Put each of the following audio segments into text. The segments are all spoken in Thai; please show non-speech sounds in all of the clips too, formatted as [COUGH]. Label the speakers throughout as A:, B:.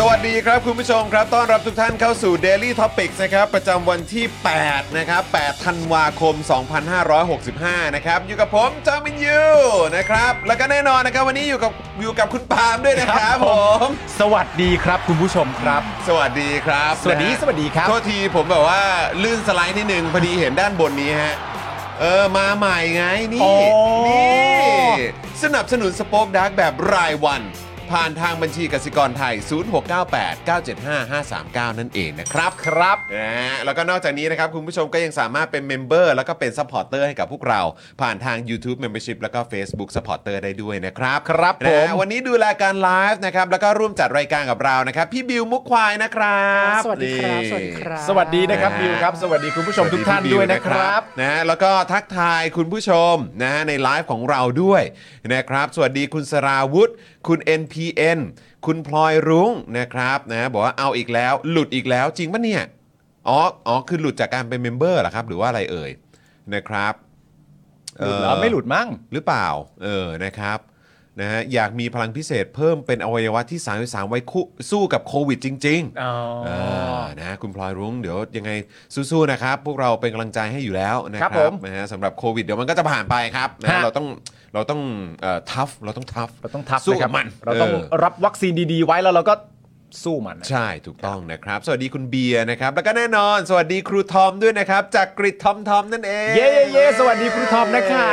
A: สวัสดีครับคุณผู้ชมครับ ต้อนรับทุกท่านเข้าสู่ Daily Topics นะครับ ประจำวันที่ 8 นะครับ 8 ธันวาคม 2565 นะครับ อยู่กับผมจอมินยูนะครับ แล้วก็แน่นอนนะครับ วันนี้อยู่กับอยู่กับคุณปาล์มด้วยนะครับผม
B: สวัสดีครับคุณผู้ชมครับ
A: สวัสดีครับ
B: สวัสดี
A: นะฮะ
B: สวัสดีครับ
A: โทษทีผมแบบว่าลื่นสไลด์นิดนึงพอดีเห็นด้านบนนี้ฮะ เออ มาใหม่ไง นี่
B: โอ้
A: นี่ สนับสนุนสป็อคดักแบบรายวัน ผ่านทางบัญชีกสิกรไทย 0698 975 539 นั่นเองนะครับครับนะฮะแล้วก็นอกจากนี้นะครับ คุณผู้ชมก็ยังสามารถเป็นเมมเบอร์แล้วก็เป็นซัพพอร์เตอร์ให้กับพวกเรา ผ่านทาง YouTube Membership แล้วก็ Facebook Supporter ได้ด้วยนะครับ
B: ครับ
A: นะ
B: ผม
A: ฮะวันนี้ดูแลการไลฟ์นะครับแล้วก็ร่วมจัดรายการกับเรานะครับ พี่บิวมุกควายนะครับ
C: สวัสดีครับ สวัสดีครับ
B: สวัสดีนะครับบิวครับ สวัสดีคุณผู้ชมทุกท่านด้วยนะครับ
A: นะฮะแล้วก็ทักทายคุณผู้ชมนะฮะในไลฟ์ของเราด้วยนะครับ สวัสดีคุณสราวุธ คุณ NPN คุณพลอยรุ้งนะครับนะบอกว่าเอาอีกแล้ว หลุดอีกแล้วจริงปะเนี่ยอ๋ออ๋อคือหลุดจากการเป็นเมมเบอร์เหรอครับ หรือว่าอะไรเอ่ยนะครับ
B: หลุดเหรอไม่หลุดมั้ง
A: หรือเปล่า เออ นะครับนะฮะอยากมีพลังพิเศษเพิ่มเป็นอวัยวะที่ 33 ไว้คู่สู้กับโควิดจริงๆ
B: อ๋ออ่
A: านะคุณพลอยรุ้งเดี๋ยวยังไงสู้ๆนะครับ พวกเราเป็นกำลังใจให้อยู่แล้วนะค
B: ครั
A: รับบ
B: ผม
A: นะฮะสำหรับโควิดเดี๋ยวมันก็จะผ่านไปครับนะ
B: ฮะ
A: เราต้องเราต้องเอ่อทัฟเราต้องทัฟ
B: เราต้องทับ
A: สู้
B: นะค
A: กั
B: รั
A: บบ มัน
B: เราต้อง
A: เออ
B: รับวัคซีนดีๆ ไว้แล้วเราก็สู้มันนะ
A: ใช่ถูกต้องนะครับ สวัสดีคุณเบียร์นะครับ แล้วก็แน่นอน สวัสดีครูทอมด้วยนะครับ จากกริดทอมทอมนั่นเอง
B: เย้เย้เย้สวัสดีครูทอมนะครั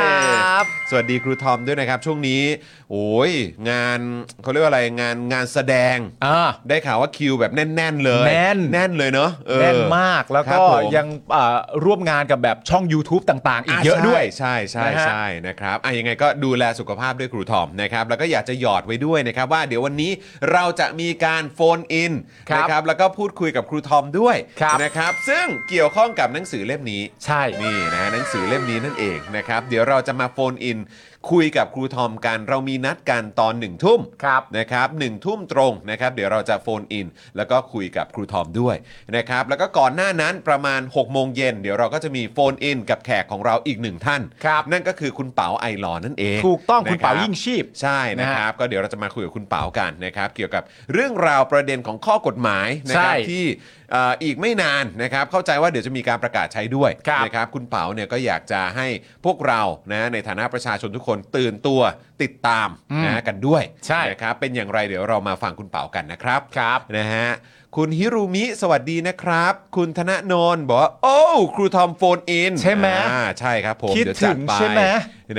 B: บ
A: สวัสดีครูทอมด้วยนะครับ ช่วงนี้ โอ้ยงานเขาเรียกว่าอะไรงานงานแสดง
B: อ่า
A: ได้ข่าวว่าคิวแบบแน่น ๆ เลย
B: แน่น
A: แน่นเลยเนาะเออ
B: แน่นมากแล้ว
A: ครั
B: ก็
A: บผม
B: ยังอ่าร่วมงานกับแบบช่อง YouTube ต่างๆ อีกเยอะด้วย
A: ใช่ใช่
B: นะฮะ
A: ใช่นะครับอ่ะยังไงก็ดูแลสุขภาพด้วยครูทอมนะครับแล้วก็อยากจะหยอดไว้ด้วยนะครับว่าเดี๋ยววันนี้เราจะมีการโฟนอิน
B: ครับ
A: นะครับแล้วก็พูดคุยกับครูทอมด้วย
B: ครับ
A: นะครับ ซึ่งเกี่ยวข้องกับหนังสือเล่มนี้
B: ใช่
A: นี่นะหนังสือเล่มนี้นั่นเองนะครับ เดี๋ยวเราจะมาโฟนอิน คุยกับครูทอมกันเรามีนัดกันตอนหนึ่งทุ่ม
B: ครับ
A: นะครับหนึ่งทุ่มตรงนะครับ เดี๋ยวเราจะโฟนอิน แล้วก็คุยกับครูทอมด้วยนะครับ แล้วก็ก่อนหน้านั้นประมาณ6กโมงเย็นเดี๋ยวเราก็จะมีโฟนอินกับแขกของเราอีกหนึ่งท่าน
B: ครับ
A: นั่นก็คือคุณเป๋าไอรอนนั่นเอง
B: ถูกต้องคุณเป๋า
A: นะรับ
B: ยิ่งชีพ
A: ใช่นะ
B: นะฮะ
A: ครับ ก็เดี๋ยวเราจะมาคุยกับคุณเป๋ากันนะครับเกี่ยวกับเรื่องราวประเด็นของข้อกฎหมายนะครับ
B: ใช่
A: ที่เอ่ออีกไม่นานนะครับเข้าใจว่าเดี๋ยวจะมีการประกาศใช้ด้วย
B: ครับ
A: นะครับคุณเป๋าเนี่ยก็อยากจะให้พวกเรานะในฐานะประชาชนทุกคนตื่นตัวติดตามนะกันด้วย
B: ใช่
A: นะครับเป็นอย่างไรเดี๋ยวเรามาฟังคุณเป๋ากันนะครับ
B: ครับ
A: นะฮะคุณฮิรุมิสวัสดีนะครับ คุณธนนนท์บอกว่า โอ้ ครูทอมโฟนอิน
B: ใช่ไหม
A: อ่าใช่ครับผม
B: คิด
A: เยวจั
B: ถึง
A: ป
B: ใช่ไหม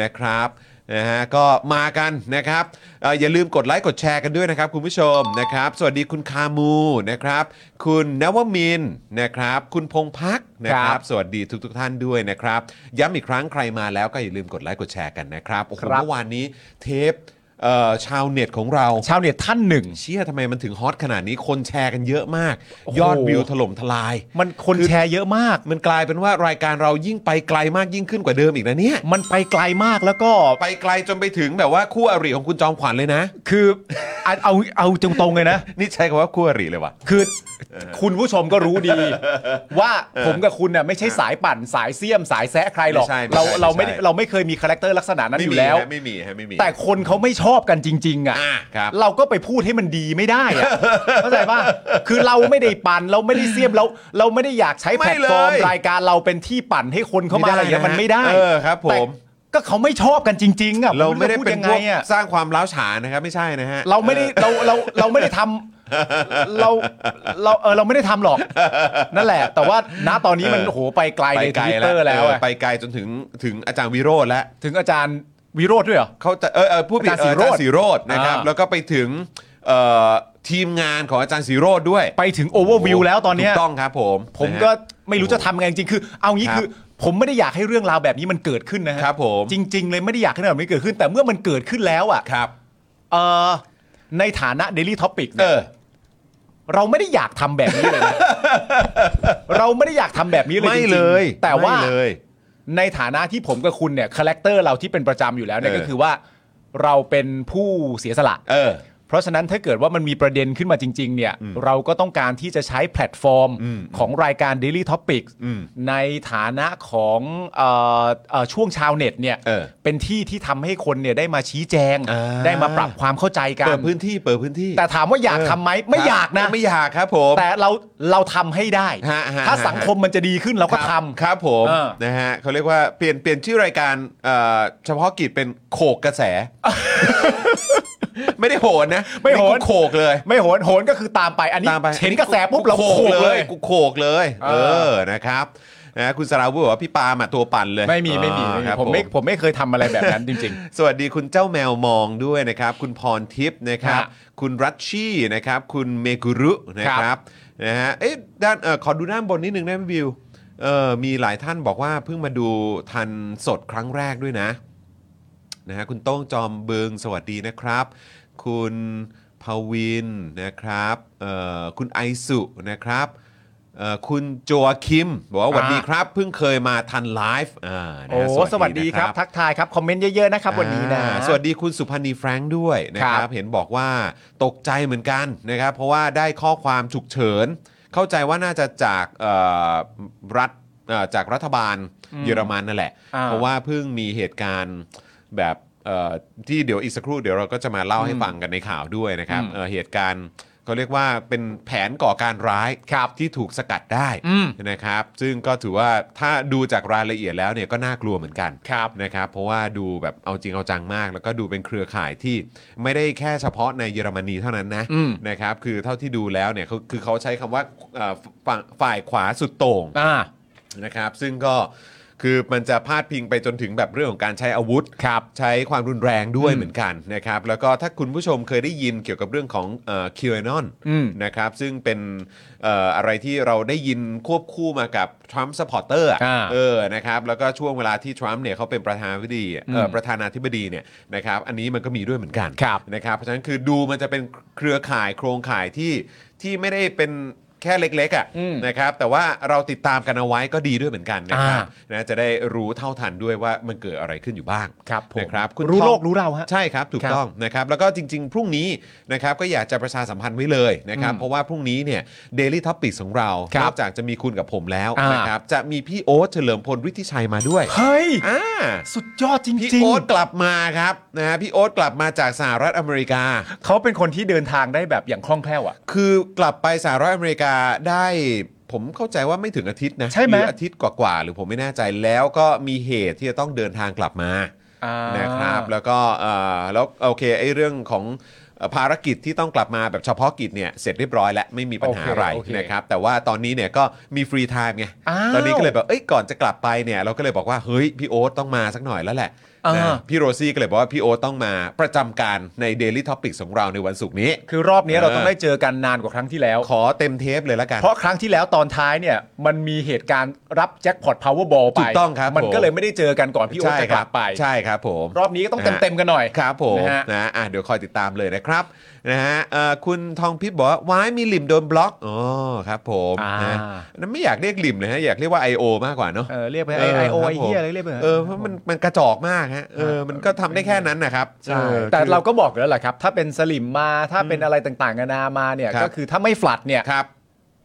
A: นะครับนะฮะก็มากันนะครับเอ่ออย่าลืมกดไลค์กดแชร์กันด้วยนะครับคุณผู้ชมนะครับสวัสดีคุณคามูนะครับ คุณนวมินทร์นะครับ คุณพงพักนะค
B: ครั
A: รับ
B: บ
A: สวัสดีทุกทท่านด้วยนะครับ ย้ำอีกครั้งใครมาแล้วก็อย่าลืมกดไลค์กดแชร์กันนะครับโอ้โห
B: ครับ
A: เมื่อวานนี้เทปเอ่อชาวเน็ตของเรา
B: ชาวเน็ตท่านหนึ่ง
A: เชี่ยทำไมมันถึงฮอตขนาดนี้คนแชร์กันเยอะมาก
B: โอ้โห
A: ยอดวิวถล่มทลาย
B: มันคน
A: คือ
B: แชร์เยอะมาก
A: มันกลายเป็นว่ารายการเรายิ่งไปไกลมากยิ่งขึ้นกว่าเดิมอีกนะเนี่ย
B: มันไปไกลมากแล้วก็
A: ไปไกลจนไปถึงแบบว่าคู่อริของคุณจอมขวัญเลยนะ
B: คือเอาเอาเอาตรงๆเลยนะ
A: นี่ใช้คำว่าคู่อริเลยว่ะ
B: คือคุณผู้ชมก็รู้ดี ว่าผมกับคุณเนี่ยไม่ใช่สายปั่นสายเสี่ยมสายแซะใครหรอก
A: ไม่ใช่ไม่ใช่
B: เราเรา
A: ไม่
B: ไม่
A: ใช่
B: ได้เราไม่เคยมีคาแรคเตอร์ลักษณะนั้นอยู่แล้ว
A: ไม่มีฮะไม่มีฮะไม่มี
B: แต่คนเขาไม่ช อบกันจริง ๆ อ่ะ
A: อ่าครับ
B: เราก็ไปพูดให้มันดีไม่ได้
A: [LAUGHS]
B: อะ เข้าใจป่ะคือเราไม่ได้ปั่นเราไม่ได้เสียมเราเราไม่ได้อยากใช้แพลตฟอร์ม
A: ไม่เลย
B: รายการเราเป็นที่ปั่นให้คนเข้ามาอะไรอย่างเงี้ยมันไม่ได้
A: เออครับผม
B: แต่ก็เขาไม่ชอบกันจริง ๆ อ่ะ
A: เราไม่ได้
B: พูด
A: เป็น
B: ยั
A: พ
B: งไง
A: วก
B: อ่ะ
A: สร้างความร้าวฉานนะครับไม่ใช่นะฮะ
B: เราไม่ได้เราเราเราไม่ได้ทำเราเราเออเราไม่ได้ทำหรอกนั่นแหละ แต่ว่าณตอนนี้มันโอ้โหไปไกล
A: เออไป
B: ในท
A: ไกล
B: วิต
A: แล้
B: เตอ
A: ว
B: ร์แล้ว
A: เออ
B: อะ
A: ไปไกลจนถึงถึงอาจารย์วิโรธแล้ว
B: ถึงอาจารย์วิโรธด้วยเหรอ
A: เขาจะเออเออผู้ผิด
B: อา
A: เอ
B: จา
A: อ
B: รย์
A: อาจารย์
B: ศิ
A: สีโร
B: โร
A: ด
B: จน์
A: นะครับ
B: อ่า
A: แล้วก็ไปถึงเอ่อทีมงานของอาจารย์สีโรดด้วย
B: ไปถึงโอเวอร์วิวแล้วตอนเนี้ย
A: ถูกต้องครับผม
B: ผม
A: นะฮะ
B: ก็ไม่รู้จะทำไงจริงๆ คือ เอางี้
A: ครับ
B: คือ ผมไม่ได้อยากให้เรื่องราวแบบนี้มันเกิดขึ้นนะฮะ
A: ครับผม
B: จริง ๆ เลยไม่ได้อยากให้เรื่องแบบนี้เกิดขึ้น แต่เมื่อมันเกิดขึ้นแล้วอ่ะ
A: ครับ
B: เอ่อในฐานะ Daily Topic
A: เอ
B: เนี่ย
A: อ
B: เราไม่ได้อยากทำแบบนี้เลย
A: [LAUGHS]
B: นะ เราไม่ได้อยากทำแบบนี้เลย
A: ไม่
B: จริงๆ
A: เลย
B: แต่ว่า
A: ไม่เลย
B: ในฐานะที่ผมกับคุณเนี่ยคาแรคเตอร์เราที่เป็นประจำอยู่แล้วเนี่ย
A: เออ
B: ก็คือว่าเราเป็นผู้เสียสละ
A: เออ
B: เพราะฉะนั้นถ้าเกิดว่ามันมีประเด็นขึ้นมาจริง ๆ เนี่ย เราก็ต้องการที่จะใช้แพลตฟอร์มของรายการ Daily Topics
A: อืม
B: ในฐานะของเออเอ่อช่วงชาวเน็ตเนี่ย
A: เออ
B: เป็นที่ที่ทำให้คนเนี่ยได้มาชี้แจง
A: อ่า
B: ได้มาปรับความเข้าใจกัน
A: เปิดพื้นที่เปิดพื้นที่
B: แต่ถามว่าอยากทำไหมไม่อยากนะ
A: ไม่อยากครับผม
B: แต่เราเราทำให้ได้
A: ฮะฮะ
B: ถ้า
A: ฮะ
B: สังคมมันจะดีขึ้นเราก็ทำ
A: ครับผม
B: เออ
A: นะฮะเขาเรียกว่าเปลี่ยนเปลี่ยนชื่อรายการเอ่อเฉพาะกิจเป็นโขกกระแส [LAUGHS] ไม่ได้โหนนะ
B: ไม่โหน
A: กูโขกเลย
B: ไม่โหนโหนก็คือตามไปอันนี้
A: ตามไป
B: เห็นกระแสปุ๊บเราโขกเลย
A: กูโขกเลย เอ
B: เออ
A: อนะครับนะคุณสราวุฒิบอกว่าพี่ปาล์มอะตัวปั่นเลย
B: ไม่มีไม่มี
A: อ่า
B: ไม่มี
A: ครับ
B: ผมไม่ผมไม่เคยทำอะไรแบบนั้นจริง ๆ
A: สวัสดีคุณเจ้าแมวมองด้วยนะครับ คุณพรทิพย์นะครับ
B: ฮะ
A: คุณรัชชี่นะครับ คุณเมกุรุนะค
B: ครั
A: รับบ นะฮะเอ๊ะด้านเออขอดูด้านบนนิดนึงได้ไหมบิวเออมีหลายท่านบอกว่าเพิ่งมาดูทันสดครั้งแรกด้วยนะ นะฮะคุณโต้งจอมเบิงสวัสดีนะครับ คุณพวินนะครับเอ่อคุณไอสุนะครับเอ่อคุณโจอาคิม บอกว่าสวัสดีครับ เพิ่งเคยมาทันไลฟ์อ่านะ
B: โอ้
A: ฮะ
B: สวัสดีครับ
A: นะ
B: ทักทายครับ คอมเมนต์เยอะ ๆ นะครับ วันนี้นะ
A: อ่าสวัสดีคุณสุพันธ์นีแฟรงค์ด้วยนะค
B: ครั
A: รับ
B: บ
A: เห็นบอกว่าตกใจเหมือนกันนะครับ เพราะว่าได้ข้อความฉุกเฉิน เข้าใจว่าน่าจะจากเอ่อรัฐเอ่อจากรัฐบาลเยอรมันนั่นแหละ
B: อ่า
A: เพราะว่าเพิ่งมีเหตุการณ์แบบเอ่อที่เดี๋ยวอีกสักครู่เดี๋ยวเราก็จะมาเล่าให้ฟังกันในข่าวด้วยนะครับเอ่อเหตุการณ์เขาเรียกว่าเป็นแผนก่อการร้ายที่ถูกสกัดได้นะครับ ซึ่งก็ถือว่าถ้าดูจากรายละเอียดแล้วเนี่ยก็น่ากลัวเหมือนกันนะครับเพราะว่าดูแบบเอาจริงเอาจังมาก แล้วก็ดูเป็นเครือข่ายที่ไม่ได้แค่เฉพาะในเยอรมนีเท่านั้นนะนะครับคือเท่าที่ดูแล้วเนี่ยเขาคือเขาใช้คำว่าเอ่อฝั่งฝ่ายขวาสุดโต่ง
B: อ่า
A: นะครับซึ่งก็คือมันจะพาดพิงไปจนถึงแบบเรื่องของการใช้อาวุธครับใช้ความรุนแรงด้วยเหมือนกันนะครับแล้วก็ถ้าคุณผู้ชมเคยได้ยินเกี่ยวกับเรื่องของคิวเอนอน
B: อืม
A: นะครับซึ่งเป็นเอ่ออะไรที่เราได้ยินควบคู่มากับทรัมป์สปอร์เตอร์
B: อ่า
A: เออนะครับแล้วก็ช่วงเวลาที่ทรัมป์เนี่ยเขาเป็นประธานาธิบดีเอ่ออ
B: ม
A: ประธานาธิบดีเนี่ยนะครับอันนี้มันก็มีด้วยเหมือนกัน
B: ครับ
A: นะครับเพราะฉะนั้นคือดูมันจะเป็นเครือข่ายโครงข่ายที่ที่ไม่ได้เป็นแค่เล็กๆอ่ะ
B: อืม
A: นะครับแต่ว่าเราติดตามกันเอาไว้ก็ดีด้วยเหมือนกัน นะครับ
B: อ่า
A: นะจะได้รู้เท่าทันด้วยว่ามันเกิดอะไรขึ้นอยู่บ้าง
B: ครับผม
A: นะครับคุณ
B: รู้
A: ทอม
B: โลกรู้เราฮะ
A: ใช่ครับถูก
B: ครับ
A: ต้องนะครับแล้วก็จริง ๆ พรุ่งนี้นะครับก็อยากจะประชาสัมพันธ์ไว้เลยนะครับ
B: อืม
A: เพราะว่าพรุ่งนี้เนี่ยเดลี่ท็อปิกของเรา
B: ครับ
A: นอกจากจะมีคุณกับผมแล้ว
B: อ่าน
A: นะครับจะมีพี่โอ๊ตเฉลิมพลวิทิชัยมาด้วย
B: เฮ้ย
A: อ่า
B: สุดยอดจ
A: พี่
B: ริง
A: โอ๊ตกลับมาครับนะฮะพี่โอ๊ตกลับมาจากสหรัฐอเมริกา
B: ๆ เขาเป็นคนที่เดินทางได้แบบอย่างคล่องแคล่วอ่ะ
A: คือกลับไปสหรัฐอเมริกาได้ผมเข้าใจว่าไม่ถึงอาทิตย์นะ
B: ใช่ไหม
A: รืออาทิตย์กว่าๆหรือผมไม่แน่ใจแล้วก็มีเหตุที่จะต้องเดินทางกลับมา
B: อ่า
A: นะครับแล้วก็เอ่อแล้วโอเคไอ้เรื่องของเอ่อภารกิจที่ต้องกลับมาแบบเฉพาะกิจเนี่ยเสร็จเรียบร้อยแล้วไม่มีปัญหา
B: โอเค
A: อะไร
B: โอเค
A: นะครับแต่ว่าตอนนี้เนี่ยก็มีฟรีไทม์ไง
B: อ้าว
A: ตอนนี้ก็เลยแบบเอ้ยก่อนจะกลับไปเนี่ยเราก็เลยบอกว่าเฮ้ยพี่โอ๊ตต้องมาสักหน่อยแล้วแหละ
B: อ่า
A: นะพี่โรซี่ก็เลยบอกว่าพี่โอ๊ตต้องมาประจำการใน Daily Topic ของเราในวันศุกร์นี้
B: คือรอบนี้
A: เออ
B: เราต้องได้เจอกันนานกว่าครั้งที่แล้ว
A: ขอเต็มเทปเลยละกัน
B: เพราะครั้งที่แล้วตอนท้ายเนี่ย มันมีเหตุการณ์รับแจ็คพอตพาวเวอร์บอลไป
A: ถูกต้องครับ
B: มัน
A: ผม
B: ก็เลยไม่ได้เจอกันก่อนพี่โอ๊ตจะกลับไป
A: ใช่ครับผม
B: รอบนี้ก็ต้องเต็มๆกันหน่อย
A: ครับผม
B: นะฮะ
A: นะอ่ะเดี๋ยวคอยติดตามเลยนะครับนะฮะเอ่อคุณทองพิษบอกว่าว้ายมีหลิมโดนบล็อกอ๋อครับผม
B: อ่า
A: นะอันนั้นไม่อยากเรียกหลิมเลยฮะอยากเรียกว่า I.O. มากกว่าเนาะ
B: เออเรียกไปไอไอโอ
A: ค
B: ไอบ
A: ผม
B: เฮียอะไรเรียกไปถะ
A: เออเพราะมันมันกระจอกมากฮะเออมันก็ทำได้แค่นั้นนะครับ
B: ใช่
A: ออ
B: แต่
A: คือ
B: เราก็บอกอยู่แล้วแหละครับ ถ้าเป็นสลิมมาถ้าเป็นอะไรต่างๆนานามาเนี่ย
A: ครับ
B: ก็คือถ้าไม่ฟลัดเนี่ย
A: ครับ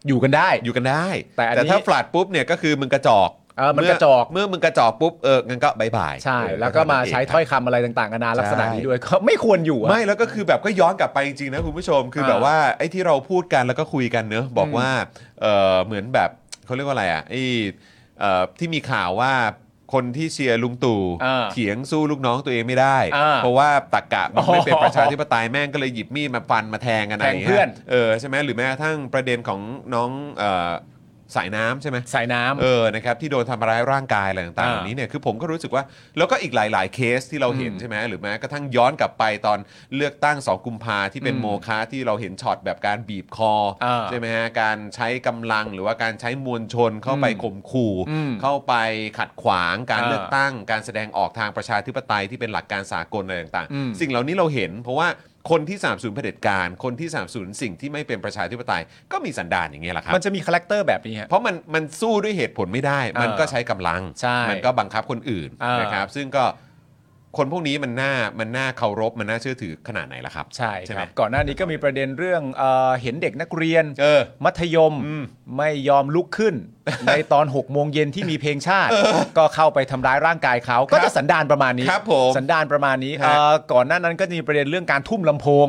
B: อยู่กันได้
A: อยู่กันได้
B: แต่อันนี้
A: แต่ถ้าฝลัดปุ๊บเนี่ยก็คือมึงกระจอก
B: เออมันกระจอก
A: เมื่อเมื่มึงกระจอกปุ๊บเอองั้นก็บายบาย
B: ใช่
A: เออ
B: แล้วก็มาใช้
A: เท่นั้นเง
B: ถ้อยคำอะไรต่างๆนานาลักษณะ
A: ใช่
B: นี้ด้วยก็ไม่ควรอยู่อะ
A: ไม่แล้วก็คือแบบก็ย้อนกลับไปจริงๆนะคุณผู้ชมคือ
B: อ่า
A: แบบว่าไอ้ที่เราพูดกันแล้วก็คุยกันเนอะบอกว่าเออเหมือนแบบเขาเรียกว่าอะไรอ่ะไอ้เอ่อที่มีข่าวว่าคนที่เชียร์ลุงตู่
B: อ่า
A: เถียงสู้ลูกน้องตัวเองไม่ได้
B: อ่า
A: เพราะว่าตักกะมัน
B: อ๋อ
A: ไม่เป็นประชาธิปไตยแม่งก็เลยหยิบมีดมาฟันมาแทงกันอะไร
B: แทงเพื่อน
A: ย่างี้ยเออใช่ไหมหรือแม้กระทั่งประเด็นของน้องเอ่อสายน้ำใช่ไหม
B: สายน้ำ
A: เออ นะครับ ที่โดนทำร้ายร่างกายอะไรต่างๆ
B: อ่า
A: เหล่านี้เนี่ย คือผมก็รู้สึกว่า แล้วก็อีกหลาย ๆ เคสที่เราเห็นใช่ไหม หรือแม้กระทั่งย้อนกลับไปตอนเลือกตั้ง 2 กุมภาที่เป็น
B: อืม
A: โมฆะที่เราเห็นช็อตแบบการบีบคอ
B: อ่า
A: ใช่ไหมฮะ การใช้กำลังหรือว่าการใช้มวลชนเข้าไป
B: อืม
A: ข่มขู่
B: อืม
A: เข้าไปขัดขวางการ
B: อ่า
A: เลือกตั้ง การแสดงออกทางประชาธิปไตยที่เป็นหลักการสากลอะไรต่าง
B: อืม
A: ๆ สิ่งเหล่านี้เราเห็น เพราะว่าคนที่สามสูนเผด็จการ คนที่สามสูนสิ่งที่ไม่เป็นประชาธิปไตย ก็มีสันดานอย่างเงี้ยแหละครับ
B: มันจะมีคาแรคเตอร์แบบนี้ฮะ
A: เพราะมันมันสู้ด้วยเหตุผลไม่ได้
B: เออ
A: มันก็ใช้กำลัง
B: ใช่
A: มันก็บังคับคนอื่น
B: เออ
A: นะครับ ซึ่งก็คนพวกนี้มันน่ามันน่าเคารพมันน่าเชื่อถือขนาดไหนล่ะครับ
B: ใช่
A: ใช่
B: ค
A: ไหม
B: รับ ก่อนหน้านี้ก็มีประเด็นเรื่องเอ่อเห็นเด็กนักเรียน
A: เออ
B: มัธยมไม่ยอมลุกขึ้
A: [LAUGHS]
B: น ในตอน6กโมงเย็นที่มีเพลงชาติ ก็เข้าไปทำร้ายร่างกายเขาก็จะสันดานประมาณนี้
A: ครับผม
B: สันดานประมาณนี้
A: ฮะ
B: เอ่อก่อนหน้านั้นก็จะมีประเด็นเรื่องการทุ่มลำโพ
A: [LAUGHS]
B: ง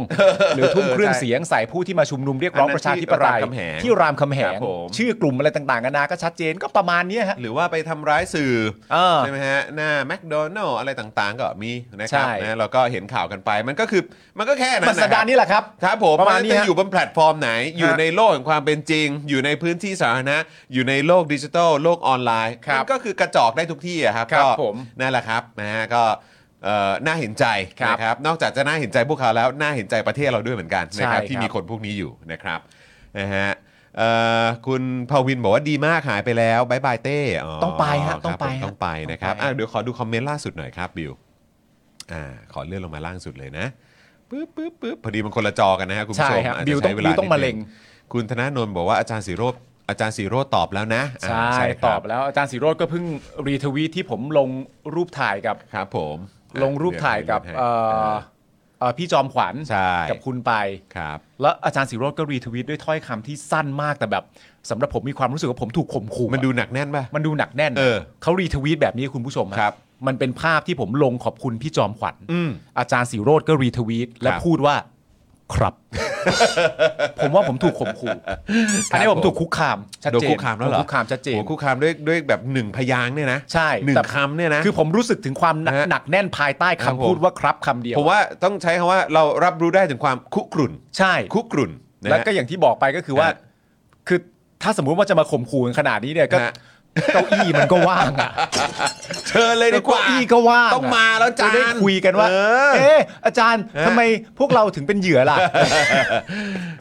B: หรือทุ่มเครื่องเสียงใส่ผู้ที่มาชุมนุมเรียกร้อง
A: อันนั้น
B: ประชาธิปไตย
A: ที่รามคำแหงค
B: ที่รามคำแห
A: รั
B: ง
A: บผม
B: ชื่อกลุ่มอะไรต่างๆกันานาก็ชัดเจนก็ประมาณเนี้ยฮะ
A: หรือว่าไปทำร้ายสื่อ
B: เออ
A: ใช่ไหมฮะหน้าแมคโดนัลอะไรต่างๆ ก็มีนะครับ
B: ใช่
A: นะเราก็เห็นข่าวกันไป มันก็คือมันก็แค่นั้
B: มัน น
A: นะ
B: สัน
A: ค
B: ดา
A: รั
B: น
A: บ
B: นี่แหละครับ
A: ครับผม
B: ประมาณนี้
A: ไว่จะ
B: ฮะ
A: อยู่บนแพลตฟอร์มไหน อยู่ในโลกแห่งความเป็นจริง อยู่ในพื้นที่สาธารณะ อยู่ในโลกดิจิทัลโลกออนไลน์
B: ครับ
A: มันก็คือกระจอกได้ทุกที่อะครับ
B: ครับ
A: ก็
B: ผม
A: นั่นแหละครับนะฮะก็เอ่อน่าเห็นใจ
B: ครับ
A: นะครับ นอกจากจะน่าเห็นใจพวกเขาแล้วน่าเห็นใจประเทศเราด้วยเหมือนกันนะครับ
B: ใช่ครับ
A: ที่มีคนพวกนี้อยู่นะครับนะฮะเอ่อคุณภาวินบอกว่าดีมากหายไปแล้วบายบายเต้
B: ต้องไปฮะ
A: ครับ
B: ต้องไป
A: ผม
B: ฮะ
A: ต้องไปนะครับ
B: ต้องไป
A: อ่ะเดี๋ยวขอดูคอมเมนต์ล่าสุดหน่อยครับบิวอ่าขอเลื่อนลงมาล่างสุดเลยนะ ปึ๊บปึ๊บปึ๊บพอดีมันคนละจอกันนะฮะคุณผู้ชม
B: ใช่ครับ
A: อาจ
B: บิ
A: จะ
B: ว
A: ใช้
B: ต้อง
A: เวลา
B: บิวต้อง
A: นิด
B: มาเล็
A: นึ
B: ง
A: คุณธนาโนนบอกว่าอาจารย์สีโรจน์อาจารย์สีโรจน์ตอบแล้วนะอ่า
B: ใช่
A: ครับ
B: ตอบแล้วอาจารย์สีโรจน์ก็เพิ่งรีทวีตที่ผมลงรูปถ่ายกับ
A: ครับผม
B: ลงรูปถ่ายกับ
A: เดี๋ว
B: เอ่อเอ่อพี่จอมขวัญ
A: ใช่
B: กับคุณไป
A: ครับ
B: แล้วอาจารย์สีโรจน์ก็รีทวีตด้วยถ้อยคำที่สั้นมากแต่แบบสำหรับผมมีความรู้สึกว่าผมถูกข่มขู่
A: มันดูหนักแน่นป่ะ
B: มันดูหนักแน่น
A: เออ
B: รีทวีตแบบนี้คุณผู้ชมฮะ
A: ครับ
B: มันเป็นภาพที่ผมลงขอบคุณพี่จอมขวัญ
A: อืม
B: อาจารย์สีโรจน์ก็รีทวีตและ
A: ครับ
B: พูดว่าครับ
A: [LAUGHS]
B: ผมว่าผมถูกข่มขู่อันนี้ผมถูกคุกคามชัด
A: โดน
B: เจน
A: คุกคามแล้วเหรอ
B: ผคุกคามชัดเจน
A: โอ้คุกคามด้วยด้วยแบบหนึ่งพยางค์เนี่ยนะ
B: ใช่
A: หนึ่ง
B: แต่
A: คำเนี่ยนะ
B: คือผมรู้สึกถึงความหนัก
A: นะฮะ
B: หนักแน่นภายใต้
A: ครับ
B: คำ
A: ผม
B: พูดว่าครับคำเดียว
A: ผมว่าต้องใช้คำว่าเรารับรู้ได้ถึงความคุกรุ่น
B: ใช่
A: คุกรุ่นนะฮะ
B: แล้วก็อย่างที่บอกไปก็คือว่า
A: ฮะ
B: คือถ้าสมมุติว่าจะมาข่มขู่กันขนาดนี้เนี่ยก็
A: ฮะ
B: เก้าอี้มันก็ว่างอ่ะ
A: เชิญเลยดีกว่า
B: เก้าอี้ก็ว่างะ
A: ต้องมาแล้วจา
B: จะได้
A: น
B: คุยกันว่า
A: เออ
B: เอ๊ะอาจารย์ทำไมพวกเราถึงเป็นเหยื่อล่ะ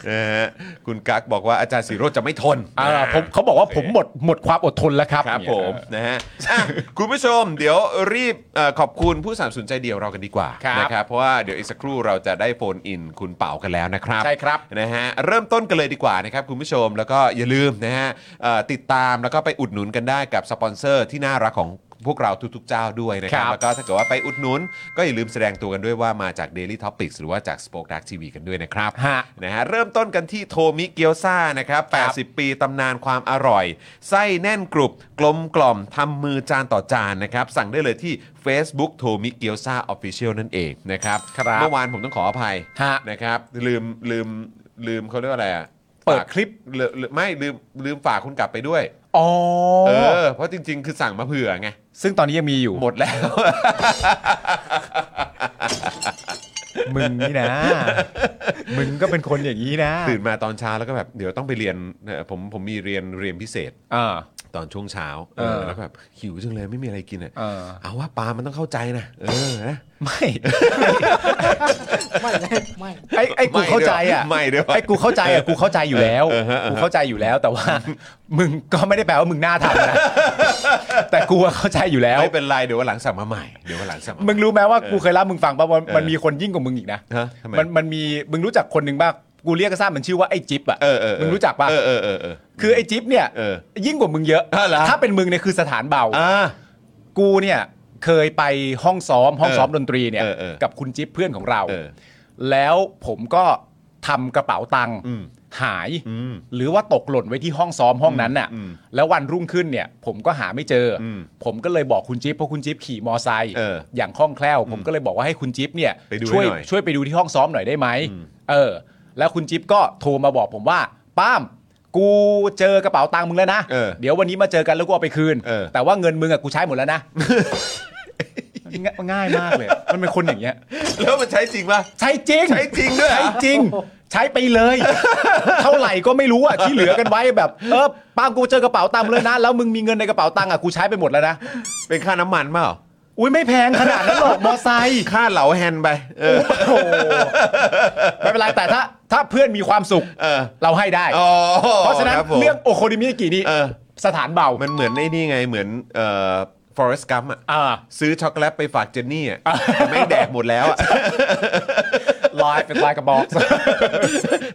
A: นะฮะคุณกั๊กบอกว่าอาจารย์สีโรจน์จะไม่ทน
B: อ่าผมเขาบอกว่าผมหมดหมดความอดทนแล้วครับ
A: ครับผมนะฮะอ่ะคุณผู้ชมเดี๋ยวรีบเอ่อขอบคุณผู้สนับสนุนใจเดียวเรากันดีกว่า
B: ครับ
A: นะครับเพราะว่าเดี๋ยวอีกสักครู่เราจะได้โฟนอินคุณเป่ากันแล้วนะครับ
B: ใช่ครับ
A: นะฮะเริ่มต้นกันเลยดีกว่านะครับคุณผู้ชมแล้วก็อย่าลืมนะฮะเอ่อติดตามแล้วก็ไปอุดหนุนกันได้กับสปอนเซอร์ที่น่ารักของพวกเราทุกๆเจ้าด้วยนะครับ
B: ครับ
A: แล้วก็ถ้าเกิดว่าไปอุดหนุน ก็อย่าลืมแสดงตัวกันด้วยว่ามาจาก Daily Topics หรือว่าจาก Spoke Dark TV กันด้วยนะครับ
B: ฮะ
A: นะฮะเริ่มต้นกันที่โทมิเกียวซ่านะครับ 80 ปีตำนานความอร่อย ไส้แน่นกรุบกลมกล่อมทำมือจานต่อจานนะครับ สั่งได้เลยที่ Facebook โทมิเกียวซ่าออฟฟิเชียลนั่นเองนะครับ
B: ครับ
A: เมื่อวานผมต้องขออภัย
B: ฮะ
A: นะครับ ลืมลืมลืมเขาเรียกว่าอะไรอะ
B: เปิดคลิป
A: ลืมลืมไม่ลืมลืมฝากคุณกลับไปด้วย
B: อ๋อ
A: เออ เพราะจริง ๆ คือสั่งมาเผื่อไง
B: ซึ่งตอนนี้ยังมีอยู่
A: หมดแล้ว
B: มึงนี่นะ มึงก็เป็นคนอย่างนี้นะ
A: ตื่นมาตอนเช้าแล้วก็แบบเดี๋ยวต้องไปเรียนเอ่อผมผมมีเรียนเรียนพิเศษ
B: อ่า
A: ตอนช่วงเช้า
B: เออ
A: เออแล้วแบบหิวจังเลยไม่มีอะไรกินอ่ะ
B: เออ
A: เอาว่าปลามันต้องเข้าใจนะเออนะ
B: ไม่
D: ไม่ไม่
B: ไอ้ไอ้กูเข้าใจอ่ะ
A: ไม่เด้อ
B: ไอ้กูเข้าใจอ่ะกูเข้าใจอยู่แล้วกูเข้าใจอยู่แล้วแต่ว่า มึงก็ไม่ได้แปลว่ามึงน่า
A: [LAUGHS]
B: ทำนะแต่กูอะเข้าใจอยู่แล้ว
A: ไม่เป็นไรเดี๋ยววันหลังสั่งมาใหม่เดี๋ยววันหลังสั่งมาให
B: มึ
A: ม่
B: งรู้ไหมว่ากูเคยเล่ามึงฟังป่ะว่า
A: เออ
B: มันมีคนยิ่งกว่ามึงอีกนะ
A: ฮะทำไม
B: มันมันมีมึงรู้จักคนหนึ่งป่ะกูเรียกก็ทราบมันชื่อว่าไอ้จิ๊บอ่ะ
A: เออเออเออ
B: มึงรู้จักป่ะ
A: เออเออเออเออ
B: คือไอ้จิ๊บเนี่ย
A: เออ
B: ยิ่งกว่ามึงเยอะ
A: อ้าวเหรอ
B: ถ้าเป็นมึงเนี่ยคือสถานเบา
A: อ่า
B: กูเนี่ยเคยไปห้องซ้อมห้องซ้อมดนตรีเนี่ย
A: เออเออ
B: กับคุณจิ๊บเพื่อนของเรา
A: เออ
B: แล้วผมก็ทำกระเป๋าตังค์
A: อืม
B: หาย
A: อืม
B: หรือว่าตกหล่นไว้ที่ห้องซ้อมห้องนั้นน่ะ
A: อืม
B: แล้ววันรุ่งขึ้นเนี่ย ผมก็หาไม่เจออ
A: ม
B: ผมก็เลยบอกคุณจิ๊บเพราะคุณจิ๊บขี่มอไซค์
A: เออ
B: ออย่างคล่องแคล่ว ผมก็เลยบอกว่าให้คุณจิ๊บเนี่ย
A: ไปดู
B: ช่วย
A: ให้หน่อย
B: ช่วยไปดูที่ห้องซ้อมหน่อยได้ไหมเออ แล้วคุณจิ๊บก็โทรมาบอกผมว่าป้ามกูเจอกระเป๋าตังค์มึงแล้วนะ
A: เออ
B: ยววันนี้มาเจอกันแล้วกูเอาไปคืน
A: เออ
B: แต่ว่าเงินมึงอะกูใช้หมดแล้วนะ ง่าย [LAUGHS] ง่ายมากเลย มันเป็นคนอย่างเงี้ย
A: แล้วมันใช้จริงป่ะ
B: ใช้จริง
A: ใช้จริงด้วยเหรอ
B: ใช้จริง ใช้ไปเลย เท่าไหร่ก็ไม่รู้อ่ะที่เหลือกันไว้แบบเออป้ามกูเจอกระเป๋าตังค์เลยนะ แล้วมึงมีเงินในกระเป๋าตังค์อ่ะกูใช้ไปหมดแล้วนะ
A: เป็นค่าน้ำมันเปล่า
B: อุ้ยไม่แพงขนาดนั้นหรอกมอไซค์
A: ค่าเหลาแฮนด์ไปเออ
B: โอ้โหไม่เป็นไรแต่ถ้าถ้าเพื่อนมีความสุข
A: เออ
B: เราให้ได้
A: อ๋อ
B: เพราะฉะนั้น
A: คบผม
B: เรื่องโอโคดิมิยากินี่
A: เออ
B: สถานเบา
A: มันเหมือนไอ้นี่ไงเหมือนเอ่อ Forrest Gump อะ
B: อ่า
A: ซื้อช็อกโกแลตไปฝากเจนนี่อะไม่งแดกหมดแล้วอะ
B: l i ฟ e เป็นลายกระบอก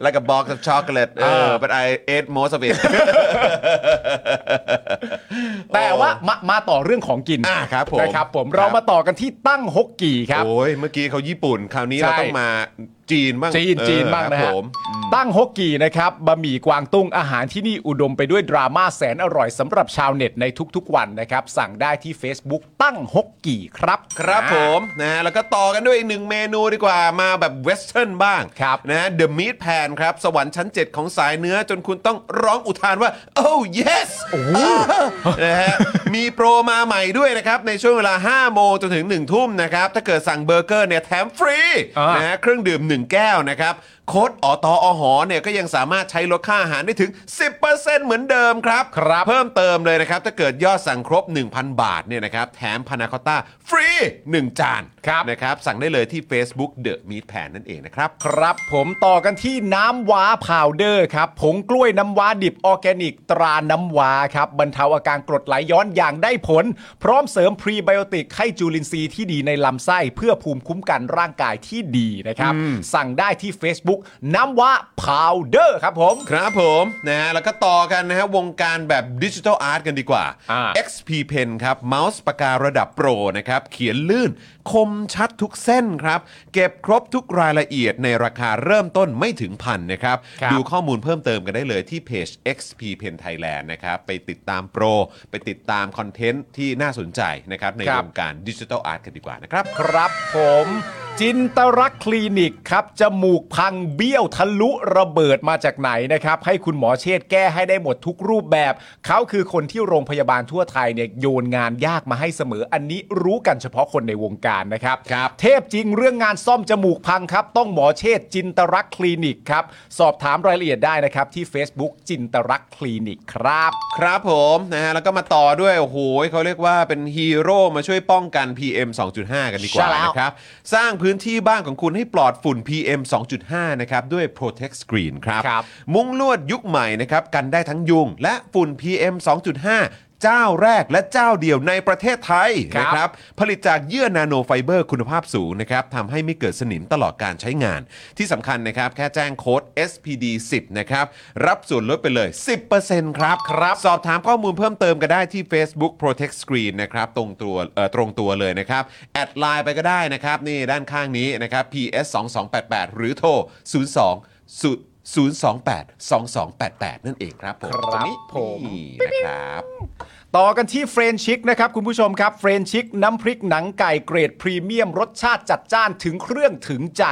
A: like a box of
B: [LAUGHS]
A: chocolate เออ
B: อ่า
A: but I ate most of it
B: [LAUGHS] แต่ว่ามามาต่อเรื่องของกิน
A: อ่าครับผม
B: นะครับผม
A: ครับ
B: เรามาต่อกันที่ตั้งฮกกี่ [LAUGHS] ครับ
A: โอ้ยเมื่อกี้เขาญี่ปุ่น คราวนี้
B: ใช่
A: เราต้องมาจีนบ้าง
B: จีน
A: เออ
B: จีนมากนะ
A: ครั
B: ฮะ
A: บผม
B: ตั้งฮกกีนะครับบะหมี่กวางตุ้งอาหารที่นี่อุดมไปด้วยดราม่าแสนอร่อยสำหรับชาวเน็ตในทุกๆวันนะครับ สั่งได้ที่ Facebook ตั้งฮกกีครับ
A: ครับ
B: อ่า
A: ผมนะฮะแล้วก็ต่อกันด้วยอีกหนึ่งเมนูดีกว่ามาแบบเวสเทิร์นบ้าง
B: ครับ
A: นะฮะ The Meat Pan ครับ สวรรค์ชั้น 7 ของสายเนื้อจนคุณต้องร้องอุทานว่า oh yes นะฮะ มีโปรมาใหม่ด้วยนะครับ ในช่วงเวลา 5 โมงจนถึง 1 ทุ่มนะครับ ถ้าเกิดสั่งเบอร์เกอร์เนี่ยแถมฟรี
B: อ่าน
A: นะฮะเครื่องดื่ม 1 แก้วนะครับ โค้ดอตออหอเนี่ยก็ยังสามารถใช้ลดค่าอาหารได้ถึง 10%เหมือนเดิมครับ
B: ครับ
A: เพิ่มเติมเลยนะครับ ถ้าเกิดยอดสั่งครบ 1,000 บาทเนี่ยนะครับ แถมพานาคอตต้าฟรี 1 จาน
B: ครับ
A: นะครับ สั่งได้เลยที่ Facebook The Meat Pan นั่นเองนะครับ
B: ครับผมต่อกันที่น้ำว้าพาวเดอร์ครับผงกล้วยน้ำว้าดิบออร์แกนิก ตราน้ำว้าครับบรรเทาอาการกรดไหลย้อนอย่างได้ผล พร้อมเสริมพรีไบโอติกให้จุลินทรีย์ที่ดีในลำไส้ เพื่อภูมิคุ้มกันร่างกายที่ดีนะครับ สั่งได้ที่ Facebook น้ำว้าพาวเดอร์ครับผม
A: ครับผมนะฮะแล้วก็ต่อกันนะฮะวงการแบบดิจิทัลอาร์ตกันดีกว่า
B: อ่า
A: XP Pen ครับเมาส์ปากการะดับโปรนะครับเขียนลื่น คมชัดทุกเส้นครับ เก็บครบทุกรายละเอียดในราคาเริ่มต้นไม่ถึงพันนะครับ
B: ครับ
A: ดูข้อมูลเพิ่มเติมกันได้เลยที่เพจ XP Pen Thailand นะครับ ไปติดตามโปร ไปติดตามคอนเทนต์ที่น่าสนใจนะครับ ใน
B: ครั
A: ว
B: บ
A: งการดิจิทัลอาร์ตกันดีกว่านะครับ
B: ครับผมจินตรักษณ์คลินิกครับ จมูกพังเบี้ยวทะลุระเบิดมาจากไหนนะครับ ให้คุณหมอเชษฐ์แก้ให้ได้หมดทุกรูปแบบ เขาคือคนที่โรงพยาบาลทั่วไทยเนี่ยโยนงานยากมาให้เสมอ อันนี้รู้กันเฉพาะคนในวงการนะครับ
A: ครับ
B: เทพจริงเรื่องงานซ่อมจมูกพังครับ ต้องหมอเชษฐ์จินตรักษณ์คลินิกครับ สอบถามรายละเอียดได้นะครับ ที่ Facebook จินตรักษณ์คลินิกครับ
A: ครับผมนะฮะแล้วก็มาต่อด้วย โอ้โหเขาเรียกว่าเป็นฮีโร่มาช่วยป้องกัน PM 2.5 กันดีกว่า
B: ใช่แล้ว
A: นะครับ สร้างพื้นที่บ้านของคุณให้ปลอดฝุ่น PM 2.5 นะครับ ด้วย Protect Screen ครับ
B: ครับ
A: มุ้งลวดยุคใหม่นะครับ กันได้ทั้งยุง และฝุ่น PM 2.5 เจ้าแรกและเจ้าเดียวในประเทศไทย
B: ครับ
A: นะครับ นะครับผลิตจากเยื่อนาโนไฟเบอร์คุณภาพสูงนะครับทำให้ไม่เกิดสนิมตลอดการใช้งาน ที่สำคัญนะครับ แค่แจ้งโค้ด SPD 10นะครับ รับส่วนลดไปเลย 10%ครับครับ สอบถามข้อมูลเพิ่มเติมก็ได้ที่ Facebook Protect Screen นะครับ ตรงตัวเอ่อตรงตัวเลยนะครับ แอดไลน์ไปก็ได้นะครับ นี่ด้านข้างนี้นะครับ PS 2 2 8 8หรือโทร 02 028 2288 นั่นเอง ครับผม
B: ครับ
A: ตงนี้
B: ผม
A: นี่นะครับ
B: ต่อกันที่เฟรนชิกนะครับคุณผู้ชมครับเฟรนชิกน้ำพริกหนังไก่เกรดพรีเมียมรสชาติจัดจ้านถึงเครื่องถึงใจ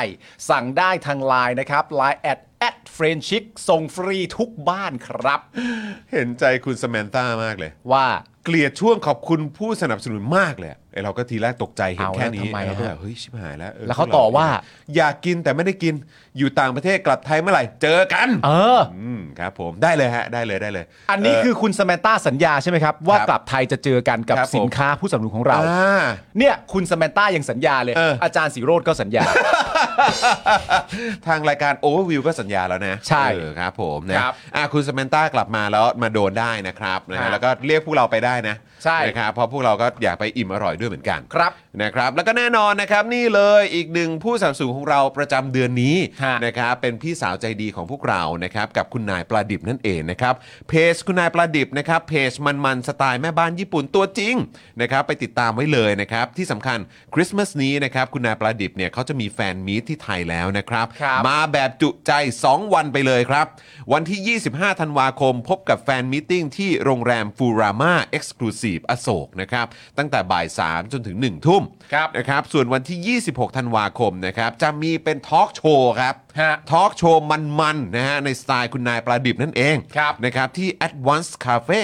B: สั่งได้ทางไลน์นะครับไลน์แอดแอดเฟรนชิกส่งฟรีทุกบ้านครับ
A: เห็นใจคุณสแมนต้ามากเลย
B: ว่า
A: เกลียดช่วงขอบคุณผู้สนับสนุนมากเลยอะไอเราก็ทีแรกตกใจเห็น
B: เอา
A: แค่
B: แล้ว
A: นี้
B: ทำไม
A: เราก็
B: ฮะ
A: แบบเฮ้ยชิบหายแล้ว
B: แล้วเขาต่อว่า
A: อยากกินแต่ไม่ได้กินอยู่ต่างประเทศกลับไทยเมื่อไหร่ เจอกัน
B: เออ
A: อืมครับผมได้เลยฮะได้เลยได้เลย
B: อันนี้คือคุณสแมนต้าสัญญาใช่ไหมครับ ว่า
A: ครับ
B: กลับไทยจะเจอกันกับ
A: ครับผม
B: สินค้าผู้สนับสนุนของ
A: เออ
B: เรา
A: อ่า
B: เนี่ยคุณสแมนต้ายังสัญญาเลย
A: เอออ
B: จารย์สีโรดก็สัญญา
A: ทางรายการ Overview ก็สัญญาแล้วนะ
B: ใช่
A: เออครับผมนะครับ อ่ะคุณสแมนต้ากลับมาแล้วมาโดนได้นะครับนะ
B: ครั
A: ฮะ
B: บ
A: แล้วก็เรียกพวกเราไปได้นะ
B: ใช่
A: นะครับเพราะพวกเราก็อยากไปอิ่มอร่อยด้วย ด้วยเหมือนกัน
B: ครับ
A: นะครับ แล้วก็แน่นอนนะครับนี่เลยอีกหนึ่งผู้สนับสนุนของเราประจำเดือนนี้
B: ฮะ
A: นะครับเป็นพี่สาวใจดีของพวกเรานะครับกับคุณนายปลาดิบนั่นเองนะครับเพจคุณนายปลาดิบนะครับเพจมันมันๆสไตล์แม่บ้านญี่ปุ่นตัวจริงนะครับไปติดตามไว้เลยนะครับที่สำคัญคริสต์มาสนี้นะครับคุณนายปลาดิบเนี่ยเขาจะมีแฟนมีตที่ไทยแล้วนะครับ
B: ครับ
A: มาแบบจุใจ 2 วันไปเลยครับ วันที่ 25 ธันวาคม พบกับแฟนมตติ팅ที่โรงแรมฟูรามาเอ็กซ์คลูซีฟอโศกนะครับ ตั้งแต่บ่าย 3 จนถึง 1 ทุ่ม
B: ครับ
A: นะครับ ส่วนวันที่ 26 ธันวาคมนะครับ จะมีเป็นทอล์กโชว์ครับ
B: ฮะ
A: ทอล์กโชว์มันๆนะฮะในสไตล์คุณนายปลาดิบนั่นเอง
B: ครับ
A: นะครับที่ Advance Cafe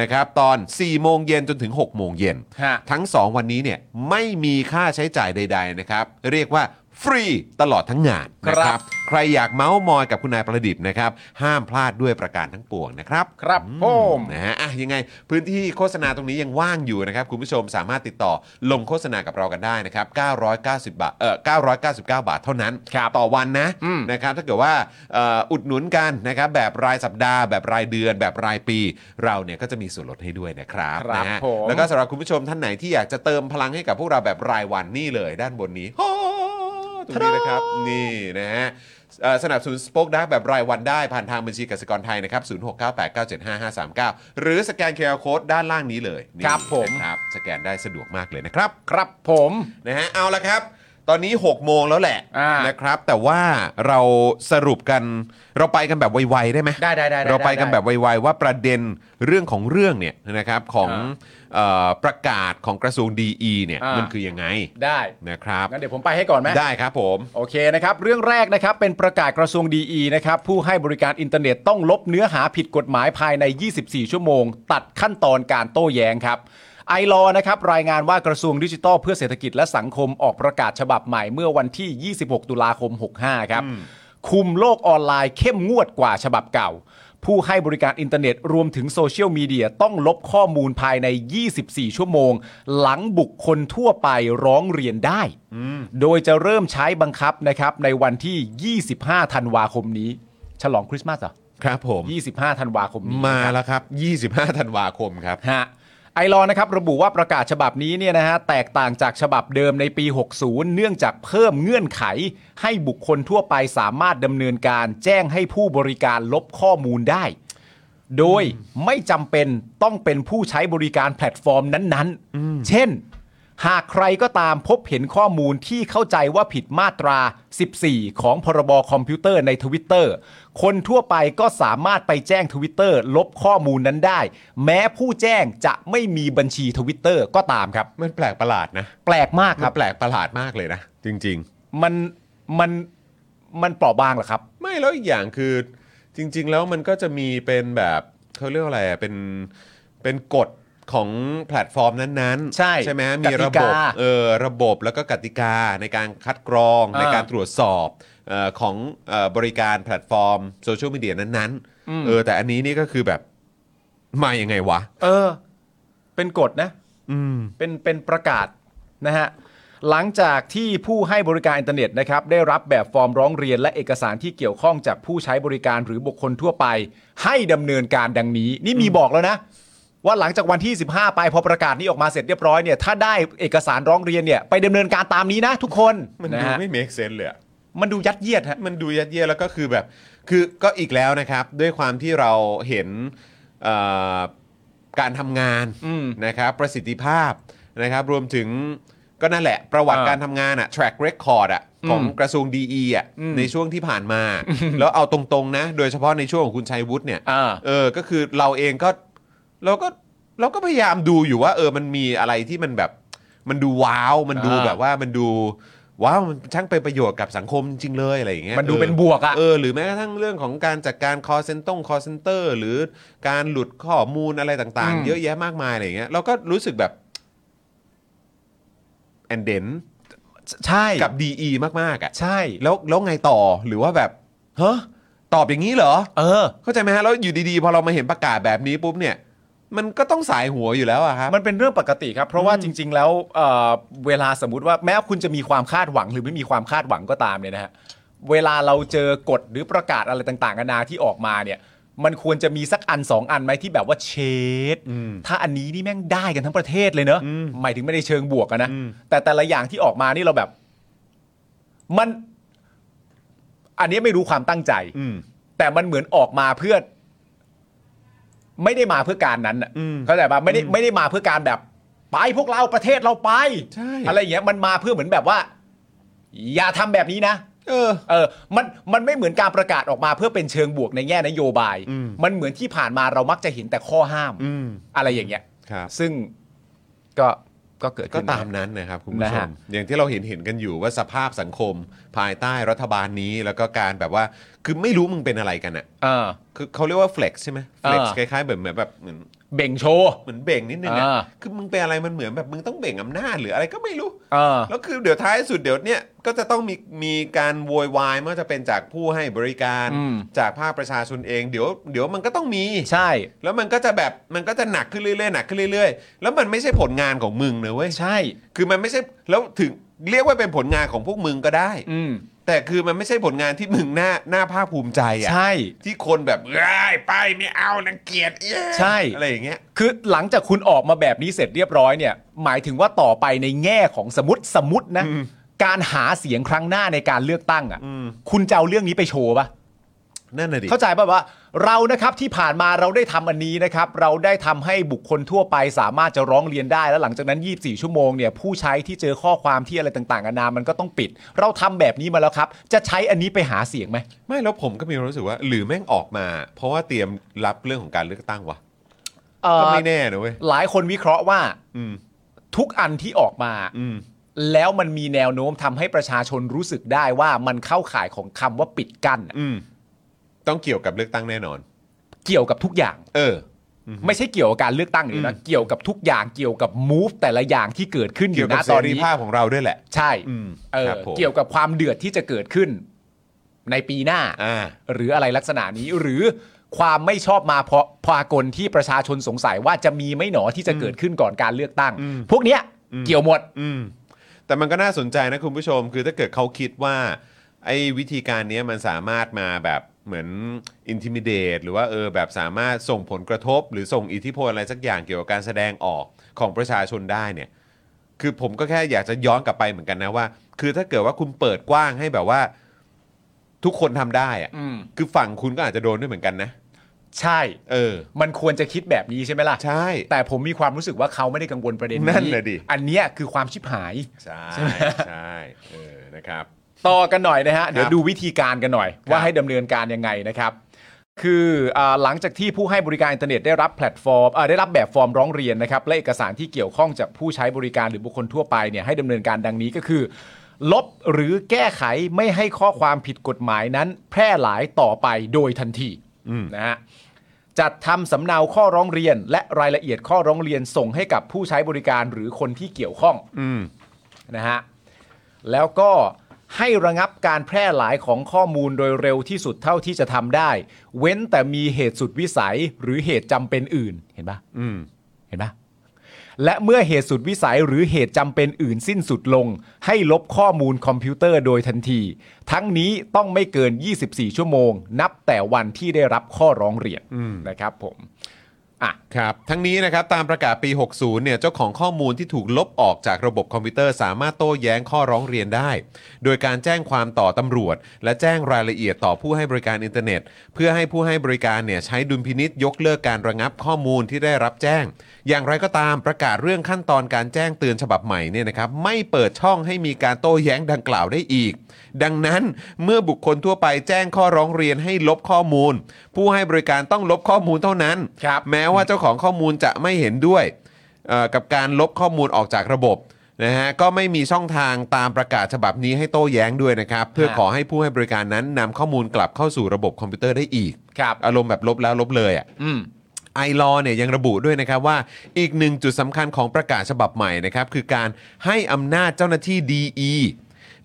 A: นะครับตอน 4 โมงเย็นจนถึง 6 โมงเย็น
B: ฮะ
A: ทั้ง 2 วันนี้เนี่ยไม่มีค่าใช้จ่ายใด ๆ นะครับ เรียกว่าฟรีตลอดทั้งงานนะค
B: ครั
A: รับ
B: บ
A: ใครอยากเมาส์มอยกับคุณนายประดิษฐ์นะครับ ห้ามพลาดด้วยประการทั้งปวงนะครับ
B: ครับผม
A: นะฮะอ่ะยังไงพื้นที่โฆษณาตรงนี้ยังว่างอยู่นะครับ คุณผู้ชมสามารถติดต่อลงโฆษณากับเรากันได้นะครับ 990 บาทเอ่อ999 บาทเท่านั้น ต่อวันนะ
B: อืม
A: นะครับถ้าเกิดว่าเอ่ออุดหนุนกันนะครับแบบรายสัปดาห์ แบบรายเดือน แบบรายปี เราเนี่ยก็จะมีส่วนลดให้ด้วยนะครับ
B: ครับ
A: นะฮะ
B: ผม
A: แล้วก็สำหรับคุณผู้ชมท่านไหนที่อยากจะเติมพลังให้กับพวกเราแบบรายวันนี่เลยด้านบนนี้โอ้ตรงนี้นะครับนี่นะฮะ เอ่อสนับสนุนสป็อคดักแบบรายวันได้ ผ่านทางบัญชีกสิกรไทยนะครับ 0698975539 หรือสแกน QR Code ด้านล่างนี้เลยนี่
B: ครับผม
A: นะครับ สแกนได้สะดวกมากเลยนะครับ
B: ครับผม
A: นะฮะเอาละครับ ตอนนี้ 6 โมงแล้วแหละ
B: อ่าน
A: นะครับ แต่ว่าเราสรุปกันเราไปกันแบบไวๆได้ไหม
B: ได้ได้ได้
A: เราไปกันแบบไวๆว่าประเด็นเรื่องของเรื่องเนี่ยนะครับของ
B: อ่า
A: เอ่อประกาศของกระทรวงดีเนี่ย
B: อ่ามั
A: มันคือยังไง
B: ได้
A: นะครับ
B: งั้นเดี๋ยวผมไปให้ก่อนไหม
A: ได้ครับผม
B: โอเคนะครับ เรื่องแรกนะครับ เป็นประกาศกระทรวงดีนะครับ ผู้ให้บริการอินเทอร์เน็ตต้องลบเนื้อหาผิดกฎหมายภายใน 24 ชั่วโมง ตัดขั้นตอนการโต้แย้งครับ ไอรอนะครับ รายงานว่ากระทรวงดิจิทัลเพื่อเศรษฐกิจและสังคมออกประกาศฉบับใหม่เมื่อวันที่ 26 ตุลาคม 65 ครับ คุมโลกออนไลน์เข้มงวดกว่าฉบับเก่า ผู้ให้บริการอินเทอร์เน็ตรวมถึงโซเชียลมีเดียต้องลบข้อมูลภายใน 24 ชั่วโมง หลังบุคคลทั่วไปร้องเรียนได้ โดยจะเริ่มใช้บังคับนะครับในวันที่ 25 ธันวาคมนี้ ฉลองคริสต์มาสเหรอ
A: ครับผม
B: 25 ธันวาคมนี้
A: มาแล้วครับ 25 ธันวาคมครับ
B: ฮะไอรอว์นะครับระบุว่าประกาศฉบับนี้เนี่ยนะฮะแตกต่างจากฉบับเดิมในปี 60 เนื่องจากเพิ่มเงื่อนไข ให้บุคคลทั่วไปสามารถดำเนินการแจ้งให้ผู้บริการลบข้อมูลได้ โดยไม่จำเป็นต้องเป็นผู้ใช้บริการแพลตฟอร์มนั้นๆ เช่น หากใครก็ตามพบเห็นข้อมูลที่เข้าใจว่าผิดมาตรา 14 ของพรบคอมพิวเตอร์ในทวิตเตอร์คนทั่วไปก็สามารถไปแจ้งทวิตเตอร์ลบข้อมูลนั้นได้ แม้ผู้แจ้งจะไม่มีบัญชีทวิตเตอร์ก็ตามครับ
A: มันแปลกประหลาดนะ
B: แปลกมาก
A: มัน
B: ครับ
A: แปลกประหลาดมากเลยนะ จริง
B: มันมันมันเปราะบางเหรอครับ
A: ๆ ไม่แล้วอีกอย่างคือจริง ๆ แล้วมันก็จะมีเป็นแบบเขาเรียกว่าอะไรอะเป็นเป็นกฎของแพลตฟอร์มนั้นๆ
B: ใช่
A: ใช่ไหม
B: ก
A: มี
B: ติ
A: ะบ
B: การ
A: บเออระบบแล้วก็กติกาในการคัดกรอง
B: อ่า
A: ในการตรวจสอบเออของเออบริการแพลตฟอร์มโซเชียลมีเดียนั้น
B: อืม
A: ๆเออแต่อันนี้นี่ก็คือแบบมายังไงวะ
B: เออ เป็นกฎนะ
A: อืม
B: เป็นเป็นประกาศนะฮะหลังจากที่ผู้ให้บริการอินเทอร์เน็ตนะครับได้รับแบบฟอร์มร้องเรียนและเอกสารที่เกี่ยวข้องจากผู้ใช้บริการหรือบุคคลทั่วไป ให้ดำเนินการดังนี้ นี่มีบอกแล้วนะ ว่าหลังจากวันที่ 15 ไปพอประกาศนี้ออกมาเสร็จเรียบร้อยเนี่ยถ้าได้เอกสารร้องเรียนเนี่ยไปดำเนินการตามนี้นะทุกคน
A: มัน
B: นะ
A: ดู
B: ฮะ
A: ไม่ make sense เลยอะ
B: มันดูยัดเยียดฮะ
A: มันดูยัดเยียดแล้วก็คือแบบคือก็อีกแล้วนะครับ ด้วยความที่เราเห็นเอ่อการทำงาน
B: อืม
A: นะครับประสิทธิภาพนะครับ รวมถึงก็นั่นแหละ ประวัติ
B: อ่า
A: การทำงานอะ track record อะของกระทรวงดีอะในช่วงที่ผ่านมา แล้วเอาตรงๆนะ โดยเฉพาะในช่วงของคุณชัยวุฒิเนี่ย
B: อ่า
A: เออก็คือเราเองก็เราก็เราก็พยายามดูอยู่ว่า เออมันมีอะไรที่มันแบบมันดูว้าวมันดู
B: อ่า
A: แบบว่ามันดูว้าวมันช่างเป็นประโยชน์กับสังคมจริงๆเลยอะไรอย่างเงี้ย
B: มันดูเป็นบวกอะ
A: เออหรือแม้กระทั่งเรื่องของการจัดการ call center call center หรือการหลุดข้อมูลอะไรต่าง
B: อืม
A: ๆ เยอะแยะมากมายอะไรอย่างเงี้ยเราก็รู้สึกแบบแอนเดน
B: ใช่
A: กับ DE มากๆอ่ะ
B: ใช่
A: แล้วแล้วไงต่อหรือว่าแบบเฮ้อตอบอย่างนี้เหรอ
B: เออ
A: เข้าใจไหมฮะ แล้วอยู่ดีๆ พอเรามาเห็นประกาศแบบนี้ปุ๊บเนี่ย มันก็ต้องสายหัวอยู่แล้วอะครับ
B: มันเป็นเรื่องปกติครับ เพราะว่าจริง ๆ แล้วเอ่อเวลาสมมติว่าแม้คุณจะมีความคาดหวังหรือไม่มีความคาดหวังก็ตามเนี่ยนะฮะเวลาเราเจอกฎหรือประกาศอะไรต่างๆนานาที่ออกมาเนี่ย มันควรจะมีสักอัน 2 อันไหมที่แบบว่าเชดถ้าอันนี้นี่แม่งได้กันทั้งประเทศเลยเนอะหมายถึงไม่ได้เชิงบวกอะนะแต่แต่ละอย่างที่ออกมานี่เราแบบ มัน อันนี้ไม่รู้ความตั้งใจ
E: อืม
B: แต่มันเหมือนออกมาเพื่อ ไม่ได้มาเพื่อการนั้นน่ะ
E: อืม
B: เข้าใจป่ะไม่ได้ไม่ได้มาเพื่อการแบบ ไปพวกเราประเทศเราไป
E: ใช่
B: อะไรอย่างเงี้ยมันมาเพื่อเหมือนแบบว่า อย่าทำแบบนี้นะ
E: เออ
B: เออ มัน มันไม่เหมือนการประกาศออกมาเพื่อเป็นเชิงบวกในแง่นโยบาย
E: อืม
B: มันเหมือนที่ผ่านมาเรามักจะเห็นแต่ข้อห้าม
E: อืม
B: อะไรอย่างเงี้ย
A: ครับ
B: ซึ่งก็ ก็เกิด
A: ก็
B: ขึ้น
A: ตามนั้นนะครับคุณผู้
B: นะ
A: ช
B: ฮะ
A: มอย่างที่เราเห็นเห็นกันอยู่ว่าสภาพสังคม ภายใต้รัฐบาลนี้แล้วก็การแบบว่า คือไม่รู้มึงเป็นอะไรกันอะ
B: เออ
A: คือเขาเรียกว่า flex ใช่ไหม flex
B: อ่า
A: คล้ายๆแบบเหมือนแบบเหมือน
B: เบ่งโชว์
A: เหมือนเบ่งนิดนึงอะ
B: อ่า
A: คือมึงเป็นอะไรมันเหมือนแบบมึงต้องเบ่งอำนาจหรืออะไรก็ไม่รู้
B: เออ
A: แล้วคือเดี๋ยวท้ายสุดเดี๋ยวเนี่ยก็จะต้องมีมีการโวยวายไม่ว่าจะเป็นจากผู้ให้บริการ
B: อืม
A: จากภาคประชาชนเองเดี๋ยวเดี๋ยวมันก็ต้องมี
B: ใช่
A: แล้วมันก็จะแบบมันก็จะหนักขึ้นเรื่อยๆหนักขึ้นเรื่อยๆ แล้วมันไม่ใช่ผลงานของมึงนะเว้ย
B: ใช่
A: คือมันไม่ใช่แล้วถึงเรียกว่าเป็นผลงานของพวกมึงก็ได้
B: อืม
A: แต่คือมันไม่ใช่ผลงานที่มึงหน้าหน้าภาคภูมิใจอ่ะ
B: ใช่
A: ที่คนแบบเอ้ยไปไม่เอานังเกียจเอ้ย
B: ใช่
A: อะไรอย่างเงี้ย
B: คือหลังจากคุณออกมาแบบนี้เสร็จเรียบร้อยเนี่ย หมายถึงว่าต่อไปในแง่ของสมมติสมมตินะ การหาเสียงครั้งหน้าในการเลือกตั้งอ่ะ
A: อืม
B: คุณจะเอาเรื่องนี้ไปโชว์ปะ
A: นั่นน่ะดิ
B: เข้าใจป่ะว่าเรานะครับที่ผ่านมาเราได้ทำอันนี้นะครับ เราได้ทำให้บุคคลทั่วไปสามารถจะร้องเรียนได้ แล้วหลังจากนั้น 24 ชั่วโมงเนี่ยผู้ใช้ที่เจอข้อความที่อะไรต่างๆนานามันก็ต้องปิด เราทำแบบนี้มาแล้วครับ จะใช้อันนี้ไปหาเสียงไหม
A: ไม่แล้วผมก็มีความรู้สึกว่า หรือแม่งออกมา เพราะว่าเตรียมรับเรื่องของการเลือกตั้งวะ
B: เอ่อ
A: ก็ไม่แน่นะเว้ย
B: หลายคนวิเคราะห์ว่า
A: อืม
B: ทุกอันที่ออกมา
A: อืม
B: แล้วมันมีแนวโน้มทำให้ประชาชนรู้สึกได้ว่ามันเข้าข่ายของคำว่าปิดกั้นอะ
A: อืม ต้องเกี่ยวกับเลือกตั้งแน่นอน
B: เกี่ยวกับทุกอย่าง
A: เออ
B: ไม่ใช่เกี่ยวกับการเลือกตั้งอยู่างเดียวนะเกี่ยวกับทุกอย่างเกี่ยวกับมูฟแต่ละอย่างที่เกิดขึ้นอ
A: เกี่ยว
B: ยู่
A: กับ
B: นะ
A: เส
B: ตอน
A: รี
B: นี้
A: ภาพของเราด้วยแหละ
B: ใช่
A: อืม
B: เออ
A: ครับผม
B: เกี่ยวกับความเดือดที่จะเกิดขึ้นในปีหน้า
A: อ่า
B: หรืออะไรลักษณะนี้หรือความไม่ชอบมาพอพากลที่ประชาชนสงสัยว่าจะมีไหม่หนอที่จะเกิดขึ้นก่อนการเลือกตั้ง พวกเนี้ยเกี่ยวหมด
A: อืม แต่มันก็น่าสนใจนะคุณผู้ชม คือถ้าเกิดเขาคิดว่า ไอ้วิธีการเนี้ยมันสามารถมาแบบเหมือน intimidate หรือว่าเออแบบสามารถส่งผลกระทบ หรือส่งอิทธิพลอะไรสักอย่างเกี่ยวกับการแสดงออกของประชาชนได้เนี่ย คือผมก็แค่อยากจะย้อนกลับไปเหมือนกันนะว่า คือถ้าเกิดว่าคุณเปิดกว้างให้แบบว่า ทุกคนทำได้อะ
B: อืม
A: คือฝั่งคุณก็อาจจะโดนด้วยเหมือนกันนะ
B: ใช่
A: เออ
B: มันควรจะคิดแบบนี้ใช่ไหมล่ะ
A: ใช่
B: แต่ผมมีความรู้สึกว่าเขาไม่ได้กังวลประเด็นนี้
A: นั่นน่ะดิ
B: อันเนี้ยคือความชิบหาย
A: ใช่
B: ใช่ไหม
A: ใช่เออนะครับ
B: ต่อกันหน่อยนะฮะ เดี๋ยวดูวิธีการกันหน่อย
A: ครับ
B: ว่าให้ดำเนินการยังไงนะครับ คืออาหลังจากที่ผู้ให้บริการอินเทอร์เน็ตได้รับแพลตฟอร์มอ่าได้รับแบบฟอร์มร้องเรียนนะครับ และเอกสารที่เกี่ยวข้องจากผู้ใช้บริการหรือบุคคลทั่วไปเนี่ยให้ดำเนินการดังนี้ก็คือ ลบหรือแก้ไขไม่ให้ข้อความผิดกฎหมายนั้น แพร่หลายต่อไปโดยทันที
A: อืม
B: นะฮะ จัดทำสำเนาข้อร้องเรียน และรายละเอียดข้อร้องเรียนส่งให้กับผู้ใช้บริการหรือคนที่เกี่ยวข้อง
A: อืม
B: นะฮะ แล้วก็ให้ระงับการแพร่หลายของข้อมูลโดยเร็วที่สุดเท่าที่จะทำได้ เว้นแต่มีเหตุสุดวิสัยหรือเหตุจำเป็นอื่น เห็นปะ
A: อืม
B: เห็นปะและเมื่อเหตุสุดวิสัยหรือเหตุจำเป็นอื่นสิ้นสุดลง ให้ลบข้อมูลคอมพิวเตอร์โดยทันที ทั้งนี้ต้องไม่เกิน 24 ชั่วโมง นับแต่วันที่ได้รับข้อร้องเรียนนะครับผม อ่ะ
A: ครับ ทั้งนี้นะครับ ตามประกาศปี 60 เนี่ย เจ้าของข้อมูลที่ถูกลบออกจากระบบคอมพิวเตอร์สามารถโต้แย้งข้อร้องเรียนได้ โดยการแจ้งความต่อตำรวจ และแจ้งรายละเอียดต่อผู้ให้บริการอินเทอร์เน็ต เพื่อให้ผู้ให้บริการเนี่ยใช้ดุลพินิษยกเลิกการระงับข้อมูลที่ได้รับแจ้ง อย่างไรก็ตามประกาศเรื่องขั้นตอนการแจ้งเตือนฉบับใหม่เนี่ยนะครับไม่เปิดช่องให้มีการโต้แย้งดังกล่าวได้อีก ดังนั้นเมื่อบุคคลทั่วไปแจ้งข้อร้องเรียนให้ลบข้อมูล ผู้ให้บริการต้องลบข้อมูลเท่านั้น
B: ครับ
A: แม้ว่าเจ้าของข้อมูลจะไม่เห็นด้วยเอ่อกับการลบข้อมูลออกจากระบบนะฮะก็ไม่มีช่องทางตามประกาศฉบับนี้ให้โต้แย้งด้วยนะครับ เพื่อขอให้ผู้ให้บริการนั้นนำข้อมูลกลับเข้าสู่ระบบคอมพิวเตอร์ได้อีก
B: ครับ
A: อารมณ์แบบลบแล้วลบเลยอ่ะ
B: อืม
A: ไอลอเนี่ยยังระบุด้วยนะครับว่าอีกหนึ่งจุดสำคัญของประกาศฉบับใหม่นะครับ คือการให้อำนาจเจ้าหน้าที่ DE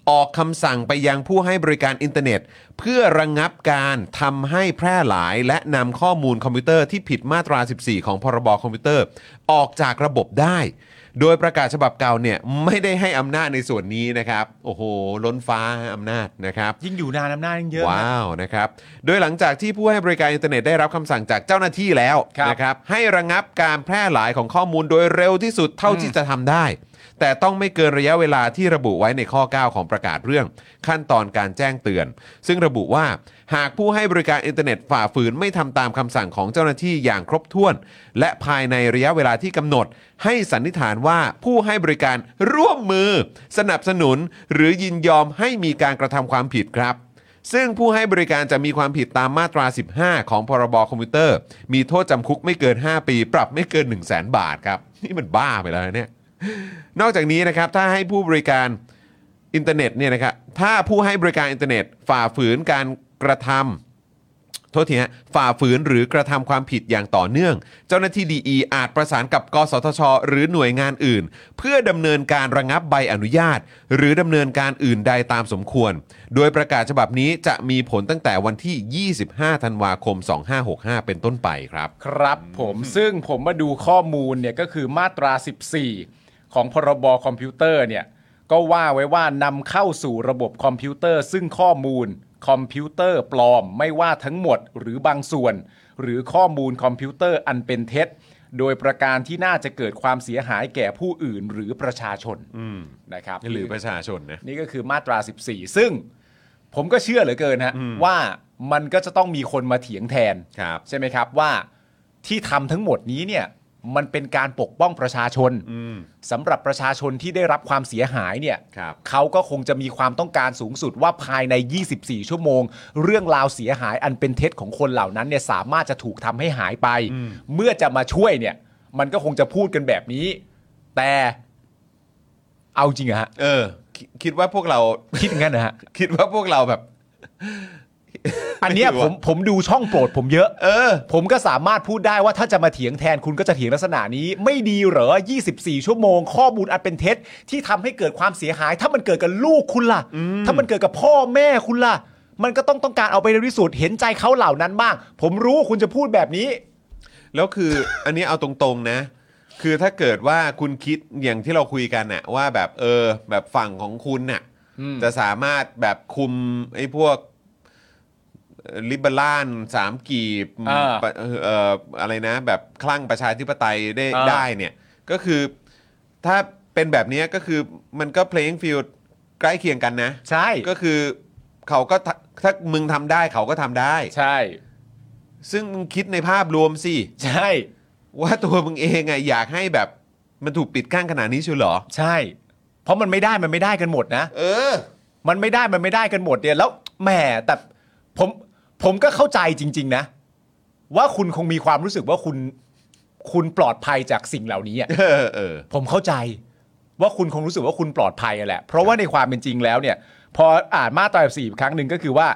A: ออกคำสั่งไปยังผู้ให้บริการอินเทอร์เน็ต เพื่อระงงับการทำให้แพร่หลายและนำข้อมูลคอมพิวเตอร์ที่ผิดมาตรา 14 ของพรบคอมพิวเตอร์ ออกจากระบบได้ โดยประกาศฉบับเก่าเนี่ยไม่ได้ให้อำนาจในส่วนนี้นะครับ โอ้โห ล้นฟ้าอำนาจนะครับ
B: ยิ่งอยู่นานอำนาจยิ่งเยอะนะ
A: ว้าวนะครับ โดยหลังจากที่ผู้ให้บริการอินเทอร์เน็ตได้รับคำสั่งจากเจ้าหน้าที่แล้ว
B: ครับ
A: นะครับให้ระงับการแพร่หลายของข้อมูลโดยเร็วที่สุดเท่าที่จะทำได้ แต่ต้องไม่เกินระยะเวลาที่ระบุไว้ในข้อ 9 ของประกาศเรื่อง ขั้นตอนการแจ้งเตือน ซึ่งระบุว่าหากผู้ให้บริการอินเทอร์เน็ตฝ่าฝืนไม่ทำตามคำสั่งของเจ้าหน้าที่อย่างครบถ้วน และภายในระยะเวลาที่กำหนด ให้สันนิษฐานว่าผู้ให้บริการร่วมมือ สนับสนุน หรือยินยอมให้มีการกระทำความผิดครับ ซึ่งผู้ให้บริการจะมีความผิดตามมาตรา 15 ของพรบคอมพิวเตอร์ มีโทษจำคุกไม่เกิน 5 ปี ปรับไม่เกิน 1 0 0 0 0แบาทครับ นี่มันบ้าไปแล้วนะเนี่ย นอกจากนี้นะครับ ถ้าให้ผู้บริการอินเทอร์เน็ตเนี่ยนะครับ ถ้าผู้ให้บริการอินเทอร์เน็ต ฝ่าฝืนการกระทำ โทษทีฮะฝ่าฝืนหรือกระทำความผิดอย่างต่อเนื่อง เจ้าหน้าที่ดีอีอาจประสานกับกสทช หรือหน่วยงานอื่น เพื่อดำเนินการระงับใบอนุญาต หรือดำเนินการอื่นใดตามสมควร โดยประกาศฉบับนี้จะมีผลตั้งแต่วันที่ 25 ธันวาคม 2565 เป็นต้นไปครับ
B: ครับผมซึ่งผมมาดูข้อมูลเนี่ยก็คือมาตรา 14 ของพรบคอมพิวเตอร์เนี่ยก็ว่าไว้ว่านำเข้าสู่ระบบคอมพิวเตอร์ ซึ่งข้อมูลคอมพิวเตอร์ปลอมไม่ว่าทั้งหมดหรือบางส่วน หรือข้อมูลคอมพิวเตอร์อันเป็นเท็จ โดยประการที่น่าจะเกิดความเสียหายแก่ผู้อื่นหรือประชาชนนะครับ
A: หรือประชาชนนะ
B: นี่ก็คือมาตรา 14 ซึ่งผมก็เชื่อเหลือเกินฮะว่ามันก็จะต้องมีคนมาเถียงแทน
A: ครับ
B: ใช่ไหมครับว่าที่ทำทั้งหมดนี้เนี่ยมันเป็นการปกป้องประชาชนสำหรับประชาชนที่ได้รับความเสียหายเนี่ย
A: ครับ
B: เขาก็คงจะมีความต้องการสูงสุดว่าภายใน 24 ชั่วโมง เรื่องราวเสียหายอันเป็นเท็จของคนเหล่านั้นเนี่ยสามารถจะถูกทำให้หายไป เมื่อจะมาช่วยเนี่ย มันก็คงจะพูดกันแบบนี้ แต่เอาจริงอะฮะ
A: เออคิดคิดว่าพวกเรา
B: คิดอย่างนั้นนะฮะ
A: คิดว่าพวกเราแบบ
B: อันเนี้ย
A: ไม่รู้
B: ผม
A: อะ
B: ผมดูช่องโปรดผมเยอะ
A: เออ
B: ผมก็สามารถพูดได้ว่าถ้าจะมาเถียงแทนคุณก็จะเถียงลักษณะนี้ ไม่ดีเหรอ 24 ชั่วโมง ข้อมูลอันเป็นเท็จ ที่ทำให้เกิดความเสียหาย ถ้ามันเกิดกับลูกคุณล่ะ ถ้ามันเกิดกับพ่อแม่คุณล่ะ มันก็ต้องต้องการเอาไปในที่สุดเห็นใจเขาเหล่านั้นบ้าง ผมรู้คุณจะพูดแบบนี้
A: แล้วคือ [LAUGHS] อันนี้เอาตรงๆนะ คือถ้าเกิดว่าคุณคิดอย่างที่เราคุยกันน่ะว่าแบบเออ แบบฝั่งของคุณน่ะจะสามารถแบบคุมไอ้พวกลิเบอรัลสามกีบ
B: อ่า
A: ปะเอ่อเอ่ออะไรนะ แบบคลั่งประชาธิปไตยได้
B: อ่า
A: ได้เนี่ย ก็คือถ้าเป็นแบบเนี้ยก็คือมันก็ playing field ใกล้เคียงกันนะ
B: ใช่
A: ก็คือเขาก็ทะถ้ามึงทำได้เขาก็ทำได้
B: ใช่
A: ซึ่งมึงคิดในภาพรวมสิ
B: ใช่
A: ว่าตัวมึงเองอะอยากให้แบบมันถูกปิดกั้นขนาดนี้เชัวหรอ
B: ใช่ เพราะมันไม่ได้มันไม่ได้กันหมดนะ
A: เออ
B: มันไม่ได้มันไม่ได้กันหมดเนี่ยแล้วแหมแต่ผมผมก็เข้าใจจริง ๆ นะ ว่าคุณคงมีความรู้สึกว่าคุณคุณปลอดภัยจากสิ่งเหล่านี้อะ
A: เออเออ
B: ผมเข้าใจว่าคุณคงรู้สึกว่าคุณปลอดภัยอะแหละ เพราะว่าในความเป็นจริงแล้วเนี่ย พออ่านมาตราสี่ครั้งหนึ่งก็คือว่า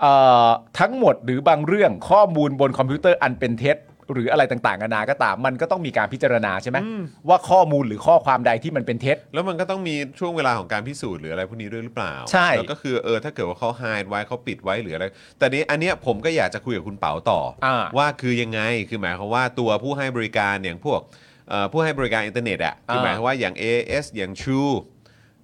B: เอ่อทั้งหมดหรือบางเรื่องข้อมูลบนคอมพิวเตอร์อันเป็นเท็จ หรืออะไรต่างๆนานาก็ตาม มันก็ต้องมีการพิจารณาใช่ไหมว่าข้อมูลหรือข้อความใดที่มันเป็นเท็จ
A: แล้วมันก็ต้องมีช่วงเวลาของการพิสูจน์หรืออะไรพวกนี้ด้วยหรือเปล่า
B: ใช่
A: แล้วก็คือเออถ้าเกิดว่าเขาไฮดไว้เขาปิดไว้หรืออะไร แต่นี้อันเนี้ยผมก็อยากจะคุยกับคุณเป๋าต่ออาว่าคือยังไงคือหมายความว่าตัวผู้ให้บริการอย่างพวกเอ่อผู้ให้บริการอินเทอร์เน็ตอะคือหมายความว่าอย่าง AS อย่าง True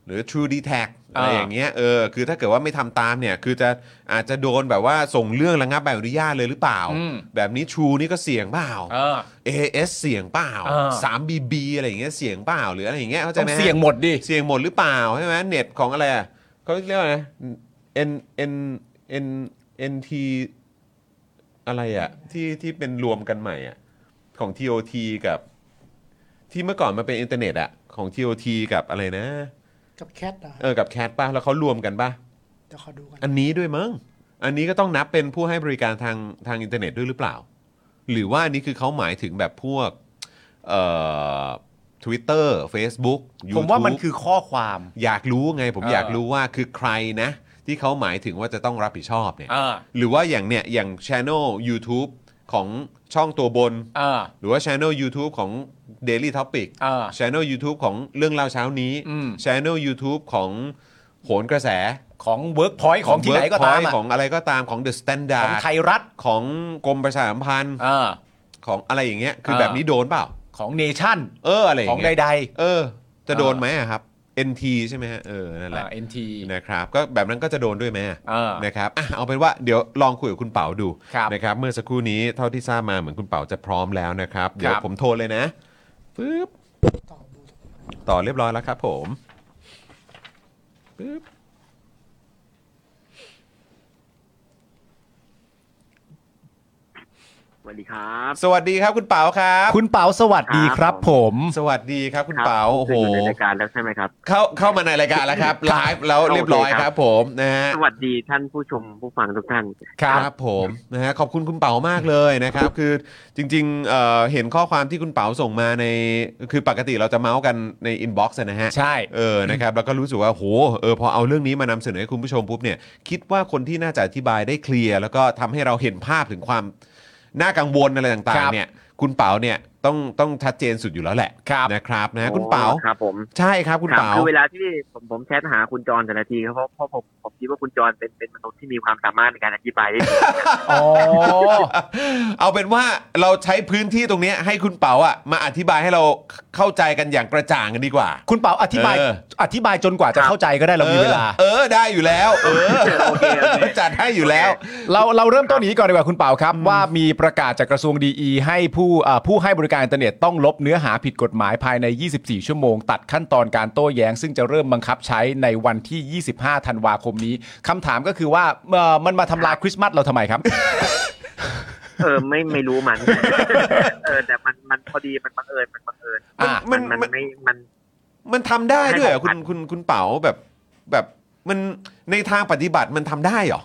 A: หรือ True d e t a c อะไร
B: อ่า
A: อย่างเงี้ยเออคือถ้าเกิดว่าไม่ทำตามเนี่ย คือจะอาจจะโดนแบบว่าส่งเรื่องระงับใบอนุญาตเลยหรือเปล่า แบบนี้ True นี่ก็เสี่ยงเปล่า AS เสี่ยงเปล่า
B: อ่า
A: 3BB อะไรอย่างเงี้ยเสี่ยงเปล่าหรืออะไรอย่างเงี้ยเข้าใจ
B: ต้อง
A: ไหมฮะ
B: เสี่ยงหมดดิ
A: เสี่ยงหมดหรือเปล่าใช่ไหมเน็ตของอะไรอะเขาเรียกว่าไง n n n n t อะไรอะที่ที่เป็นรวมกันใหม่อะของ TOT กับ ที่เมื่อก่อนมันเป็นอินเทอร์เน็ตอะของ TOT กับอะไรนะ
C: กับแคทเหรอ
A: เออกับแคทป่ะ แล้วเขารวมกันป่ะ
C: เดี๋ยวขอดูกัน
A: อันนี้ด้วยมั้งอันนี้ก็ต้องนับเป็นผู้ให้บริการทางทางอินเทอร์เน็ตด้วยหรือเปล่า หรือว่าอันนี้คือเขาหมายถึงแบบพวกเอ่อ Twitter Facebook
B: ผมว่ามัน
A: YouTube
B: คือข้อความ
A: อยากรู้ไงผม
B: เออ
A: อ
B: อ
A: ยากรู้ว่าคือใครนะ ที่เขาหมายถึงว่าจะต้องรับผิดชอบเนี่ย
B: อ่า
A: หรือว่าอย่างเนี่ยอย่างช anel YouTube ของช่องตัวบน
B: อ่า
A: หรือว่าช anel YouTube ของ Daily Topic
B: อ่า
A: ช anel YouTube ของเรื่องเล่าเช้านี้
B: อืม
A: ช anel YouTube ของโหนกระแส
B: ของเวิร์กพอยต์ของที่ไหนก็ตามอะ
A: ของอะไรก็ตามของ The
B: ข
A: Standard
B: องไทยรัฐ
A: ของกรมประชาสัมพันธ์
B: อ่า
A: ของอะไรอย่างเงี้ยคืออา แบบนี้โดนเปล่า
B: ของเนชั่น
A: เอออะไรย่า
B: ของ
A: เย
B: ใด
A: เออ จะโดนไหมอะครับ NT ใช่ไหมฮะเออนั่น
B: ๆ
A: แหละ
B: เอ็นที
A: นะครับก็แบบนั้นก็จะโดนด้วยไหม
B: เออ
A: นะครับอ่ะเอาเป็นว่าเดี๋ยวลองคุยกับคุณเป๋าดู
B: ครับ
A: นะครับเมื่อสักครู่นี้เท่าที่ทราบมาเหมือนคุณเป๋าจะพร้อมแล้วนะครับเดี๋ยวผมโทรเลยนะปึ๊บ
C: ต่อดูทุกคน
A: ต่อเรียบร้อยแล้วครับผมปึ๊บ
F: สวัสดีครับ
A: สวัสดีครับคุณเป๋าครับ
B: คุณเปาสวัสดีครับผม
A: สวัสดีครับคุณเป๋าโอ้โห
F: จะอยู่ในรายการแล้วใช่ไหมครับ
A: เข้าเข้ามาในรายการแล้วครับไลฟ์แล้วเรียบร้อย
F: โอเค
A: ค
F: ครั
A: รับ บผมนะฮะ
F: สวัสดีท่านผู้ชมผู้ฟังทุกท่าน
A: ครับผมนะฮะขอบคุณคุณเป๋ามากเลยนะครับคือจริงๆเอ่อเห็นข้อความที่คุณเป๋าส่งมาในคือปกติเราจะเมาส์กันในอินบ็อกซ์นะฮะ
B: ใช่
A: เออ นะครับ แล้วก็รู้สึกว่าโห เออ พอเอาเรื่องนี้มานำเสนอให้คุณผู้ชมปุ๊บเนี่ย คิดว่าคนที่น่าจะอธิบายได้เคลียร์ แล้วก็ทำให้เราเห็นภาพถึงความน่ากังวลอะไรต่าง
B: ครั
A: ๆ
B: บ
A: เนี่ย คุณเปาเนี่ยต้องต้องชัดเจนสุดอยู่แล้วแหละ
B: ครับ
A: นะครับนะฮะ
F: โอ้
A: คุณเปา
F: ครับผม
A: ใช่ครับคุณ
F: รับ
A: เปา
F: คือเวลาที่ผมผมแชทหาคุณจรแต่ละทีครับเพราะเพราะผมผมคิดว่าคุณจรเป็นเป็นมนุษย์ที่มีความสามารถในการอธิบายได้ดี [LAUGHS]
B: อ๋อ
A: [LAUGHS] เอาเป็นว่าเราใช้พื้นที่ตรงเนี้ยให้คุณเปาอ่ะมาอธิบายให้เราเข้าใจกันอย่างกระจ่างกันดีกว่า
B: คุณเปาอธิบาย
A: เออ
B: อธิบายจนกว่าจะเข้าใจก็ได้เรามีเวลา
A: ออเออ ได้อยู่แล้ว เอ
F: โอเคโอเค
A: อจัดให้อยู่แล้ว
B: เราเราเริ่มต้นอย่างนี้ก่อนดีกว่าคุณเปาครับ ว่ามีประกาศจากกระทรวงดีให้ผู้อ่าผู้ให้บริการอินเทอร์เน็ตต้องลบเนื้อหาผิดกฎหมายภายใน 24 ชั่วโมง ตัดขั้นตอนการโต้แย้ง ซึ่งจะเริ่มบังคับใช้ในวันที่ 25 ธันวาคมนี้คำถามก็คือว่าเอ่อมันมาทำลายคริสต์มาสเราทำไมครับ
F: เออไม่ไม่รู้มัน [LAUGHS] เออแต่มันมันพอดีมันบังเอิญมันบังเอิญ
B: อ่ะ
F: มัน
A: มั
F: มัน นมันไม่มัน
A: มันทำได้ด้วยเหรอ
F: ให้
A: คุ
F: ขอ
A: ณ
F: งขวัญ
A: คุณคุณเป๋าแบบแบบมันในทางปฏิบัติมันทำได้เหรอ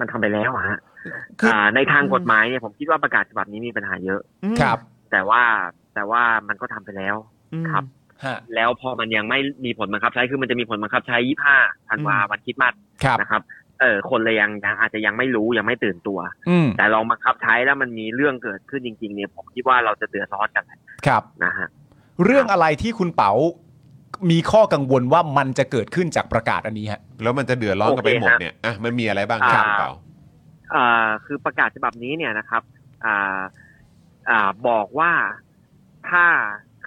F: มันทำไปแล้วอะฮะ
A: คืออ่
F: ่า ในทางกฎหมายเนี่ยผมคิดว่าประกาศฉบับนี้มีปัญหาเยอะ
A: อืม
B: ครับ
F: แต่ว่าแต่ว่ามันก็ทำไปแล้ว
A: อืม
F: ครับ
B: ฮะ
F: แล้วพอมันยังไม่มีผลบังคับใช้คือมันจะมีผลบังคับใช้ยี่ห้าธันวา
A: อืม
F: วันคริดมาส
B: ครับ
F: นะครับเออคนเลยยังยังอาจจะยังไม่รู้ยังไม่ตื่นตัว
B: อืม
F: แต่ลองบังคับใช้แล้วมันมีเรื่องเกิดขึ้นจริง ๆ เนี่ยผมคิดว่าเราจะเดือดร้อนกัน
B: ครับ
F: นะฮะ
B: เรื่องอะไรที่คุณเปามีข้อกังวลว่ามันจะเกิดขึ้นจากประกาศอันนี้ฮะ
A: แล้วมันจะเดือดร้อนกันไปหมดเนี่ยอ่ะมันมีอะไรบ้างครับคุณเป๋า
F: อ่าคือประกาศฉบับนี้เนี่ยนะครับอ่าอ่าบอกว่าถ้า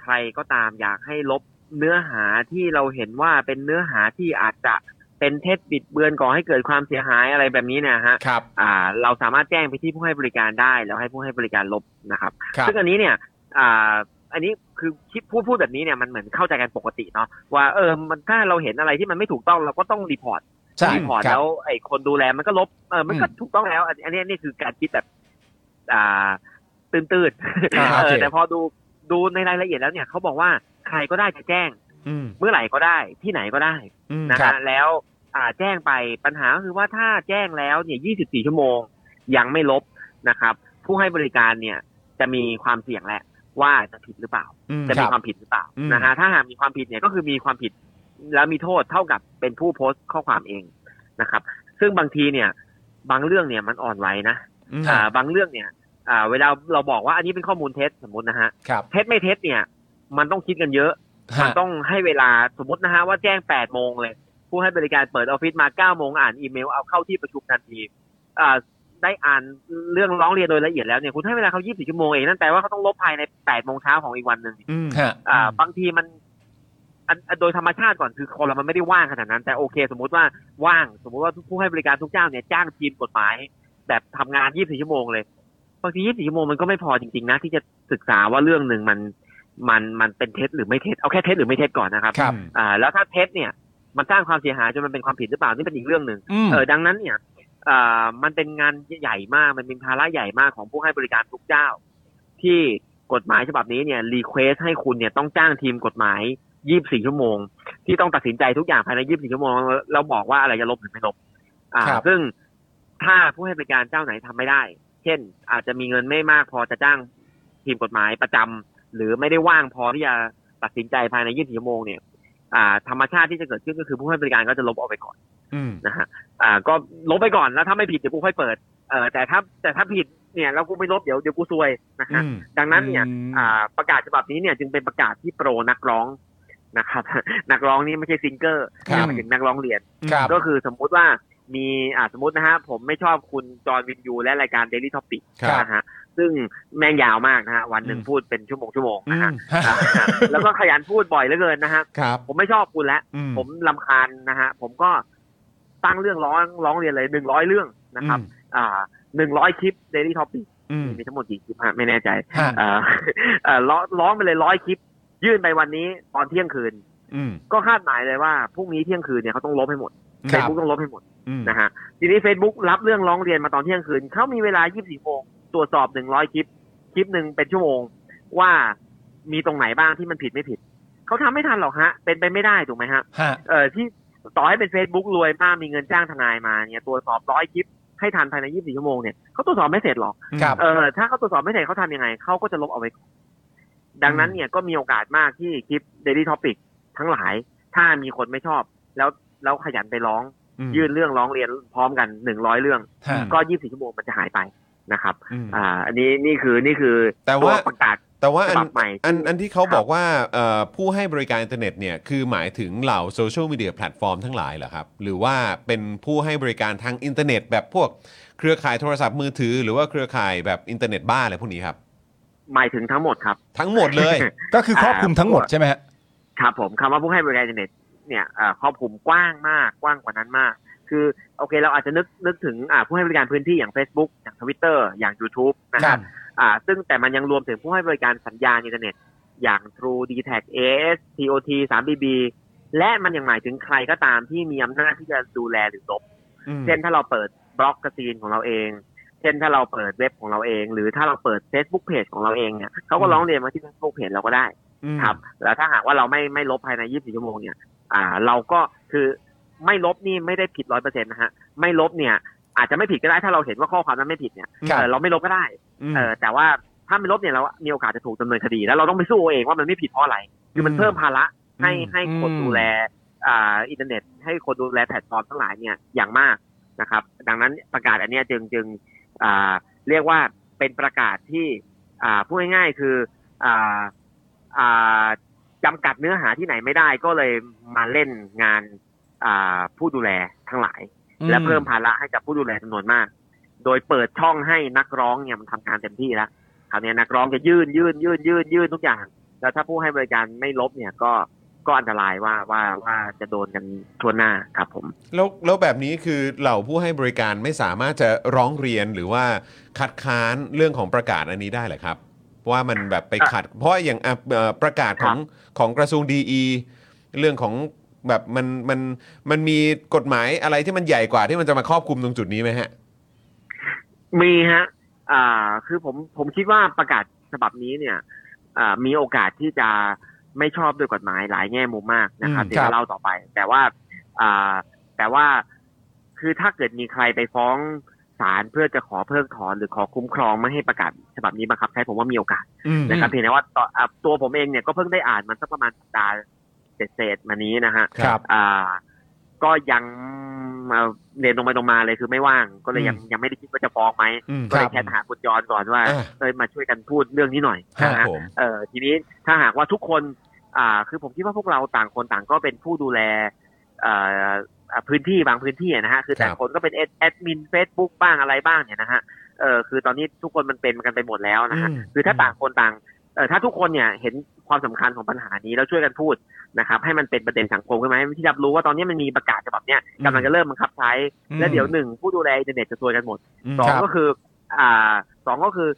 F: ใครก็ตามอยากให้ลบเนื้อหาที่เราเห็นว่าเป็นเนื้อหาที่อาจจะเป็นเท็จบิดเบือนก่อให้เกิดความเสียหายอะไรแบบนี้เนี่ยฮะ
B: ครับ
F: อ่าเราสามารถแจ้งไปที่ผู้ให้บริการได้ แล้วให้ผู้ให้บริการลบนะครับ
B: ครับ
F: ซึ่งอันนี้เนี่ยอ่าอันนี้คือคิดพูดพูดแบบนี้เนี่ยมันเหมือนเข้าใจกันปกติเนาะว่าเออมันถ้าเราเห็นอะไรที่มันไม่ถูกต้องเราก็ต้องรีพอร์ต
B: ใช่
F: รีพอร์ต
B: ครับ
F: แล้วไอ้คนดูแลมันก็ลบเออมันก็
B: อืม
F: ถูกต้องแล้ว อันอันนี้นี่คือการคิดแบบอ่าตื่นตื่นๆ
B: อ่าโอเค
F: เออแต่พอดูดูในรายละเอียดแล้วเนี่ยเขาบอกว่าใครก็ได้จะแจ้ง
A: อืม
F: เมื่อไหร่ก็ได้ที่ไหนก็ได้
A: อืม
F: นะ
B: ครั
F: ฮะ
B: บ
F: แล้วอ่าแจ้งไปปัญหาก็คือว่าถ้าแจ้งแล้วเนี่ย 24 ชั่วโมงยังไม่ลบนะครับ ผู้ให้บริการเนี่ยจะมีความเสี่ยงแหละว่าจะผิดหรือเปล่า
A: อืม
F: จะ
B: ครั
F: มี
B: บ
F: ความผิดหรือเปล่า
A: อืม
F: นะฮะถ้าหากมีความผิดเนี่ยก็คือมีความผิดแล้วมีโทษเท่ากับเป็นผู้โพสต์ข้อความเองนะครับ ซึ่งบางทีเนี่ยบางเรื่องเนี่ยมันอ่อนไหวนะ
A: อืม
F: อ่าบางเรื่องเนี่ยอ่าเวลาเราบอกว่าอันนี้เป็นข้อมูลเท็จสมมตินะฮะ
B: ครับ
F: เท็จไม่เท็จเนี่ยมันต้องคิดกันเยอะ มัน
B: ฮะ
F: ต้องให้เวลาสมมตินะฮะว่าแจ้ง 8 โมงเลย ผู้ให้บริการเปิดออฟฟิศมา 9 โมงอ่านอีเมลเอาเข้าที่ประชุมทันทีอ่าได้อ่านเรื่องร้องเรียนโดยละเอียดแล้วเนี่ยคุณให้เวลาเขา 24 ชั่วโมงเองนั่นแปลว่าเขาต้องลบภายใน 8 โมงเช้าของอีกวันหนึ่ง
A: อืม
B: ฮะ
F: อ่าบางทีมันอันอันโดยธรรมชาติก่อนคือคนเรามันไม่ได้ว่างขนาดนั้น แต่โอเค สมมติว่าว่างสมมติว่าผู้ให้บริการทุกเจ้าเนี่ยจ้างทีมกฎหมาย แบบทำงาน 24 ชั่วโมงเลยบางที 24 ชั่วโมงมันก็ไม่พอจริงๆนะที่จะศึกษาว่าเรื่องหนึ่งมันมันมันเป็นเท็จหรือไม่เท็จเอาแค่เท็จหรือไม่เท็จก่อนนะครับ
B: ครับ
F: อ่าแล้วถ้าเท็จเนี่ยมันสร้างความเสียหายจนมันเป็นความผิดหรือเปล่านี่เป็นอีกเรื่องหนึ่ง
B: อืม
F: เออดังนั้นเนี่ยอ่ามันเป็นงานใหญ่มากมันเป็นภาระใหญ่มากของผู้ให้บริการทุกเจ้า ที่กฎหมายฉบับนี้เนี่ยรีเควสให้คุณเนี่ยต้องจ้างทีมกฎหมาย 24 ชั่วโมง ที่ต้องตัดสินใจทุกอย่างภายใน 24 ชั่วโมงแล้วแล้วบอกว่าอะไรจะลบหรือไม่ลบอ่า
B: ครับ
F: ซึ่งถ้าผู้ให้บริการเจ้าไหนทำไม่ได้ เช่น อาจจะมีเงินไม่มากพอจะจ้างทีมกฎหมายประจำหรือไม่ได้ว่างพอที่จะตัดสินใจภายใน 24 ชั่วโมงเนี่ย อ่าธรรมชาติที่จะเกิดขึ้นก็คือผู้ให้บริการก็จะลบออกไปก่อน
A: อืม
F: นะฮะอ่า ก็ลบไปก่อนแล้วถ้าไม่ผิดเดี๋ยวกูค่อยเปิดเออแต่ถ้าแต่ถ้าผิดเนี่ยแล้วกูไม่ลบเดี๋ยวเดี๋ยวกูซวยนะฮะ
A: อืม
F: ดังนั้นเนี่ย
B: อืม
F: อ่าประกาศฉบับนี้เนี่ยจึงเป็นประกาศที่โปรนักร้องนะครับ [LAUGHS] นักร้องนี่ไม่ใช่ซิงเกอร์
B: ครับ
F: หมายถึงนักร้องเรียน
B: ครับ
F: ก็คือสมมุติว่ามีอ่าสมมตินะฮะผมไม่ชอบคุณจอห์นวินยูและรายการ Daily Topic
A: ครับ
F: นะฮะ ซึ่งแม่งยาวมากนะฮะวันหนึ่งพูดเป็นชั่วโมงชั่วโมงนะฮะ
B: อืม
F: ครับ [LAUGHS] แล้วก็ขยันพูดบ่อยเหลือเกินนะฮะ
A: ครับ
F: ผมไม่ชอบคุณแล้ว
B: อืม
F: ผมลำคาญนะฮะ ผมก็ตั้งเรื่องร้องร้องเรียนเลยหนึ่งร้อยเรื่องนะครับ อ่าหนึ่งร้อยคลิปเดลี่ท็อปิก
B: อืม
F: มีทั้งหมดกี่คลิปฮะไม่แน่ใจ
B: ฮะ
F: อ่า [LAUGHS] เอ่อร้องร้องไปเลยร้อยคลิป ยื่นไปวันนี้ตอนเที่ยงคืน
B: อืม
F: ก็คาดหมายเลยว่าพรุ่งนี้เที่ยงคืนเนี่ยเขาต้องลบให้หมดเฟ
B: ครั
F: ซ
B: บ
F: บุ๊กต้องลบให้หมด
B: อืม
F: นะฮะทีนี้ Facebook รับเรื่องร้องเรียนมาตอนเที่ยงคืนเขามีเวลา 24โมงตรวจสอบ100คลิป คลิปหนึ่งเป็นชั่วโมงว่ามีตรงไหนบ้างที่มันผิดไม่ผิดเขาทำไม่ทันหรอกฮะ เป็นไปไม่ได้ถูกไหมฮะ
B: ฮะ
F: เอ่อที่ต่อให้เป็น Facebook รวยมากมีเงินจ้างทนายมาเนี่ยตรวจสอบร้อยคลิปให้ทันภายใน 24 ชั่วโมงเนี่ยเขาตรวจสอบไม่เสร็จหรอก
B: ครับ
F: เออถ้าเขาตรวจสอบไม่เสร็จเขาทำยังไงเขาก็จะลบเอาไว้ก่อนดังนั้นเนี่ยก็มีโอกาสมากที่คลิป Daily Topic ทั้งหลาย ถ้ามีคนไม่ชอบ แล้วแล้วขยันไปร้อง ยื่นเรื่องร้องเรียนพร้อมกัน 100 เรื่อง
B: ฮะ
F: ก็ 24 ชั่วโมงมันจะหายไปนะครับ
B: อืม
F: อ่า อันนี้นี่คือนี่คือ
A: แต่ว่า
F: ตัประกาศ
A: แต่ว่าอั
F: ฉบั
A: น
F: บใหม่
A: อันอันที่เขา
F: ครับ
A: บอกว่าเอ่อผู้ให้บริการอินเทอร์เน็ตเนี่ยคือหมายถึงเหล่าโซเชียลมีเดียแพลตฟอร์มทั้งหลายเหรอครับ หรือว่าเป็นผู้ให้บริการทางอินเทอร์เน็ต แบบพวกเครือข่ายโทรศัพท์มือถือ หรือว่าเครือข่ายแบบอินเทอร์เน็ตบ้าอะไรพวกนี้ครับ
F: หมายถึงทั้งหมดครับ
A: ทั้งหมดเลย
F: [LAUGHS]
B: ก็คือครอบคลุมทั้งหมดใช่ไหมฮะ
F: ครับผมคำว่าผู้ให้บริการอินเทอร์เน็ตเนี่ยเอ่อครอบคลุมกว้างมากกว้างกว่านั้นมาก คือโอเคเราอาจจะนึกนึกถึงอ่าผู้ให้บริการพื้นที่อย่าง Facebook อย่าง Twitter อย่าง YouTube นะ
B: ค
F: ค
B: รั
F: รับ บอ่าซึ่งแต่มันยังรวมถึงผู้ให้บริการสัญญาณอินเทอร์เน็ต อย่าง True d t a c AS TOT 3BB และมันยังหมายถึงใครก็ตามที่มีอำนาจที่จะดูแลหรือลบ เช่นถ้าเราเปิดบล็อกกระซีนของเราเอง เช่นถ้าเราเปิดเว็บของเราเอง หรือถ้าเราเปิด Facebook Page ของเราเองเนี่ยเขาก็ร้องเรียนมาที่ Facebook Page เราก็ได้ ครับแล้วถ้าหากว่าเราไม่ไม่ลบภายใน 24 ชั่วโมงเนี่ย อ่า เราก็คือไม่ลบนี่ไม่ได้ผิดร้อยเปอร์เซ็นต์นะฮะ ไม่ลบเนี่ย อาจจะไม่ผิดก็ได้ถ้าเราเห็นว่าข้อความนั้นไม่ผิดเนี่ย
B: ครับ
F: เอ่อเราไม่ลบก็ได้ เออแต่ว่าถ้าไม่ลบเนี่ยเรามีโอกาสจะถูกดำเนินคดี แล้วเราต้องไปสู้เอาเองว่ามันไม่ผิดเพราะอะไร คือมันเพิ่มภาระให้ให้คนดูแลอ่าอินเทอร์เน็ต ให้คนดูแลแพลตฟอร์มทั้งหลายเนี่ยอย่างมากนะครับ ดังนั้นประกาศอันเนี้ยจึงจึงอ่าเรียกว่าเป็นประกาศที่อ่าพูดง่ายๆคืออ่าอ่าจำกัดเนื้อหาที่ไหนไม่ได้ก็เลยมาเล่นงานอ่าผู้ดูแลทั้งหลาย และเพิ่มภาระให้กับผู้ดูแลจำนวนมาก โดยเปิดช่องให้นักร้องเนี่ยมันทำงานเต็มที่แล้ว คราวเนี้ยนักร้องจะยื่นยื่นยื่นยื่นยื่นทุกอย่าง แล้วถ้าผู้ให้บริการไม่ลบเนี่ยก็ก็อันตรายว่าว่าว่าจะโดนกันทั่วหน้าครับผม
A: แล้วแล้วแบบนี้คือเหล่าผู้ให้บริการไม่สามารถจะร้องเรียนหรือว่าคัดค้านเรื่องของประกาศอันนี้ได้เหรอครับ ว่ามันแบบไปขัด เพราะอย่างอ่ะเอ่อประกาศของของกระทรวงดีเรื่องของแบบมันมันมันมีกฎหมายอะไรที่มันใหญ่กว่าที่มันจะมาครอบคลุมตรงจุดนี้ไหมฮะ
F: มีฮะ อ่า คือผม ผมคิดว่าประกาศฉบับนี้เนี่ย อ่า มีโอกาสที่จะไม่ชอบด้วยกฎหมายหลายแง่มุมมากนะครับ
B: อืม
F: เดี๋ยว
B: ครับ
F: จะเล่าต่อไป แต่ว่า อ่า แต่ว่า คือถ้าเกิดมีใครไปฟ้องศาลเพื่อจะขอเพิกถอนหรือขอคุ้มครองไม่ให้ประกาศฉบับนี้บังคับใช้ผมว่ามีโอกาส
B: อืม
F: นะครับ เพียงแต่ว่าตอนอ่าตัวผมเองเนี่ยก็เพิ่งได้อ่านมันสักประมาณสัปดาห์เศษๆมานี้นะฮะ
B: ครับ
F: อ่าก็ยังมาเรียนตรงไปตรงมาเลยคือไม่ว่าง ก็เลยยังยังไม่ได้คิดว่าจะฟ้องไหม
A: อืม
F: ก็เล
B: ครั
F: ย
B: บ
F: แค่หาคุณจรก่อนว่า
A: อ่ะ
F: เอยมาช่วยกันพูดเรื่องนี้หน่อย
A: ครับ
F: นะฮะ
A: ผม
F: เออทีนี้ถ้าหากว่าทุกคนอ่าคือผมคิดว่าพวกเราต่างคนต่างก็เป็นผู้ดูแลเอ่ออ่าพื้นที่บางพื้นที่อะนะฮะคือแต่
A: ครับ
F: คนก็เป็นแอดแอดมิน Facebook บ้างอะไรบ้างเนี่ยนะฮะเออคือตอนนี้ทุกคนมันเป็นกันไปหมดแล้วนะฮะ คือถ้าต่างคนต่างเออถ้าทุกคนเนี่ยเห็นความสำคัญของปัญหานี้แล้วช่วยกันพูดนะครับ ให้มันเป็นประเด็นสังคมขึ้นมาให้ที่รับรู้ว่าตอนนี้มันมีประกาศฉบับเนี้ยกำลังจะเริ่มบังคับใช้ และเดี๋ยวหนึ่งผู้ดูแลอินเทอร์เน็ตจะซวยกันหมดสอง
B: ครับ
F: ก็คืออ่าสองก็คือ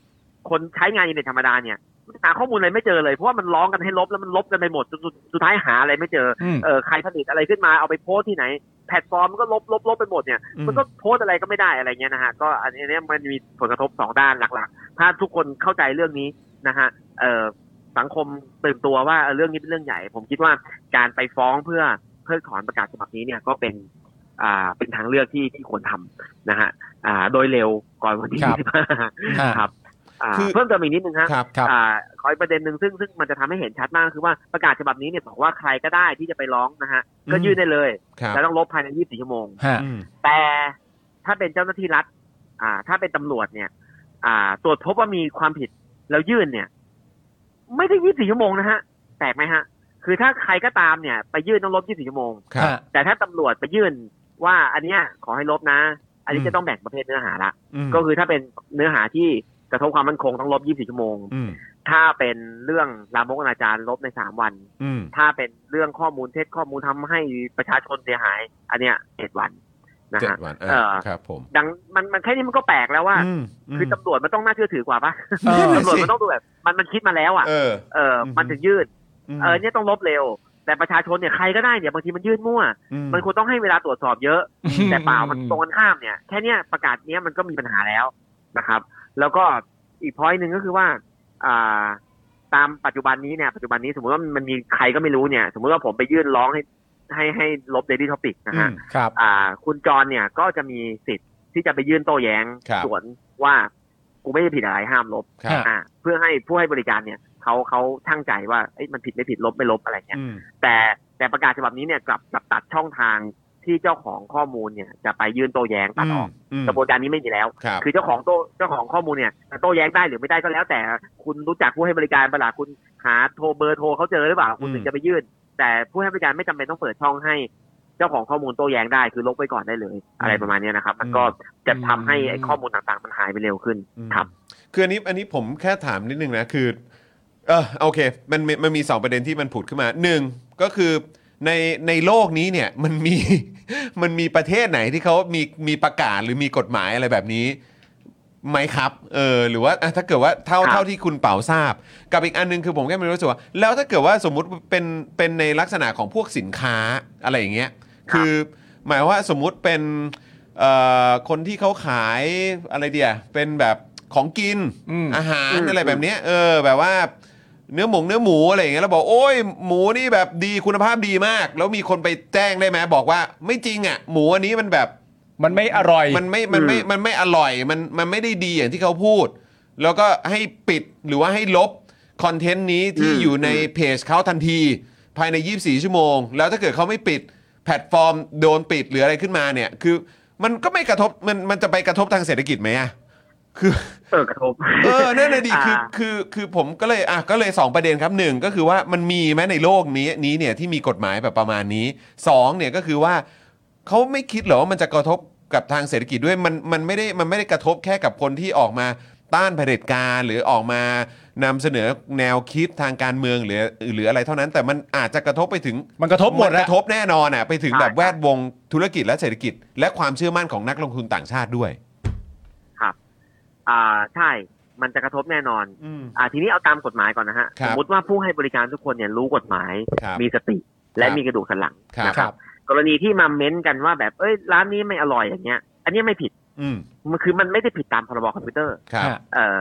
F: คนใช้งานอินเทอร์เน็ตธรรมดาเนี่ยหาข้อมูลอะไรไม่เจอเลยเพราะว่ามันร้องกันให้ลบแล้วมันลบกันไปหมดจนสุดสุดท้ายหาอะไรไม่เจอ
B: อืม
F: เออใครผลิตอะไรขึ้นมาเอาไปโพสต์ที่ไหน แพลตฟอร์มมันก็ลบลบลบไปหมดเนี่ย มันก็โพสต์อะไรก็ไม่ได้อะไรเงี้ยนะฮะก็อันอันเนี้ยมันมีผลกระทบสองด้านหลักๆ ถ้าทุกคนเข้าใจเรื่องนี้นะฮะเอ่อสังคมตื่นตัวว่าเออเรื่องนี้เป็นเรื่องใหญ่ ผมคิดว่าการไปฟ้องเพื่อเพิกถอนประกาศฉบับนี้เนี่ยก็เป็นอ่าเป็นทางเลือกที่ที่ควรทำนะฮะอ่าโดยเร็วก่อนวันที่
B: ครับ
F: 25
B: ฮะ
F: [LAUGHS] ครับอ่า
A: คือ
F: เพิ่มเติมอีกนิดนึงฮะ
A: ครับ
B: ครับ
F: อ่าขออีกประเด็นหนึ่งซึ่งซึ่งมันจะทำให้เห็นชัดมากคือว่าประกาศฉบับนี้เนี่ยบอกว่าใครก็ได้ที่จะไปร้องนะฮะ
B: อืม
F: ก็ยื่นได้เลย
A: ครับ
F: แล้วต้องลบภายใน 24 ชั่วโมง
B: ฮะ
A: อืม
F: แต่ถ้าเป็นเจ้าหน้าที่รัฐ อ่า ถ้าเป็นตำรวจเนี่ย อ่า ตรวจพบว่ามีความผิดแล้วยื่นเนี่ย ไม่ได้ 24 ชั่วโมงนะฮะแปลกไหมฮะ คือถ้าใครก็ตามเนี่ย ไปยื่นต้องลบ 24 ชั่วโมง
A: ครับ
B: ฮะ
F: แต่ถ้าตำรวจไปยื่นว่า อันเนี้ยขอให้ลบนะ อันนี้
B: อืม
F: จะต้องแบ่งประเภทเนื้อหาละ
B: อืม
F: ก็คือถ้าเป็นเนื้อหาที่ กระทบความมั่นคงต้องลบ 24 ชั่วโมง
E: อืม
F: ถ้าเป็นเรื่องลามกอนาจารลบใน 3 วัน
E: อืม
F: ถ้าเป็นเรื่องข้อมูลเท็จข้อมูลทำให้ประชาชนเสียหาย อันเนี้ยเจ็ดวันนะ
A: เจ็ด
F: ฮะ
A: วัน
F: เอ
A: อ่ะ
F: อ
A: ครับผม
F: ดังมันมันแค่นี้มันก็แปลกแล้วว่า
E: อืมม
F: คือตำรวจมันต้องน่าเชื่อถือกว่าปะ
E: เออ
F: ตำรวจมันต้องดูแบบมันมันคิดมาแล้วอ่ะ
A: เออ
F: เออ
E: ม
F: มันถึงยืด
E: ม
F: เออเนี่ยต้องลบเร็ว แต่ประชาชนเนี่ยใครก็ได้เนี่ยบางทีมันยืดมั่ว
E: ม
F: มันควรต้องให้เวลาตรวจสอบเยอะ
B: อืม
F: แต่เปล่ามันตรงกันข้ามเนี่ยแค่เนี้ยประกาศเนี้ยมันก็มีปัญหาแล้วนะครับ แล้วก็อีกพอยหนึ่งก็คือว่าอ่าตามปัจจุบันนี้เนี่ยปัจจุบันนี้สมมติว่ามันมีใครก็ไม่รู้เนี่ย สมมติว่าผมไปยื่นร้องให้ให้ให้ลบเดลี่ท็อปิกนะฮะ
B: ครับ
F: อ่าคุณจรเนี่ยก็จะมีสิทธิ์ที่จะไปยื่นโต้แย้ง
A: ครับ
F: สวนว่ากูไม่ได้ผิดอะไรห้ามลบ
A: ครับ
F: อ่าเพื่อให้ผู้ให้บริการเนี่ยเขาเขาช่างใจว่าเอ้ยมันผิดไม่ผิดลบไม่ลบอะไรเงี้ย
E: อืม
F: แต่แต่ประกาศฉบับนี้เนี่ยกลับกลับตัดช่องทางที่เจ้าของข้อมูลเนี่ยจะไปยื่นโต้แย้งตัดออก
E: อืม
F: กระบวนการนี้ไม่มีแล้ว
A: ครับ
F: คือเจ้าของโต้เจ้าของข้อมูลเนี่ยจะโต้แย้งได้หรือไม่ได้ก็แล้ว แต่คุณรู้จักผู้ให้บริการเปะล่าคุณหาโทรเบอร์โทรเขาเจอหรือเปล่าคุณ
E: อืม
F: ถึงจะไปยื่น แต่ผู้ให้บริการไม่จำเป็นต้องเปิดช่องให้ เจ้าของข้อมูลโต้แย้งได้คือลบไปก่อนได้เลย อะไรประมาณเนี้ยนะครับ มันก็จะทำให้ไอ้ข้อมูลต่างๆมันหายไปเร็วขึ้นครับ
A: คืออันนี้อันนี้ผมแค่ถามนิดนึงนะคือเออโอเคมันมันมันมีสองประเด็นที่มันผุดขึ้นมาหนึ่งก็คือในในโลกนี้เนี่ยมันมี มันมีประเทศไหนที่เขามีมีประกาศหรือมีกฎหมายอะไรแบบนี้ไหมครับเออหรือว่าอ่ะถ้าเกิดว่าเท่า
F: ครับ
A: เท่าที่คุณเป๋าทราบ กับอีกอันหนึงคือผมแค่ไม่รู้สึกว่า แล้วถ้าเกิดว่าสมมุติเป็นเป็นในลักษณะของพวกสินค้าอะไรอย่างเงี้ยคือหมายว่าสมมุติเป็น เอ่อคนที่เขาขายอะไรเดียเป็นแบบของกิน
B: อืม
A: อาหาร
F: อืม
A: อะไรแบบเนี้ยเออแบบว่าเนื้อหมงเนื้อหมูอะไรอย่างเงี้ยแล้วบอกโอ้ยหมูนี่แบบดีคุณภาพดีมาก แล้วมีคนไปแจ้งได้ไหมบอกว่าไม่จริงอ่ะหมูอันนี้มันแบบ
B: มันไม่อร่อย
A: มันไม่มันไม่
F: อืม
A: มันไม่อร่อยมันมันไม่ได้ดีอย่างที่เขาพูด แล้วก็ให้ปิดหรือว่าให้ลบคอนเทนต์นี้ที่อยู่ในเพจเขาทันที ภายใน 24 ชั่วโมง แล้วถ้าเกิดเขาไม่ปิดแพลตฟอร์มโดนปิดหรืออะไรขึ้นมาเนี่ย คือมันก็ไม่กระทบมันมันจะไปกระทบทางเศรษฐกิจไหมอะคือ
F: เออกระทบ
A: เออนั่นเลยดิคือ
F: [LAUGHS] อ่า
A: คือคือผมก็เลยอ่ะก็เลย 2 ประเด็นครับหนึ่งก็คือว่ามันมีไหมในโลกนี้นี้เนี่ยที่มีกฎหมายแบบประมาณนี้สองเนี่ยก็คือว่าเขาไม่คิดเหรอว่ามันจะกระทบกับทางเศรษฐกิจด้วยมันมันไม่ได้มันไม่ได้กระทบแค่กับคนที่ออกมาต้านเผด็จการหรือออกมานำเสนอแนวคิดทางการเมืองหรือหรืออะไรเท่านั้น แต่มันอาจจะกระทบไปถึง
B: มันกระทบหมด
A: น
B: แล้
A: ก
B: ว
A: ระทบแน่นอนอ่ะไปถึงแบบ
F: ใช่
A: แวดวงธุรกิจและเศรษฐกิจ และความเชื่อมั่นของนักลงทุนต่างชาติด้วย
F: อ่าใช่ มันจะกระทบแน่นอน
A: อืม
F: อ่าทีนี้เอาตามกฎหมายก่อนนะฮะ
A: ครั
F: ส
A: บ
F: มมติว่าผู้ให้บริการทุกคนเนี่ยรู้กฎหมาย
A: ครับ
F: มีสติ และ
A: ครับ
F: มีกระดูกสันหลัง
A: ครั
F: นะ
A: บ
F: ครับ กรณีที่มาเม้นกันว่าแบบเอ้ยร้านนี้ไม่อร่อยอย่างเงี้ย อันนี้ไม่ผิด
A: อืม
F: มันคือมันไม่ได้ผิดตามพรบคอมพิวเตอร์
A: ครับ
B: ฮะ
F: เอ่อ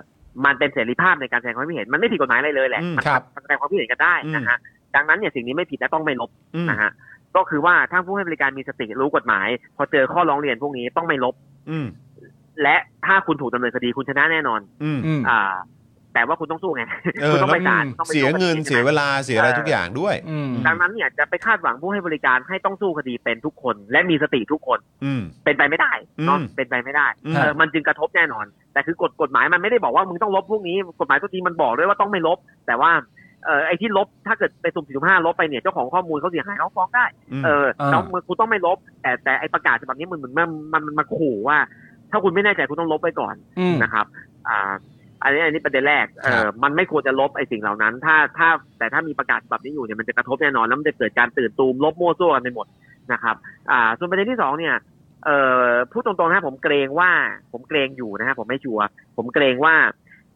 F: มันเป็นเสรีภาพในการแสดงความคิดเห็นมันไม่ผิดกฎหมายอะไรเลยแหละ
A: อืม
F: มัน
B: ครับ
F: แสดงความคิดเห็นกันได้นะฮะดังนั้นเนี่ยสิ่งนี้ไม่ผิดและต้องไม่ลบ
A: อืม
F: นะฮะก็คือว่าถ้าผู้ให้บริการมีสติรู้กฎหมาย พอเจอข้อร้องเรียนพวกนี้ต้องไม่ลบ
A: อืม
F: และถ้าคุณถูกดำเนินคดีคุณชนะแน่นอน
A: อืม
B: อืม
F: อ่า แต่ว่าคุณต้องสู้ไง
A: เออ
F: คุณต้องไปศาล
B: แล้ว
F: ต้องไป
A: เสีย
F: สู้คดี
A: เงินเสีย
F: ใช่ไหม
A: เวลาเสียอะไร
F: เออ
A: ทุกอย่างด้วย
B: อืม
F: ดังนั้นเนี่ยจะไปคาดหวังผู้ให้บริการให้ต้องสู้คดีเป็นทุกคน และมีสติทุกคน
A: อืม
F: เป็นไปไม่ได้เนาะ
A: อืม
F: เป็นไปไม่ได้
A: อืม
F: เออมันจึงกระทบแน่นอน แต่คือกฎกฎหมายมันไม่ได้บอกว่ามึงต้องลบพวกนี้กฎหมายตัวจริงมันบอกด้วยว่าต้องไม่ลบ แต่ว่าเออไอ้ที่ลบถ้าเกิดไปสุ่มสี่สุ่มห้าลบไปเนี่ยเจ้าของข้อมูลเขาเสียหายเขาฟ้องได้
A: อืม
F: เออ
B: อ่า
F: แล้วมึงกูต้องไม่ลบ แต่แต่ไอ้ประกาศฉบับนี้มันเหมือนมันมันมันมาขู่ว่า ถ้าคุณไม่แน่ใจคุณต้องลบไปก่อน
B: อืม
F: นะครับ อ่า อันนี้ อันนี้ประเด็นแรก เออมันไม่ควรจะลบไอ้สิ่งเหล่านั้น ถ้า ถ้า แต่ถ้ามีประกาศฉบับนี้อยู่เนี่ย มันจะกระทบแน่นอน แล้วมันจะเกิดการตื่นตูมลบมั่วซั่วกันไปหมดนะครับ อ่า ส่วนประเด็นที่สองเนี่ย เอ่อ พูดตรงๆนะผมเกรงว่า ผมเกรงอยู่นะฮะ ผมไม่ชัวร์ ผมเกรงว่า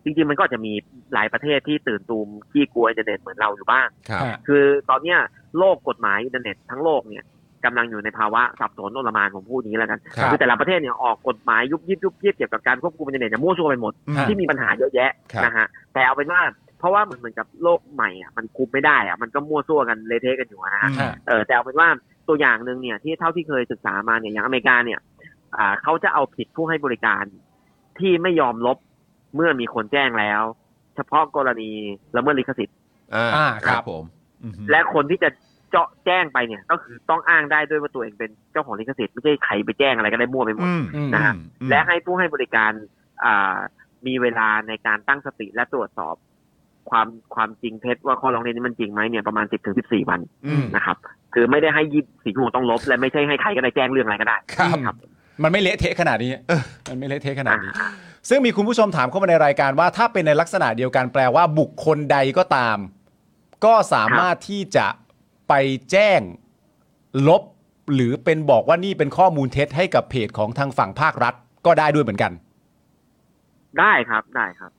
F: จริงๆ มันก็อาจจะมีหลายประเทศที่ตื่นตูมขี้กลัวอินเทอร์เน็ตเหมือนเราอยู่บ้าง
A: ครับ
F: คือตอนเนี้ยโลกกฎหมายอินเทอร์เน็ตทั้งโลกเนี่ยกำลังอยู่ในภาวะสับสนโอลหมานผมพูดอย่างนี้แล้วกัน
A: ครับ
F: อแต่ละประเทศเนี่ยออกกฎหมายยุบยิบยุบยิบเกี่ยวกับการควบคุมอินเทอร์เน็ตเนี่ยมั่วชั่วไปหมด
B: ฮะ
F: ที่มีปัญหาเยอะแยะ
A: ครับ
F: นะฮะแต่เอาเป็นว่าเพราะว่าเหมือนเหมือนกับโลกใหม่อะมันคุมไม่ได้อะมันก็มั่วซั่วกันเละเทะกันอยู่อะนะฮะ
B: ฮะ
F: เออแต่เอาเป็นว่าตัวอย่างหนึ่งเนี่ยที่เท่าที่เคยศึกษามาเนี่ยอย่างอเมริกาเนี่ยอ่าเขาจะเอาผิดผู้ให้บริการที่ไม่ยอมลบเมื่อมีคนแจ้งแล้ว เฉพาะกรณีละเมิดลิขสิทธิ
A: อ่า
B: อ่า
A: ค
B: ครั
A: รับบ ผมอืม
F: และคนที่จะเจาะแจ้งไปเนี่ยก็คือต้องอ้างได้ด้วยว่าตัวเองเป็นเจ้าของลิขสิทธิ์ไม่ใช่ใครไปแจ้งอะไรก็ได้มั่วไปหมด
A: อืม
B: อืม
F: นะฮะ
A: อืม
F: และให้ผู้ให้บริการอ่ามีเวลาในการตั้งสติและตรวจสอบ ความความจริงเท็จว่าข้อร้องเรียนนี้มันจริงไหมเนี่ยประมาณสิบถึงสิบสี่วัน
A: อืม
F: นะครับ คือไม่ได้ให้ยี่สี่ชั่วโมงต้องลบ และไม่ใช่ให้ใครก็ได้แจ้งเรื่องอะไรก็ได้
A: ครับ
F: ครับ
B: มันไม่เละเทะขนาดนี้ มันไม่เละเทะขนาดนี้ ซึ่งมีคุณผู้ชมถามเข้ามาในรายการว่า ถ้าเป็นในลักษณะเดียวกันแปลว่าบุคคลใดก็ตาม ก็สามารถที่จะไปแจ้งลบ หรือเป็นบอกว่านี่เป็นข้อมูลเท็จให้กับเพจของทางฝั่งภาครัฐก็ได้ด้วยเหมือนกัน
F: ได้ครับได้ครับ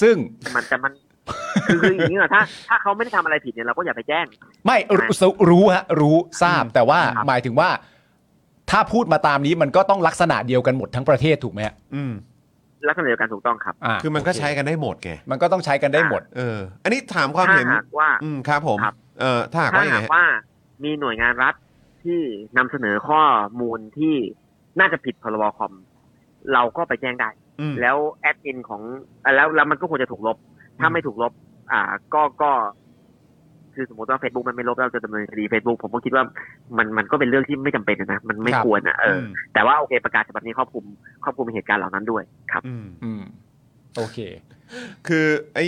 B: ซึ่ง
F: มัน
A: [LAUGHS]
F: แต่มัน คือคืออย่างนี้ก่อนถ้า ถ้าเขาไม่ได้ทำอะไรผิดเนี่ยเราก็อย่าไปแจ้ง
B: ไม่รู้รู้ฮะรู้ทราบแต่ว่า
F: ครับ
B: หมายถึงว่า ถ้าพูดมาตามนี้มันก็ต้องลักษณะเดียวกันหมดทั้งประเทศถูกไหมฮะ
A: อืม
F: ลักษณะเดียวกันถูกต้องครับ
B: อ่า
A: คือมันก็ใช้กันได้หมดไง
B: มันก็ต้องใช้กันได้หมด
A: เออ อันนี้ถามความ
F: ถ้า
A: เห็น
F: หากว่า
A: อืมครับผม
F: ครับ
A: เออถ้าหาก
F: ถ้า
A: ว่ายัง
F: หา
A: ไง
F: ก
A: ฮะ
F: ว่ามีหน่วยงานรัฐที่นำเสนอข้อมูลที่น่าจะผิดพรบคอม เราก็ไปแจ้งได้
A: อืม
F: แล้วแอดอินของอ่ะแล้วแล้วมันก็ควรจะถูกลบ ถ้าไม่ถูกลบ อ่า ก็ก็ คือสมมติว่า Facebook มันไม่ลบเราจะดำเนินคดี Facebook ผมก็คิดว่ามันมันก็เป็นเรื่องที่ไม่จำเป็นนะมันไม่
B: ครับ
F: ควรนะเอออ
A: ม
F: แต่ว่าโอเคประกาศฉบับนี้ครอบคลุมครอบคลุมเหตุการณ์เหล่านั้นด้วยครับ
A: อืม
B: อืม โอเค
A: คือไอ้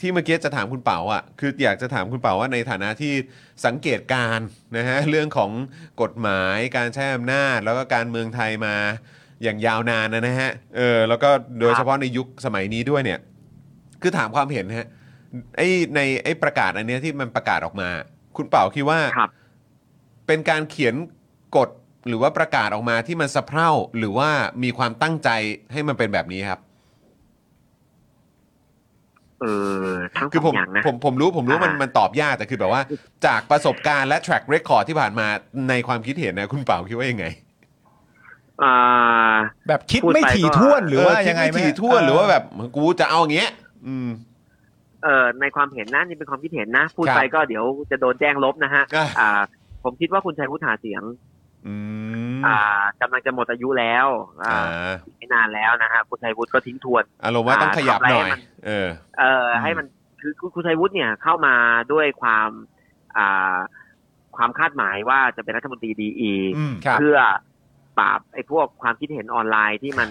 A: ที่เมื่อกี้จะถามคุณเป๋าอ่ะคืออยากจะถามคุณเป๋าว่าในฐานะที่สังเกตการณ์นะฮ [LAUGHS] ะเรื่องของกฎหมายการใช้อำนาจ แล้วก็การเมืองไทยมาอย่างยาวนานนะนะฮะเออแล้วก็โดยเฉพาะในยุคสมัยนี้ด้วยเนี่ย คือถามความเห็นนะฮะไอ้ในไอ้ประกาศอันเนี้ยที่มันประกาศออกมา คุณเป๋าคิดว่า
F: ครับ
A: เป็นการเขียนกฎหรือว่าประกาศออกมาที่มันสะเพร่าหรือว่ามีความตั้งใจให้มันเป็นแบบนี้ครับ
F: เออทั้งส
A: คือ
F: อ
A: ผม
F: งอย่างนะ
A: ผมผมรู้ผมรู้มัน
F: อ่ามั
A: มันตอบยากแต่คือแบบว่า จากประสบการณ์และ track record ที่ผ่านมาในความคิดเห็นนะคุณเป่าคิดว่ายังไง
F: อ่า
B: แบบคิด
F: พูดไป
B: ไม่
F: ก็
B: ถี่ถ้วนหรือว่า
A: เคิด
B: ยังไง
A: ม่ถี่ถ้วนหรือว่าแบบกูจะเอาอย่างเงี้ย อืม
F: เออในความเห็นนะนี่เป็นความคิดเห็นนะ พูด
A: ครับ
F: ไปก็เดี๋ยวจะโดนแจ้งลบนะฮะ
A: อ่ะ
F: อ่า ผมคิดว่าคุณชัยวุฒิหาเสียง
A: อืม
F: อ่ากำลังจะหมดอายุแล้ว อ่า
A: อ่า
F: ไม่นานแล้วนะฮะคุณชัยวุฒิก็ทิ้งทวน
A: อารมณ์ว่าต้องขยับหน่อย เออ
F: เอ่ออ
A: ม
F: ให้มันคือคุณคุณชัยวุฒิเนี่ยเข้ามาด้วยความอ่าความคาดหมายว่าจะเป็นรัฐมนตรีดีอี
A: อืม
B: ครับ
F: เพื่อปราบไอ้พวกความคิดเห็นออนไลน์ที่มัน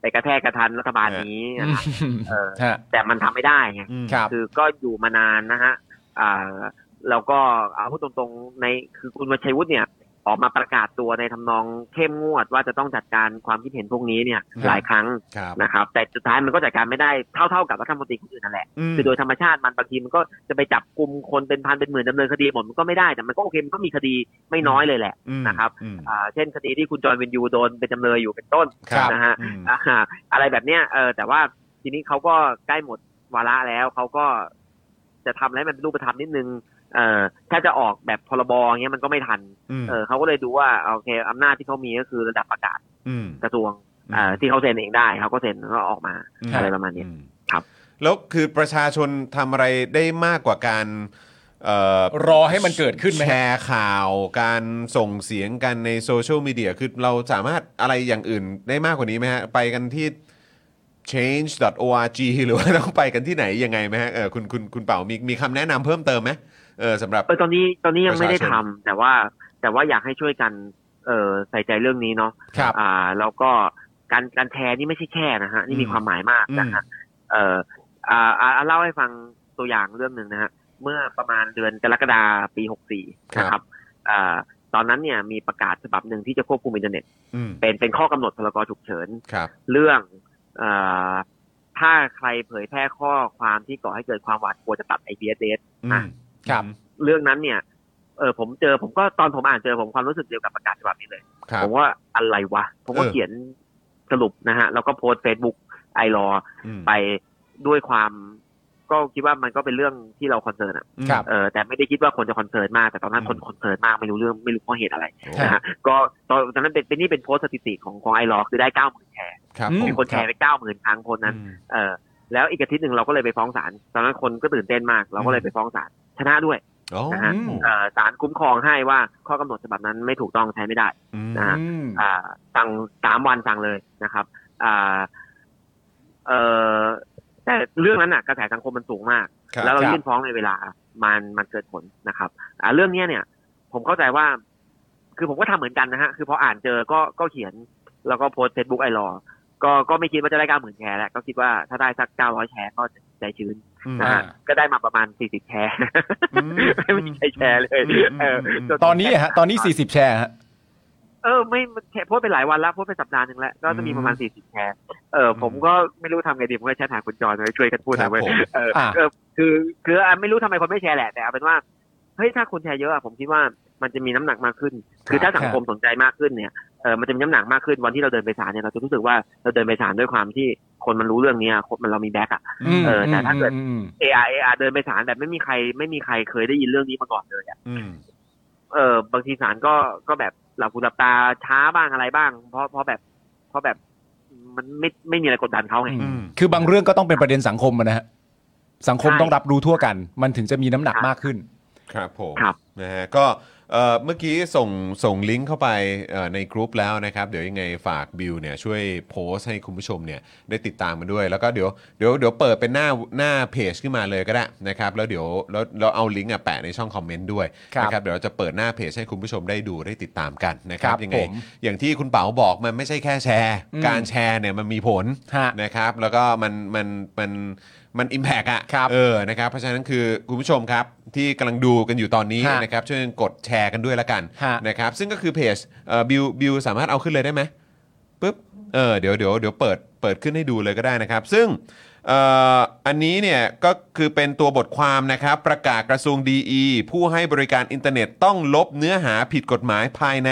F: ไปกระแทกกระทันรัฐบาลนี้นะครับเออ
B: ฮะ
F: แต่มันทำไม่ได้ไง
A: อืม
B: ครับ
F: คือก็อยู่มานานนะฮะอ่าแล้วก็เอาพูดตรงๆ ในคือคุณวัชชัยวุฒิเนี่ย ออกมาประกาศตัวในทำนองเข้มงวดว่าจะต้องจัดการความคิดเห็นพวกนี้เนี่ย
A: ครับ
F: หลายครั้ง
A: ครับ
F: นะครับ แต่สุดท้ายมันก็จัดการไม่ได้เท่าๆกับรัฐมนตรีคนอื่นนั่นแหละ
A: อืม
F: คือโดยธรรมชาติมันบางทีมันก็จะไปจับกลุ่มคนเป็นพันเป็นหมื่นดำเนินคดีหมดมันก็ไม่ได้แต่มันก็โอเคมันก็มีคดีไม่น้อยเลยแหละ
A: อืม
F: นะครับ
A: อืม
F: อ่าเช่นคดีที่คุณจอร์นวินยูโดนเป็นจำเลยอยู่เป็นต้น
A: ครับ
F: นะฮะ
A: อืม
F: อ่าอะไรแบบเนี้ยเออแต่ว่าทีนี้เขาก็ใกล้หมดวาระแล้วเขาก็จะทำอะไรให้มันเป็นรูปธรรมนิดนึงเออถ้าจะออกแบบพรบเงี้ยมันก็ไม่ทัน
A: อืม
F: เออเขาก็เลยดูว่าโอเคอำนาจที่เขามีก็คือระดับประกาศ
A: อืม
F: กระทรวงเอ่อที่เขาเซ็นเองได้เขาก็เซ็นแล้วก็ออกมา
A: อืม
F: อะไรประมาณเนี้ย
A: อืม
F: ครับ
A: แล้วคือประชาชนทำอะไรได้มากกว่าการเอ่อ
B: รอให้มันเกิดขึ้นไหม
A: แช
B: ฮะ
A: ร์ข่าวการส่งเสียงกันในโซเชียลมีเดียคือเราสามารถอะไรอย่างอื่นได้มากกว่านี้ไหมฮะ ไปกันที่ change.org หรือว่าต้องไปกันที่ไหนยังไงไหมฮะเออคุณคุณคุณเป่ามีมีคำแนะนำเพิ่มเติมไหมเออสำหรับ
F: เออตอนนี้ตอนนี้ยังไม่ได้
A: ประชาชน
F: ทำแต่ว่าแต่ว่าอยากให้ช่วยกันเออใส่ใจเรื่องนี้เนาะ
B: ครับ
F: อ่าแล้วก็การการแชร์นี่ไม่ใช่แค่นะฮะนี่มีความหมายมากนะฮะเอ่ออ่าอ่าอ่าเล่าให้ฟังตัวอย่างเรื่องหนึ่งนะฮะเมื่อประมาณเดือนกรกฎาปีหกสี่นะครับอ่าตอนนั้นเนี่ยมีประกาศฉบับหนึ่งที่จะควบคุมอินเทอร์เน็ต
A: อืม
F: เป็นเป็นข้อกำหนดพรกฉุกเฉิน
A: ครับ
F: เรื่องเอ่อถ้าใครเผยแพร่ข้อความที่ก่อให้เกิดความหวาดกลัวจะตัดไอพีเอส
A: อืม
B: ครับ
F: เรื่องนั้นเนี่ย เออผมเจอผมก็ตอนผมอ่านเจอผมความรู้สึกเดียวกับประกาศฉบับนี้เลย
A: ครับ
F: ผมว่าอะไรวะ ผมก็
A: เออ
F: เขียนสรุปนะฮะ แล้วก็โพสเฟซบุ๊กไอรอ
A: อืม
F: ไปด้วยความ ก็คิดว่ามันก็เป็นเรื่องที่เราคอนเซิร์นอะ
A: อืม
B: ครับ
F: เออแต่ไม่ได้คิดว่าคนจะคอนเซิร์นมาก แต่ตอนนั้นคน
A: อืม
F: คอนเซิร์นมากไม่รู้เรื่องไม่รู้เพราะเหตุอะไร
B: ครั
F: นะ
B: บ
F: ฮะก็ตอนตอนนั้นเป็นเป็นนี่เป็นโพสต์สถิติของของไอรอคือได้เก้าหมื่นแชร์
A: ครับ
B: อืม
A: ผม
F: มีคนแชร์ไปเก้าหมื่นครั้งคนนั้น
A: อืม
F: เออแล้วอีกอาทิตย์หนึ่งเราก็เลยไปฟ้องศาลตอนนั้นคนก็ตื่นเต้นมากเราก็เลยไปฟ้องศาลชนะด้วย
A: อ๋อ
F: นะฮะ
A: อืม
F: เอ่อศาลคุ้มครองให้ว่าข้อกำหนดฉบับนั้นไม่ถูกต้องใช้ไม่ได้
A: อืม
F: นะฮะ
B: อืม
F: อ่าสั่งสามวันสั่งเลยนะครับอ่าเอ่อแต่เรื่องนั้นน่ะกระแสสังคมมันสูงมาก
A: ครับ
F: แล้วเรา
B: ครับ
F: ยื่นฟ้องในเวลามันมันเกิดผลนะครับ อ่าเรื่องเนี้ยเนี่ย ผมเข้าใจว่า คือผมก็ทำเหมือนกันนะฮะ คือพออ่านเจอก็ก็เขียน แล้วก็โพสเฟซบุ๊กไอรอก็ก็ไม่คิดว่าจะได้เก้าหมื่นแชร์แหละก็คิดว่าถ้าได้สักเก้าร้อยแชร์ก็จะใจชื้นนะฮะ
B: อ่า
F: ก็ได้มาประมาณสี่สิบแชร์
A: อืม
F: ไม่มีใครแชร์เลย
A: อืมอืม
F: เออ
A: อืม
B: ตอนนี้ฮะ ตอนนี้ 40 แชร์ฮะ
F: เออไม่แชร์โพสต์ไปหลายวันแล้วโพสต์ไปสัปดาห์หนึ่งแล้วก็จะมีประมาณสี่สิบแชร์เออผมก็ไม่รู้ทำไงดีผมก็แชทหาคุณจอยเลยช่วยกันพูดหน่อยเว้ย
A: ครับผม
F: เออ
B: อ่า
F: เออคือคืออ่ะไม่รู้ทำไมคนไม่แชร์แหละแต่เอาเป็นว่าเฮ้ยถ้าคนแชร์เยอะอะผมคิดว่ามันจะมีน้ำหนักมากขึ้น คือถ้าสังคมสนใจมากขึ้นเนี่ยเออมันจะมีน้ำหนักมากขึ้นวันที่เราเดินไปศาลเนี่ยเราจะรู้สึกว่าเราเดินไปศาลด้วยความที่คนมันรู้เรื่องเนี้ยคนมันเรามีแบ็กอะ เออแต่ถ้าเกิด
B: อืม
F: AR AR เดินไปศาลแบบไม่มีใครไม่มีใครเคยได้ยินเรื่องนี้มาก่อนเลยอะ
A: อืม
F: เออบางทีศาลก็ก็แบบหลับหูหลับตาช้าบ้างอะไรบ้าง เพราะเพราะแบบ เพราะแบบมันไม่ไม่มีอะไรกดดันเขาไง
B: อืมคือบางเรื่องก็ต้องเป็นประเด็นสังคมอะนะฮะสังคม
F: ใช่
B: ต้องรับรู้ทั่วกัน มันถึงจะมีน้ำหนัก
F: ครับ
B: มากขึ้น
A: ครับผม
F: ครับ
A: นะฮะก็เอ่อเมื่อกี้ส่งส่งลิงก์เข้าไปเอ่อในกรุ๊ปแล้วนะครับ เดี๋ยวยังไงฝากบิวเนี่ยช่วยโพสต์ให้คุณผู้ชมเนี่ยได้ติดตามมาด้วย แล้วก็เดี๋ยวเดี๋ยวเดี๋ยวเปิดเป็นหน้าหน้าเพจขึ้นมาเลยก็ได้นะครับ แล้วเดี๋ยวแล้วเราเอาลิงก์อ่ะแปะในช่องคอมเมนต์ด้วย
B: ครับ
A: นะครับเดี๋ยวเราจะเปิดหน้าเพจให้คุณผู้ชมได้ดูได้ติดตามกันนะครับ
B: ครับ
A: ยังไง
B: ผม
A: อย่างที่คุณเป๋าบอกมันไม่ใช่แค่แชร์
B: อืม
A: การแชร์เนี่ยมันมีผล
B: ฮะ
A: นะครับแล้วก็มันมันมันมันอิมแพกอะ
B: ครับ
A: เออนะครับเพราะฉะนั้นคือคุณผู้ชมครับที่กำลังดูกันอยู่ตอนนี้
B: ฮะ
A: นะครับช่วยกดแชร์กันด้วยละกัน
B: ฮะ
A: นะครับซึ่งก็คือเพจบิวบิวสามารถเอาขึ้นเลยได้ไหมปุ๊บเออเดี๋ยวเดี๋ยวเดี๋ยวเปิดเปิดขึ้นให้ดูเลยก็ได้นะครับ ซึ่งเอ่ออันนี้เนี่ยก็คือเป็นตัวบทความนะครับ ประกาศกระทรวงดีผู้ให้บริการอินเทอร์เน็ตต้องลบเนื้อหาผิดกฎหมายภายใน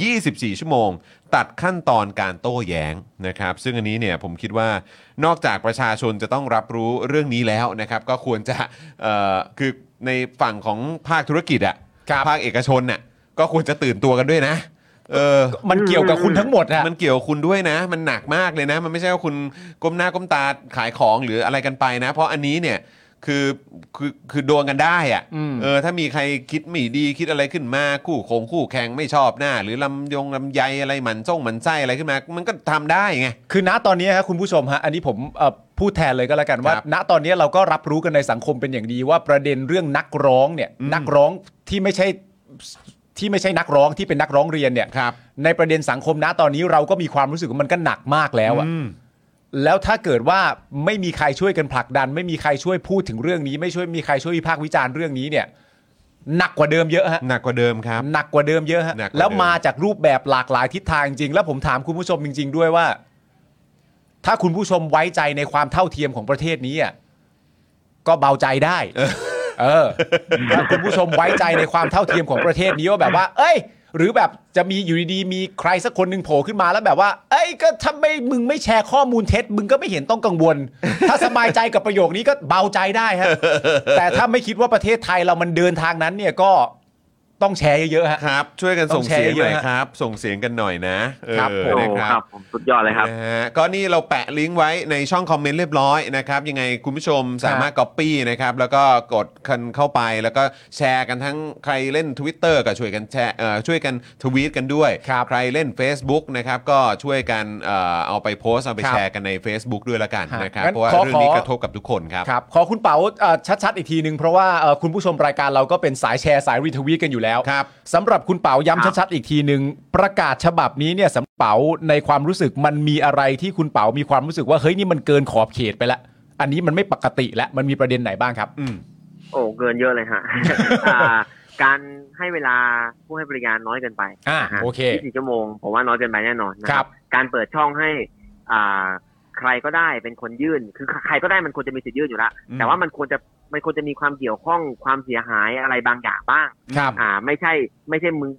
A: 24 ชั่วโมง ตัดขั้นตอนการโต้แย้งนะครับ ซึ่งอันนี้เนี่ยผมคิดว่านอกจากประชาชนจะต้องรับรู้เรื่องนี้แล้วนะครับ ก็ควรจะเอ่อคือในฝั่งของภาคธุรกิจอะภาคเอกชนน่ะก็ควรจะตื่นตัวกันด้วยนะเออ
B: มันเกี่ยวกับคุณทั้งหมดอะ
A: มันเกี่ยวกับคุณด้วยนะ มันหนักมากเลยนะ มันไม่ใช่ว่าคุณก้มหน้าก้มตาขายของหรืออะไรกันไปนะ เพราะอันนี้เนี่ยคือคือคือโดนกันได้อะ
B: อืม
A: เออถ้ามีใครคิดไม่ดีคิดอะไรขึ้นมาคู่คงคู่แข่งไม่ชอบหน้า หรือลำยงลำไยอะไรหมันส่งหมันไส้อะไรขึ้นมา มันก็ทำได้ไง
B: คือณตอนนี้ครับคุณผู้ชมฮะอันนี้ผมเอ่อพูดแทนเลยก็แล้วกันว่า
A: ครับ
B: ณตอนนี้เราก็รับรู้กันในสังคมเป็นอย่างดีว่าประเด็นเรื่องนักร้องเนี่ย
A: อืม
B: นักร้องที่ไม่ใช่ที่ไม่ใช่นักร้องที่เป็นนักร้องเรียนเนี่ย
A: ครับ
B: ในประเด็นสังคมณตอนนี้เราก็มีความรู้สึกว่ามันก็หนักมากแล้วอะแล้วถ้าเกิดว่าไม่มีใครช่วยกันผลักดัน ไม่มีใครช่วยพูดถึงเรื่องนี้ ไม่ช่วยมีใครช่วยวิพากษ์วิจารณ์เรื่องนี้เนี่ยหนักกว่าเดิมเยอะฮะ
A: หนักกว่าเดิมครับ
B: หนักกว่าเดิมเยอะฮะ
A: หนักกว่าเดิม
B: แล้วมาจากรูปแบบหลากหลายทิศทางจริง แล้วผมถามคุณผู้ชมจริง ๆ ด้วยว่า ถ้าคุณผู้ชมไว้ใจในความเท่าเทียมของประเทศนี้อ่ะก็เบาใจได้ เออ [LAUGHS] ถ้าคุณผู้ชมไว้ใจในความเท่าเทียมของประเทศนี้ว่าแบบว่า เอ้ย หรือแบบจะมีอยู่ดีๆมีใครสักคนหนึ่งโผล่ขึ้นมาแล้วแบบว่า เอ้ยก็ถ้าไม่มึงไม่แชร์ข้อมูลเท็จ มึงก็ไม่เห็นต้องกังวล ถ้าสบายใจกับประโยคนี้ก็เบาใจได้ฮะแต่ถ้าไม่คิดว่าประเทศไทยเรามันเดินทางนั้นเนี่ยก็ต้องแชร์เยอะๆฮะ
A: ครับ ช่วยกัน
B: ต้
A: ส่
B: อง งแชร์
A: เสียงหน่อย
B: เยอะๆ
A: ครับ ส่งเสียงกันหน่อยนะครับ เออ
B: ผม
A: นะค
F: โอ้ค
A: รั
F: รับ บผมสุดยอดเลยครับ
A: นะฮะก็นี่เราแปะลิงก์ไว้ในช่องคอมเมนต์เรียบร้อยนะครับ ยังไงคุณผู้ชมสามารถ Copy นะครับ แล้วก็กดคันเข้าไปแล้วก็แชร์กันทั้งใครเล่น Twitter ก็ช่วยกันแชร์เอ่อช่วยกันทวีตกันด้วย ใครเล่น Facebook นะครับ ก็ช่วยกันเอ่อเอาไปโพสต์เอาไป
B: ครับ
A: แชร์กันใน Facebook ด้วยละกัน
B: ฮะ
A: นะครับ
B: งั้น
A: เพราะว่า
B: ขอ
A: เรื่องนี้
B: ขอ
A: กระทบกับทุกคนครับ
B: ครับขอคุณเป๋าเอ่อชัดๆอีกทีหนึ่งเพราะว่าเอ่อคุณผู้ชมรายการเราก็เป็นสายแชร์สายรีทวีตกันอยู่แล้ว
A: ครับ
B: สำหรับคุณเป๋า
F: ครั
B: ย้ำ
F: บ
B: ชัดๆอีกทีหนึ่งประกาศฉบับนี้เนี่ยสำหรับเป๋าในความรู้สึกมันมีอะไรที่คุณเป๋ามีความรู้สึกว่าเฮ้ยนี่มันเกินขอบเขตไปละอันนี้มันไม่ปกติและมันมีประเด็นไหนบ้างครับ
A: อืม
F: โอ้เกินเยอะเลยฮะ อ่าการให้เวลาผู้ให้บริการน้อยเกินไป
B: อ่า
F: นะฮะ
B: โอเค
F: 24ชั่วโมงผมว่าน้อยเกินไปแน่นอนนะครับ การเปิดช่องให้อ่าใครก็ได้เป็นคนยื่น คือใครก็ได้มันควรจะมีสิทธิ์ยื่นอยู่แล้ว
A: อืม
F: แต่ว่ามันควรจะมันควรจะมีความเกี่ยวข้องความเสียหายอะไรบางอย่างบ้าง
B: ครับ
F: อ่าไม่ใช่ไม่ใช่มึง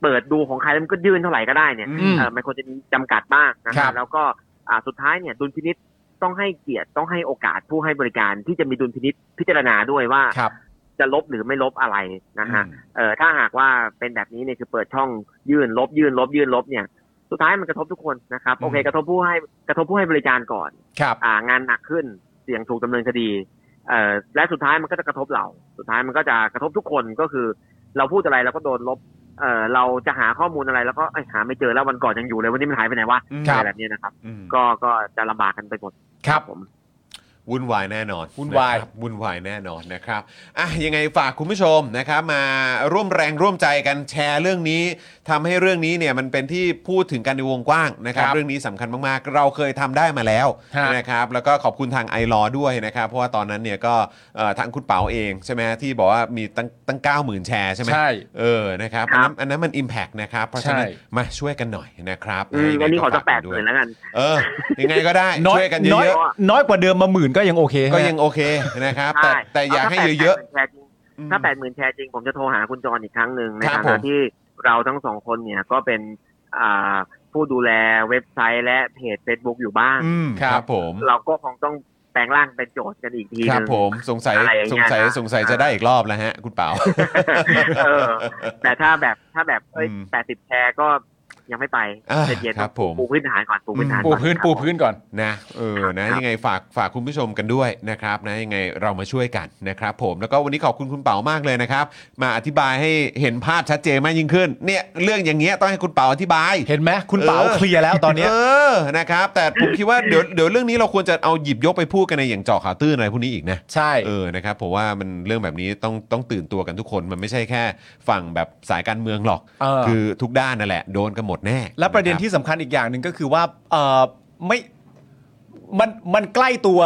F: เปิดดูของใครแล้วมันก็ยื่นเท่าไหร่ก็ได้เนี่ย
B: อืม
F: เออมันควรจะมีจำกัดบ้างนะ
B: ครั
F: ฮะ
B: บ
F: แล้วก็อ่าสุดท้ายเนี่ยดุลพินิษต้องให้เกียรติต้องให้โอกาสผู้ให้บริการที่จะมีดุลพินิษพิจารณาด้วยว่า
B: ครับ
F: จะลบหรือไม่ลบอะไรนะฮะ
A: อืม
F: เออถ้าหากว่าเป็นแบบนี้เนี่ยคือเปิดช่องยื่นลบยื่นลบยื่นลบเนี่ยสุดท้ายมันกระทบทุกคนนะครับโอเค กระทบผู้ให้กระทบผู้ให้บริการก่อน
B: ครับ
F: อ่างานหนักขึ้นเสี่ยงถูกดำเนินคดีเอ่อและสุดท้ายมันก็จะกระทบเรา สุดท้ายมันก็จะกระทบทุกคนก็คือ เราพูดอะไรเราก็โดนลบเอ่อเราจะหาข้อมูลอะไรแล้วก็เอ้ยหาไม่เจอแล้ววันก่อนยังอยู่เลยวันนี้มันหายไปไหนวะ
A: อืม
F: อะไรแบบนี้นะครับ
A: อืม
F: ก็ก็จะลำบากกันไปหมด
B: ครับ
F: ผม
A: วุ่นวายแน่นอน
B: วุ่นวาย
A: ะครับวุ่นวายแน่นอนนะครับอ่ะยังไงฝากคุณผู้ชมนะครับมาร่วมแรงร่วมใจกันแชร์เรื่องนี้ทำให้เรื่องนี้เนี่ยมันเป็นที่พูดถึงกันในวงกว้างนะครับ
B: ครับ
A: เรื่องนี้สำคัญมากๆ เราเคยทำได้มาแล้ว
B: ฮะ
A: นะครับแล้วก็ขอบคุณทางไอรอด้วยนะครับ เพราะว่าตอนนั้นเนี่ยก็เอ่อทางคุณเป๋าเองใช่ไหมที่บอกว่ามีตั้งตั้งเก้าหมื่นแชร์ใช่ไหม
B: ใช่
A: เออ นะครับ
F: ค
A: อัน
F: รั
A: นั้
F: บ
A: นอันนั้นมัน Impact นะครับ เพราะฉะนั้น
B: ใช่
A: มาช่วยกันหน่อยนะครับ
F: อืม
A: ยังไง
F: อันนี้ขอสัก
A: ฝา
F: แปด
A: ด้
F: ห
A: วย
F: มื่นแล้วกัน
A: เออ ยังไงก็ได้
B: น้อย
A: ช่วยกัน
B: น้อย
A: เยอะ
B: น้อยกว่าเดิมมาหมื่นก็ยังโอเค
A: ๆ
B: ใช่
A: ก็
B: ไหม
A: ยังโอเคนะครับ แต่
F: ใช่
A: แต่อยากให้เยอะ
F: แชร์จริง
A: ๆอืม
F: ถ้าแปดหมื่นแชร์จริง ผมจะโทรหาคุณจรอีกครั้งหนึ่งใน
A: ครับ
F: ฐา
A: ผม
F: นะที่เราทั้งสองคนเนี่ยก็เป็นอ่าผู้ดูแลเว็บไซต์และเพจ Facebook อยู่บ้าง
A: อืม
B: ค
A: ครับ รับผม
F: เราก็คงต้องแปลงร่างเป็นโจทย์กันอีกทีห
A: ครับ
F: นึง
A: ผม สงสัย
F: อะไรอย่าง
A: ส
F: เงี้
A: ง
F: ย
A: สัย
F: นะ
A: สงสัยจะได้อีกรอบแล้วฮะ คุณเปา [LAUGHS]
F: เออ แต่ถ้าแบบถ้าแบบเอ้ย
A: อืม
F: แปดสิบแชร์ก็ยังไม่ไป
A: อ่า
F: ใจเย็นๆ
A: ครับผม
F: ปูพื้นฐานก่อนปูพื้นฐาน
B: ปู
F: ก่อ
B: พื้น
F: ครับ
B: ปูพื้นก่อน
A: นะ เออ นะ ยังไงฝาก ฝากคุณผู้ชมกันด้วยนะครับ นะ ยังไงเรามาช่วยกันนะครับผม แล้วก็วันนี้ขอบคุณคุณเปามากเลยนะครับ มาอธิบายให้เห็นภาพชัดเจนมากยิ่งขึ้น เนี่ย เรื่องอย่างเงี้ยต้องให้คุณเปาอธิบาย
B: เห็นไหมคุณเป๋า
A: เออ
B: เคลียร์แล้วตอนเนี้ย
A: เออ นะครับ แต่ผมคิดว่า เดี๋ยว เดี๋ยวเรื่องนี้เราควรจะเอาหยิบยกไปพูดกันในอย่างเจาะข่าวตื้นอะไรพวกนี้อีกนะ
B: ใช่
A: เออ นะครับ ผมว่ามันเรื่องแบบนี้ต้อง ต้องตื่นตัวกันทุกคน มันไม่ใช่แค่ฝั่งแบบสายการเมืองหรอก
B: เออ
A: คือทุกด้านนั่นแหละ โดนกันหมดแน่
B: และประเด็นที่สำคัญอีกอย่างหนึ่งก็คือว่าเออไม่มันมันใกล้ตัว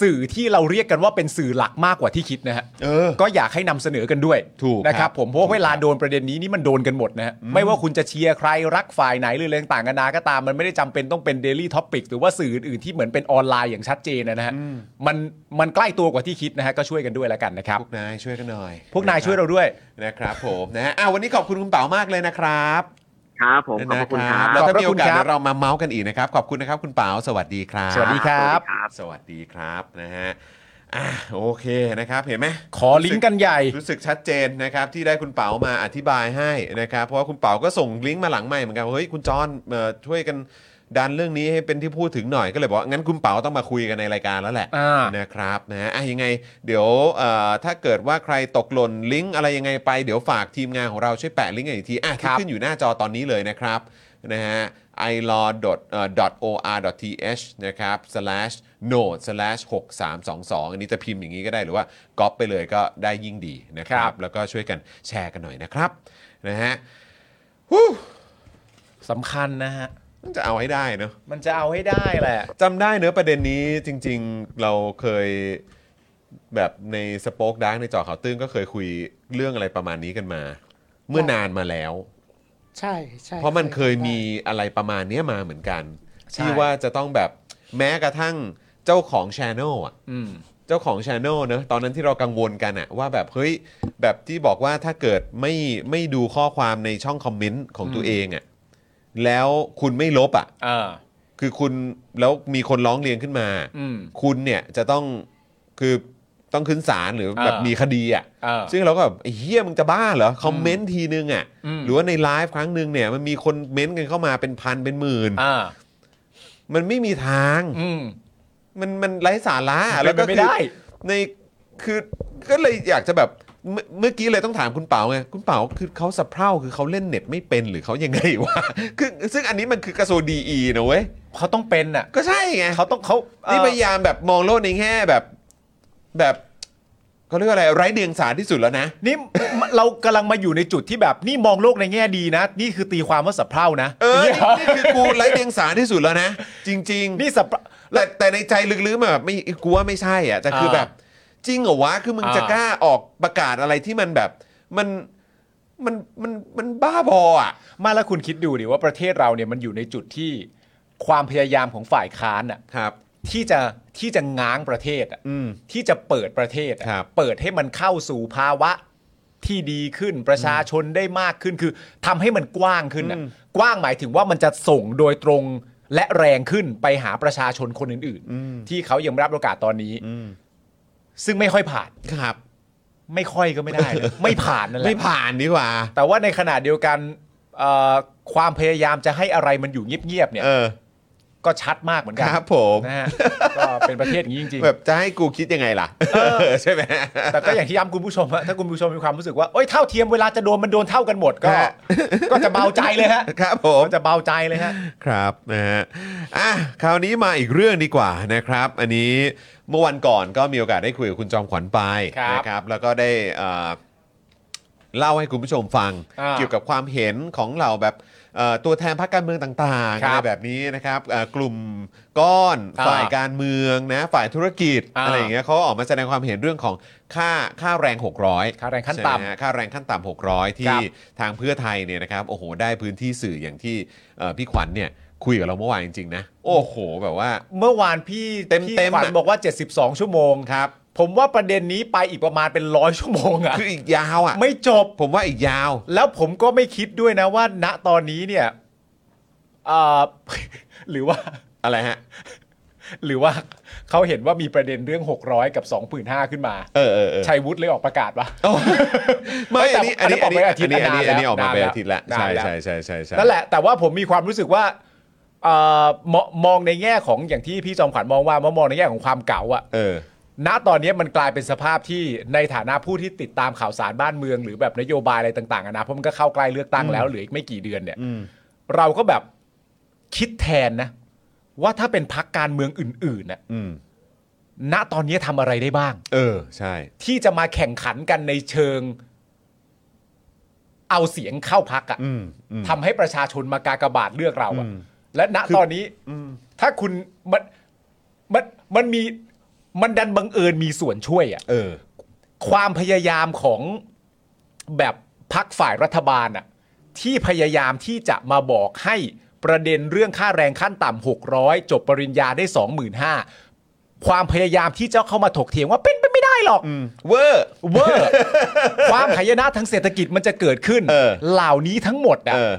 B: สื่อที่เราเรียกกันว่าเป็นสื่อหลักมากกว่าที่คิดนะฮะ
A: เออ
B: ก็อยากให้นำเสนอกันด้วย
A: ถูก
B: นะค
A: ครั
B: รับบ ผมเพราะว่าเวลาโดนประเด็นนี้นี่มันโดนกันหมดนะฮะไม่ว่าคุณจะเชียร์ใครรักฝ่ายไหนหรืออะไรต่างกันานาก็ตามมันไม่ได้จำเป็นต้องเป็นเดลี่ท็อปิกหรือว่าสื่ออื่นๆที่เหมือนเป็นออนไลน์อย่างชัดเจนนะฮะ
A: อืม
B: มันมันใกล้ตัวกว่าที่คิดนะฮะก็ช่วยกันด้วยแล้วกันนะครับ
A: พวกนายช่วยกันหน่อย
B: พวกนาย
A: ะคบ
B: ช่วยเราด้วย
A: นะครับผมนะฮะอ่ะวันนี้ขอบคุณคุณเปามากเลยนะครับ
F: ครับผมขอบพระคุณครั
A: นะแล้ว
F: บ
B: ขอบพ
A: ถ้า
B: ระ
A: มีโอกาส
B: คุณครับ
A: เดี๋ยวเรามาเมาส์กันอีกนะครับ ขอบคุณนะครับคุณเปาสวัสดีครับ
B: สวัสดีครับ
F: สวัสดีครับ
A: สวัสดีครับนะฮะอ่ะโอเคนะครับ เห็นไหม
B: ขอลิงก์กันใหญ่
A: รู้สึกชัดเจนนะครับที่ได้คุณเปามาอธิบายให้นะครับ เพราะว่าคุณเปาก็ส่งลิงก์มาหลังใหม่เหมือนกันว่าเฮ้ยคุณจอนเอ่อช่วยกันดันเรื่องนี้ให้เป็นที่พูดถึงหน่อยก็เลยบอกว่างั้นคุณเปาต้องมาคุยกันในรายการแล้วแหละ
B: อ่า
A: นะครับนะฮะอ่ะยังไง เดี๋ยวเอ่อถ้าเกิดว่าใครตกหล่นลิงก์อะไรยังไงไปเดี๋ยวฝากทีมงานของเราช่วยแปะลิงก์ให้อีกทีอ่ะที่ขึ้นอยู่หน้าจอตอนนี้เลยนะครับนะฮะ i l a w o r t h นะครับ slash node slash 6322 อันนี้จะพิมพ์อย่างนี้ก็ได้หรือว่าก๊อปไปเลยก็ได้ยิ่งดีนะค
B: ค
A: รั
B: รับ บ
A: แล้วก็ช่วยกันแชร์กันหน่อยนะครับนะฮะฮู้
B: สำคัญนะฮะ
A: มันจะเอาให้ได้เนอะ
B: มันจะเอาให้ได้แหละ
A: จำได้เนอะประเด็นนี้จริงๆเราเคยแบบในสป็อกดักในเจอข่าวตื้นก็เคยคุยเรื่องอะไรประมาณนี้กันมา เมื่อนานมาแล้ว
C: ใช่ใช่
A: เพราะมันเคย
C: ได้
A: มีอะไรประมาณเนี้ยมาเหมือนกัน
B: ใช่
A: ที่ว่าจะต้องแบบแม้กระทั่งเจ้าของชานอลอ่ะ
B: อืม
A: เจ้าของชานอลเนอะตอนนั้นที่เรากังวลกันอะว่าแบบเฮ้ยแบบที่บอกว่าถ้าเกิดไม่ไม่ดูข้อความในช่องคอมเมนต์ของตัว
B: อืม
A: เองอะแล้วคุณไม่ลบอะ
B: อ่า
A: คือคุณแล้วมีคนร้องเรียนขึ้นมา
B: อืม
A: คุณเนี่ยจะต้องคือต้องขึ้นศาลหรือแบบ
B: อ่ามี
A: มีคดีอะ
B: อ่า
A: ซึ่งเราก็แบบไอ้เฮียมึงจะบ้าเหรอ คอมเมนต์ทีนึงอ่ะ
B: อืม
A: หรือว่าในไลฟ์ครั้งหนึ่งเนี่ยมันมีคนเม้นต์กันเข้ามาเป็นพันเป็นหมื่น
B: อ่า
A: มันไม่มีทาง
B: อืม
A: มันมันไร้สาระ
B: เป็น
A: แล้ว
B: ไป
A: ก็คื
B: ไม่
A: อ
B: ได้
A: ในคือก็เลยอยากจะแบบเมื่อเมื่อกี้เลยต้องถามคุณเป๋าไงคุณเป๋าคือเขาสะเพร่าคือเขาเล่นเน็ตไม่เป็นหรือเขายังไงวะ [LAUGHS] คือซึ่งอันนี้มันคือกระโซดีอีนะเว้ย
B: เขาต้องเป็นอ่ะ
A: ก็ใช่ไง
B: เขาต้องเขา
A: นี่
B: นี่
A: พยายามแบบมองโลกในแง่แบบแบบเขาเรียกว่าอะไรไร้เดียงสาที่สุดแล้วนะ
B: นี่ [LAUGHS] เรากำลังมาอยู่ในจุดที่แบบนี่มองโลกในแง่ดีนะ นี่คือตีความว่าสับเพร่านะ
A: เอ [LAUGHS] อ
B: นี่
A: นี่นี่คือกูไร้เดียงสาที่สุดแล้วนะ จริง
B: นี่สับเพร่า
A: ๆ แต่แต่ในใจลึกๆมันแบบไม่กูว่าไม่ใช่อ่ะแต่คือแบบ จริงเหรอวะ คือมึง
B: อ่า
A: จะกล้าออกประกาศอะไรที่มันแบบมันมันมันมันบ้าบออ่ะ
B: ไมาแล้วคุณคิดดูดิว่าประเทศเราเนี่ยมันอยู่ในจุดที่ความพยายามของฝ่ายค้านอ่ะ
A: ครับ
B: ที่จะที่จะง้างประเทศอ่ะ
A: อืม
B: ที่จะเปิดประเทศอะ
A: ครับ
B: เปิดให้มันเข้าสู่ภาวะที่ดีขึ้นประชาชนได้มากขึ้นคือทำให้มันกว้างขึ้นอ่ะกว้างหมายถึงว่ามันจะส่งโดยตรงและแรงขึ้นไปหาประชาชนคนอื่น ๆ ที่เขายังไม่รับโอกาสตอนนี้
A: อืม
B: ซึ่งไม่ค่อยผ่าน
A: ครับ
B: ไม่ค่อยก็ไม่ได้
A: [LAUGHS]
B: นะ ไม่ผ่านนั่นแหละ
A: ไม่ผ่านดีกว่า
B: แต่ว่าในขณะเดียวกันเอ่อความพยายามจะให้อะไรมันอยู่เงียบๆเนี่ย
A: เออ
B: ก็ชัดมากเหมือนกั
A: ครับผม
B: นะฮะ ก็เป็นประเทศอย่างนี้จริง
A: แบบจะให้กูคิดยังไงล่ะ ใช่ไหม
B: ๆ แต่ก็อย่างที่ย้ำคุณผู้ชมฮะถ้าคุณผู้ชมมีความรู้สึกว่าเอ้ยเท่าเทียมเวลาจะโดนมันโดนเท่ากันหมดก็
A: ฮะ
B: ก็จะเบาใจเลยฮะ
A: ครับผม
B: ก็จะเบาใจเลยฮะ
A: ครับนะฮะอ่ะคราวนี้มาอีกเรื่องดีกว่านะครับ อันนี้ เมื่อวันก่อนก็มีโอกาสได้คุยกับคุณจอมขวัญไป
B: ครับ
A: นะครับ แล้วก็ได้เอ่อเล่าให้คุณผู้ชมฟัง
B: อ่า
A: เกี่ยวกับความเห็นของเหล่าแบบเอ่อตัวแทนพรรคการเมืองต่างๆ
B: ครับ
A: อะไรแบบนี้นะครับเอ่อกลุ่มก้อน
B: อ่า
A: ฝ่ายการเมืองนะฝ่ายธุรกิจ
B: อ่า
A: อะไรอย่างเงี้ยเขาออกมาแสดงความเห็นเรื่องของค่าค่าแรง 600
B: ค่าแรงขั้นต่ำ
A: ใช่ไหมฮะค่าแรงขั้นต่ำ600
B: ค
A: ที่
B: รับ
A: ทางเพื่อไทยเนี่ยนะครับโอ้โหได้พื้นที่สื่ออย่างที่เอ่อพี่ขวัญเนี่ยคุยกับเราเมื่อวานจริงๆนะโอ้โหแบบว่า
B: เมื่อวานพี่
A: เต็มๆ
B: พี่ขวัญ
A: อะ
B: บอกว่า 72 ชั่วโมง
A: ครับ
B: ผมว่าประเด็นนี้ไปอีกประมาณเป็นร้อยชั่วโมงอะ
A: คืออีกยาวอ่ะ
B: ไม่จบ
A: ผมว่าอีกยาว
B: แล้วผมก็ไม่คิดด้วยนะว่า ณตอนนี้เนี่ยเอ่ [LAUGHS] อ หรือว่า
A: อะไรฮะ
B: หรือว่าเขาเห็นว่ามีประเด็นเรื่อง 600 กับ 25,000 ขึ้นมา
A: เออเออเออ
B: ชัยวุฒิเลยออกประกาศว่า
A: โอ้ไม่อันนี้
B: แต่
A: อันนี้อ
B: อั
A: ั
B: น
A: น
B: นี้
A: นี้
B: ออกไป
A: อันนี้อันนี้อันนี้ออกมาเป็น
B: อาทิตย์นานแล้วนานแล้ว
A: อาทิตย์ละ
B: นา
A: ใช่
B: นแล้ว
A: ใช่ใช่ใช่ใช่
B: นั่นแหละ แต่ว่าผมมีความรู้สึกว่าเอ่อมองมองในแง่ของอย่างที่พี่จอมขวัญมองว่ามามองในแง่ของความเก่าอะ
A: เออ
B: ณตอนนี้มันกลายเป็นสภาพที่ในฐานะผู้ที่ติดตามข่าวสารบ้านเมือง หรือแบบนโยบายอะไรต่างๆอะนะเพราะมันก็เข้าใกล้เลือกตั้งแล้วเหลืออีกไม่กี่เดือนเนี่ยเราก็แบบคิดแทนนะ ว่าถ้าเป็นพักการเมืองอื่นๆน่ะ
A: อืม
B: ณตอนนี้ทำอะไรได้บ้าง
A: เออ ใช่
B: ที่จะมาแข่งขันกันในเชิง เอาเสียงเข้าพักอะ
A: อืมอืม
B: ทำให้ประชาชนมากากบาทเลือกเราอะและณตอนนี้ถ้าคุณมันมันมันมีมันดันบังเอิญมีส่วนช่วยอะ
A: เออ
B: ความพยายามของแบบพักฝ่ายรัฐบาลอะที่พยายามที่จะมาบอกให้ประเด็นเรื่องค่าแรงขั้นต่ำ600 จบปริญญาได้ 25,000ความพยายามที่เจ้าเข้ามาถกเถียงว่าเป็นไปไม่ได้หรอก
A: เวอร์
B: เวอร์ ความหายนะทางเศรษฐกิจมันจะเกิดขึ้น
A: เออ
B: เหล่านี้ทั้งหมดอะ
A: เออ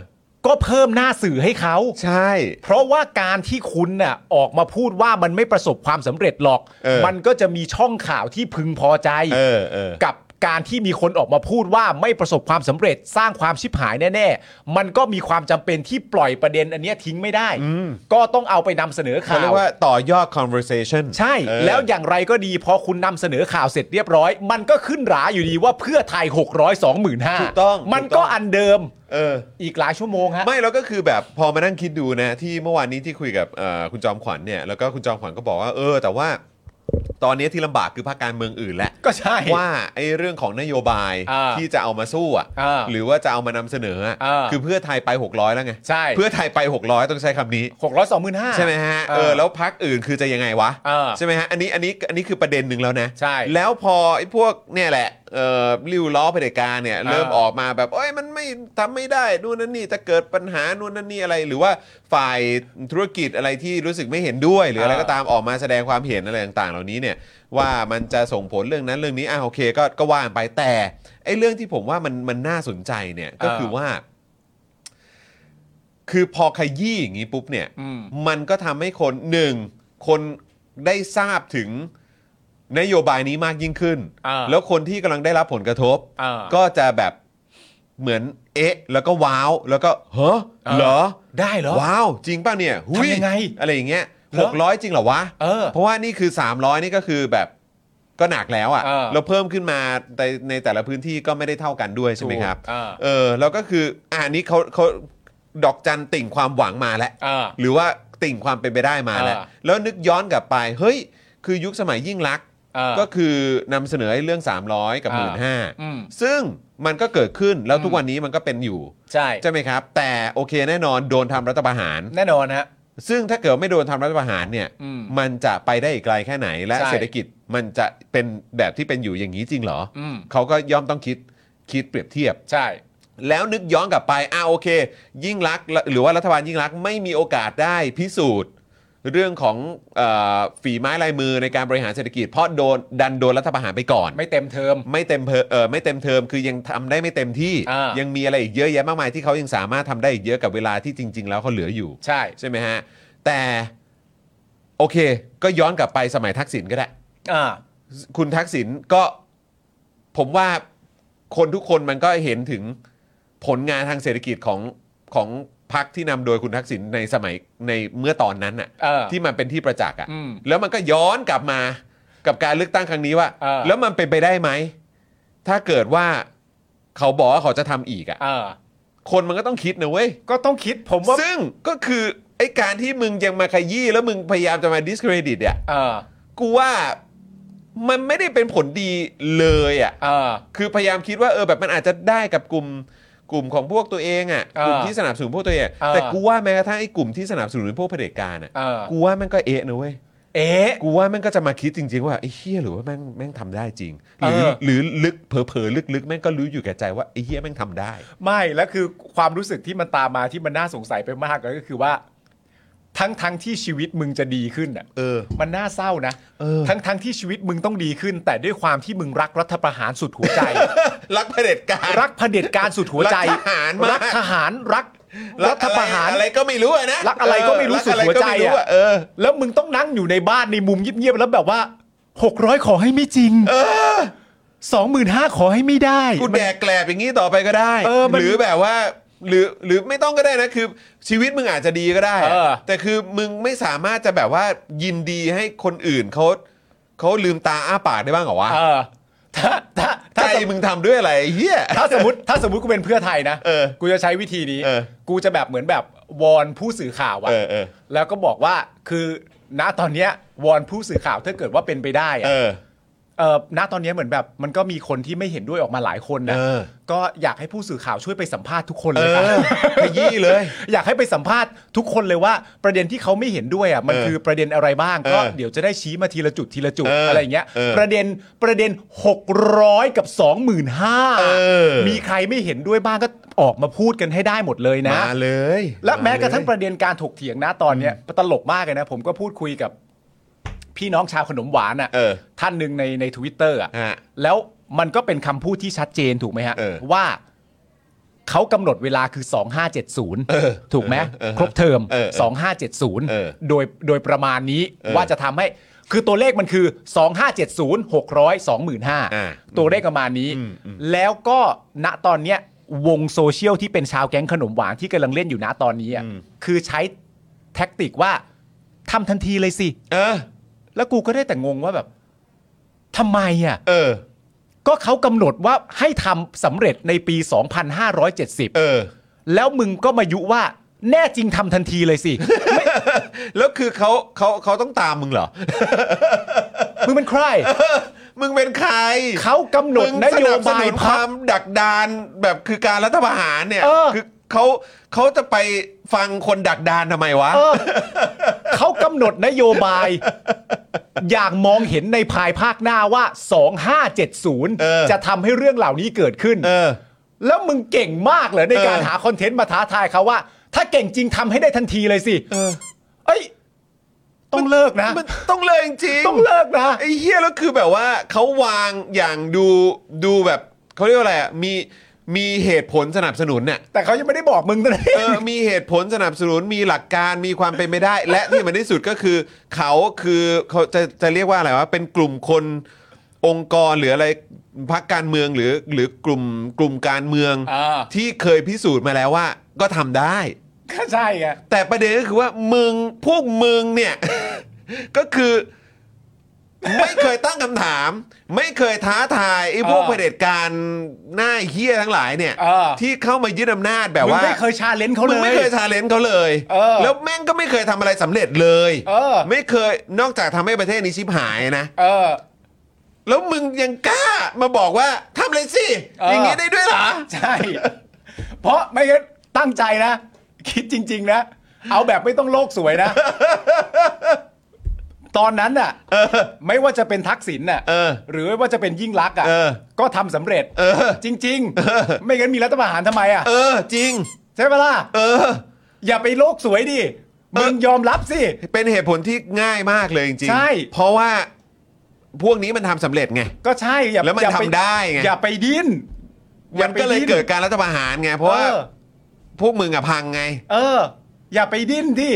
B: ก็เพิ่มหน้าสื่อให้เขา
A: ใช่
B: เพราะว่าการที่คุณน่ะออกมาพูดว่ามันไม่ประสบความสำเร็จหรอก
A: เออ
B: มันก็จะมีช่องข่าวที่พึงพอใจ
A: เออเออ
B: กับการที่มีคนออกมาพูดว่าไม่ประสบความสำเร็จสร้างความชิบหายแน่ๆ มันก็มีความจำเป็นที่ปล่อยประเด็นอันเนี้ยทิ้งไม่ได้ ก็ต้องเอาไปนำเสนอ
A: เขา
B: ข่า
A: เรียว กว่าต่อยอด conversation
B: ใช่
A: เออ
B: แล้วอย่างไรก็ดีพอคุณนำเสนอข่าวเสร็จเรียบร้อย มันก็ขึ้นราอยู่ดีว่าเพื่อไทย 6 0 0 2 5 0 0
A: ถูกต้อง
B: มัน
A: ถูกต้
B: ก็
A: อง
B: อันเดิม
A: เออ
B: อีกหลายชั่วโมงฮะ
A: [LAUGHS] ไม่แล้วก็คือแบบพอมานั่งคิดดูนะที่เมื่อวานนี้ที่คุยกับเอ่อคุณจอมขวัญเนี่ยแล้วก็คุณจอมขวัญก็บอกว่าเออ แต่ว่า ตอนนี้ที่ลำบากคือภาคการเมืองอื่นแหละ
B: ก็ใช่
A: ว่าไอ้เรื่องของนโยบาย
B: อ่า
A: ที่จะเอามาสู้อ่ะ
B: อ่า
A: หรือว่าจะเอามานำเสนออ่ะ
B: อ่า
A: คือเพื่อไทยไป 600 แล้วไง
B: ใช่
A: เพื่อไทยไป 600 ต้องใช้คำนี้
B: หกร้อยสองหมื่นห้า
A: ใช่ไหมฮะเออแล้วพักอื่นคือจะยังไงวะ
B: เออ
A: ใช่ไหมฮะอันนี้อันนี้อันนี้คือประเด็นหนึ่งแล้วนะ
B: ใช่
A: แล้วพอไอ้พวกเนี่ยแหละเอ่อริ้วล้อเผด็จการเนี่ยเริ่มออกมาแบบเอ้ยมันไม่ทำไม่ได้นู่นนั่นนี่จะเกิดปัญหานู่นนั่นนี่อะไร หรือว่าฝ่ายธุรกิจอะไรที่รู้สึกไม่เห็นด้วย หรืออะไร
B: เออ
A: ก็ตามออกมาแสดงความเห็นอะไรต่างๆ เหล่านี้เนี่ยว่ามันจะส่งผลเรื่องนั้นเรื่องนี้อ่ะโอเคก็ก็ว่ากันไปแต่ไอ้เรื่องที่ผมว่ามันมันน่าสนใจเนี่ยก็คือว่า คือพอขยี้อย่างนี้ปุ๊บเนี่ย
B: อืม
A: มันก็ทำให้คนหนึ่งคนได้ทราบถึงนโยบายนี้มากยิ่งขึ้น
B: อ่า
A: แล้วคนที่กำลังได้รับผลกระทบ
B: อ่า
A: ก็จะแบบเหมือนเอ๊ะ แล้วก็ว้าว แล้วก็เฮ้อ
B: เออ
A: เหรอ
B: ได้เหรอ
A: ว้าว จริงป่ะเนี่ยหุ
B: ทำยังไง
A: อะไรอย่างเงี้ย
B: เหร
A: ห
B: อก
A: ร้อยจริงเหรอวะ
B: เออ
A: ราะว่านี่คือ 300 นี่ก็คือแบบก็หนักแล้ว
B: เออ
A: อะ่ะเราเพิ่มขึ้นมาในในแต่ละพื้นที่ก็ไม่ได้เท่ากันด้วยใช่ไหมครับ
B: ถูกเออ
A: เออแล้วก็คืออ่านี้เขาเขาดอกจันติ่งความหวังมาแล้ว
B: เออ
A: หรือว่าติ่งความเป็นไปได้มาแล้ว
B: เออ
A: แล้วนึกย้อนกลับไป เฮ้ย คือยุคสมัยยิ่งรักษณ์
B: เออ
A: ก็คือนำเสนอไอ้เรื่อง 300 กับ
B: เออ
A: หมื่นห้า
B: อืม
A: ซึ่งมันก็เกิดขึ้นแล้วทุกวันนี้มันก็เป็นอยู่
B: ใช่
A: ใช่ไหมครับ แต่โอเคแน่นอนโดนทำรัฐประหาร
B: แน่นอนฮะ
A: ซึ่งถ้าเกิดไม่โดนทำรัฐประหารเนี่ย
B: อืม
A: มันจะไปได้อีกไกลแค่ไหน และ
B: ใช่
A: เศรษฐกิจมันจะเป็นแบบที่เป็นอยู่อย่างนี้จริงเหรออ
B: ม
A: เขาก็ย่อมต้องคิดคิดเปรียบเทียบ
B: ใช่
A: แล้วนึกย้อนกลับไปอ่ะโอเค ยิ่งรักษณ์หรือว่ารัฐบาลยิ่งรักษณ์ไม่มีโอกาสได้พิสูจน์ เรื่องของเออฝีไม้ลายมือในการบริหารเศรษฐกิจเพราะโดนดันโดนรัฐประหารไปก่อน
B: ไม่เต็มเทอม
A: ไม่เต็มเพอเออไม่เต็มเทอมคือยังทำได้ไม่เต็มที่
B: อ่ายั
A: ยังมีอะไรอีกเยอะแยะมากมายที่เขายังสามารถทำได้อีกเยอะกับเวลาที่จริง ๆ แล้วเขาเหลืออยู่
B: ใช่
A: ใช่ไหมฮะ แต่โอเค ก็ย้อนกลับไปสมัยทักษิณก็ได้
B: อ่า
A: คุณทักษิณก็ผมว่าคนทุกคนมันก็เห็นถึงผลงานทางเศรษฐกิจของของพรรคที่นำโดยคุณทักษิณในสมัยในเมื่อตอนนั้นน่ะ
B: เออ
A: ที่มันเป็นที่ประจักษ์อ่ะ
B: อืม
A: แล้วมันก็ย้อนกลับมากับการเลือกตั้งครั้งนี้ว่า
B: เออ
A: แล้วมันเป็นไปได้ไหม ถ้าเกิดว่าเขาบอกว่าเขาจะทำอีกอ่ะ
B: อ่า
A: คนมันก็ต้องคิดนะเว้ย
B: ก็ต้องคิดผมว่า
A: ซึ่งก็คือไอ้การที่มึงยังมาขยี้แล้วมึงพยายามจะมา discredit เนี่ย
B: เออ
A: กูว่า มันไม่ได้เป็นผลดีเลยอ่ะ
B: เออ
A: คือพยายามคิดว่าเออแบบมันอาจจะได้กับกลุ่มกลุ่มของพวกตัวเองอ่ะ
B: เออก
A: ลุ่มที่สนับสนุนพวกตัวเองอะ
B: เออ
A: แต่กูว่าแม้กระทั่งไอ้กลุ่มที่สนับสนุนพวกเผด็จการอ่ะ
B: เออ
A: กูว่ามันก็เอะนะเว้ย
B: เอ๊
A: กูว่ามันก็จะมาคิดจริง ๆ ว่าไอ้เฮียหรือว่าแม่งแม่งทำได้จริง หรือ
B: เออ
A: หรือลึกเผลอๆลึกๆแม่งก็รู้อยู่แก่ใจว่าไอ้เฮียแม่งทำได้
B: ไม่แล้วคือความรู้สึกที่มันตามมาที่มันน่าสงสัยไปมากเลยก็คือว่า ทั้งทั้งที่ชีวิตมึงจะดีขึ้นอ่ะ
A: เออ
B: มันน่าเศร้านะ
A: เออ
B: ทั้งทั้งที่ชีวิตมึงต้องดีขึ้น แต่ด้วยความที่มึงรักรัฐประหารสุดหัวใจ
A: รักเผด็จการ
B: รักเผด็จการสุดหัวใจ
A: รักทหารมาก
B: รักทหารรักรัฐ
A: อไ
B: ประหาร
A: อะไรก็ไม่รู้อะนะ
B: รักอะไรก็ไม่รู้
A: เออ
B: สุดหัวใจ
A: รักไรก็
B: อะ
A: ไม่รู้เออ
B: แล้วมึงต้องนั่งอยู่ในบ้านในมุมเงียบๆแล้วแบบว่า600ขอให้ไม่จริงสองหมื่นห้าขอให้ไม่ได้
A: กูแดกแกลบอย่างนี้ต่อไปก็ได้
B: เออมัน
A: หรือแบบว่า หรือหรือไม่ต้องก็ได้นะคือ ชีวิตมึงอาจจะดีก็ได้อะ
B: เออ
A: แต่คือมึงไม่สามารถจะแบบว่ายินดีให้คนอื่นเขาเขาลืมตาอ้าปากได้บ้างเหรอวะ
B: เออถ้าถ้าถ้า
A: ใจ
B: สมมติ
A: มึงทำด้วยอะไรไอ้เฮีย
B: ถ้าสมมติถ้าสมมติกูเป็นเพื่อไทยนะ
A: เออ
B: กูจะใช้วิธีนี้
A: เออ
B: กูจะแบบเหมือนแบบวอนผู้สื่อข่าวอะ
A: เออเออ
B: แล้วก็บอกว่าคือณตอนเนี้ยวอนผู้สื่อข่าวถ้าเกิดว่าเป็นไปได้อะ
A: เออ
B: เออณตอนเนี้ยเหมือนแบบมันก็มีคนที่ไม่เห็นด้วยออกมาหลายคนนะ
A: เออ
B: ก็อยากให้ผู้สื่อข่าวช่วยไปสัมภาษณ์ทุกคน
A: เอ
B: เลยครับ
A: อขยี้เลย
B: [LAUGHS] อยากให้ไปสัมภาษณ์ทุกคนเลยว่าประเด็นที่เขาไม่เห็นด้วยอ่ะมัน
A: เออ
B: คือประเด็นอะไรบ้างก็
A: เออ
B: เดี๋ยวจะได้ชี้มาทีละจุดทีละจุด
A: เอออ
B: อะไรอย่างเงี้ย
A: เออ
B: ประเด็นประเด็น 600 กับ
A: อ
B: 25,000มีใครไม่เห็นด้วยบ้างก็ออกมาพูดกันให้ได้หมดเลยนะ
A: มาเลย
B: และแม้กระทั่ง
A: า
B: ป
A: เลย
B: ระเด็นการถกเถียงนะตอนเนี้ยตลกมากเลยนะ ผมก็พูดคุยกับพี่น้องชาวขนมหวานอ่ะ
A: เออ
B: ท่านหนึ่งในในทวิตเตอร์อ่ะ
A: ฮะ
B: แล้วมันก็เป็นคำพูดที่ชัดเจนถูกไหมฮะ
A: เออ
B: ว่าเขากำหนดเวลาคือ 2570 ถูกไหม
A: เออ
B: ครบเทอม
A: เออเอเออ
B: 2570 โดยโดยประมาณนี้
A: เออ
B: ว่าจะทำให้คือตัวเลขมันคือ 2570 600
A: า
B: 25,000 ตัวเลขประมาณนี้
A: อืมอืม
B: แล้วก็ณตอนเนี้ยวงโซเชียลที่เป็นชาวแก๊งขนมหวานที่กำลังเล่นอยู่ณตอนนี้อะคือใช้แท็กติกว่าทำทันทีเลยสิ
A: เออ
B: แล้วกูก็ได้แต่งงว่าแบบทำไมอ่ะ
A: เออ
B: ก็เขากำหนดว่าให้ทำสำเร็จในปี
A: เอ
B: 2570
A: อ
B: แล้วมึงก็มายุว่าแน่จริงทำทันทีเลยสิ [LAUGHS]
A: แล้วคือเขาเขาเขาต้องตามมึงเหรอ
B: มึงเป็นใคร
A: มึงเป็นใคร
B: เขากำหนด
A: มึง
B: นโยบา
A: สนัส
B: ย
A: นุนค
B: พั
A: วาก มดักดานแบบคือการรัฐประหารเนี่ย
B: เออ
A: คือเขาเขาจะไปฟังคนดักดานทำไมวะ
B: เออเขากำหนดนโยบาย [LAUGHS] อย่างมองเห็นในภายภาคหน้าว่า
A: เออ
B: 2570 จะทำให้เรื่องเหล่านี้เกิดขึ้น
A: เออ
B: แล้วมึงเก่งมากเหรอในการ
A: เออ
B: หาคอนเทนต์มาท้าทายเขาว่า ถ้าเก่งจริงทำให้ได้ทันทีเลยสิเอ้ยต้องเลิกนะ
A: มันต้องเลยจริงๆ
B: ต้องเลิกนะ
A: ไอ้เฮียแล้วคือแบบว่าเขาวางอย่างดูดูแบบเขาเรียกว่าอะไรอะมีมีเหตุผลสนับสนุนเนี่ย
B: แต่เขายังไม่ได้บอกมึงนะ
A: เออมีเหตุผลสนับสนุนมีหลักการมีความเป็นไปได้ และที่มันที่สุดก็คือ เขาคือเขาจะจะเรียกว่าอะไรวะเป็นกลุ่มคนองค์กรหรืออะไรพักการเมืองหรือหรือกลุ่มกลุ่มการเมือง
B: อ่า
A: ที่เคยพิสูจน์มาแล้วว่าก็ทำได้
B: ก็ใช่ไง
A: แต่ประเด็นก็คือว่ามึงพวกมึงเนี่ย [LAUGHS] ก็คือ ไม่เคยตั้งคำถาม ไม่เคยท้าทายไอ้พวก
B: เออ
A: เผด็จการหน้าเฮี้ยทั้งหลายเนี่ย
B: เออ
A: ที่เข้ามายึดอำนาจแบบ
B: มึง
A: ว่า
B: ไม่เคยชาเลนจ์เขาเล
A: มึ
B: ย
A: งไม่เคยชาเลนจ์เขาเลย
B: เออ
A: แล้วแม่งก็ไม่เคยทำอะไรสำเร็จเลย
B: เออ
A: ไม่เคยนอกจากทำให้ประเทศนี้ชิบหายนะ
B: เออ
A: แล้วมึงยังกล้ามาบอกว่าทำเลยสิ
B: เอออ
A: อย่างนี้ได้ด้วยเหรอ
B: ใช่ เพราะไม่งั้นตั้งใจนะ คิดจริง ๆ นะ เอาแบบไม่ต้องโลกสวยนะ ตอนนั้นน่ะไม่ว่าจะเป็นทักษิณน่ะ
A: เออ
B: หรือไม่ว่าจะเป็นยิ่งรักษณ์อ่ะ
A: เออ
B: ก็ทำสำเร็จ
A: เออ
B: จริง ๆ ไม่งั้นมีรัฐประหารทำไมอ่ะ
A: เออจริง
B: ใช่ปะล่ะ
A: เออ
B: อย่าไปโลกสวยดิมึงยอมรับสิ
A: เป็นเหตุผลที่ง่ายมากเลยจริงๆ
B: ใช่
A: เพราะว่าพวกนี้มันทำสำเร็จไง
B: ก็ใช่อย่า
A: แล้วมัน
B: อย่าป
A: ทำได้ไง
B: อย่าไปดิ้น
A: มันก็เลย
B: อาไปดิ้น
A: เกิดการรัฐประหารไง เพราะว่า
B: เออ
A: พวกมึงอะพังไง
B: เออ อย่าไปดิ้นที่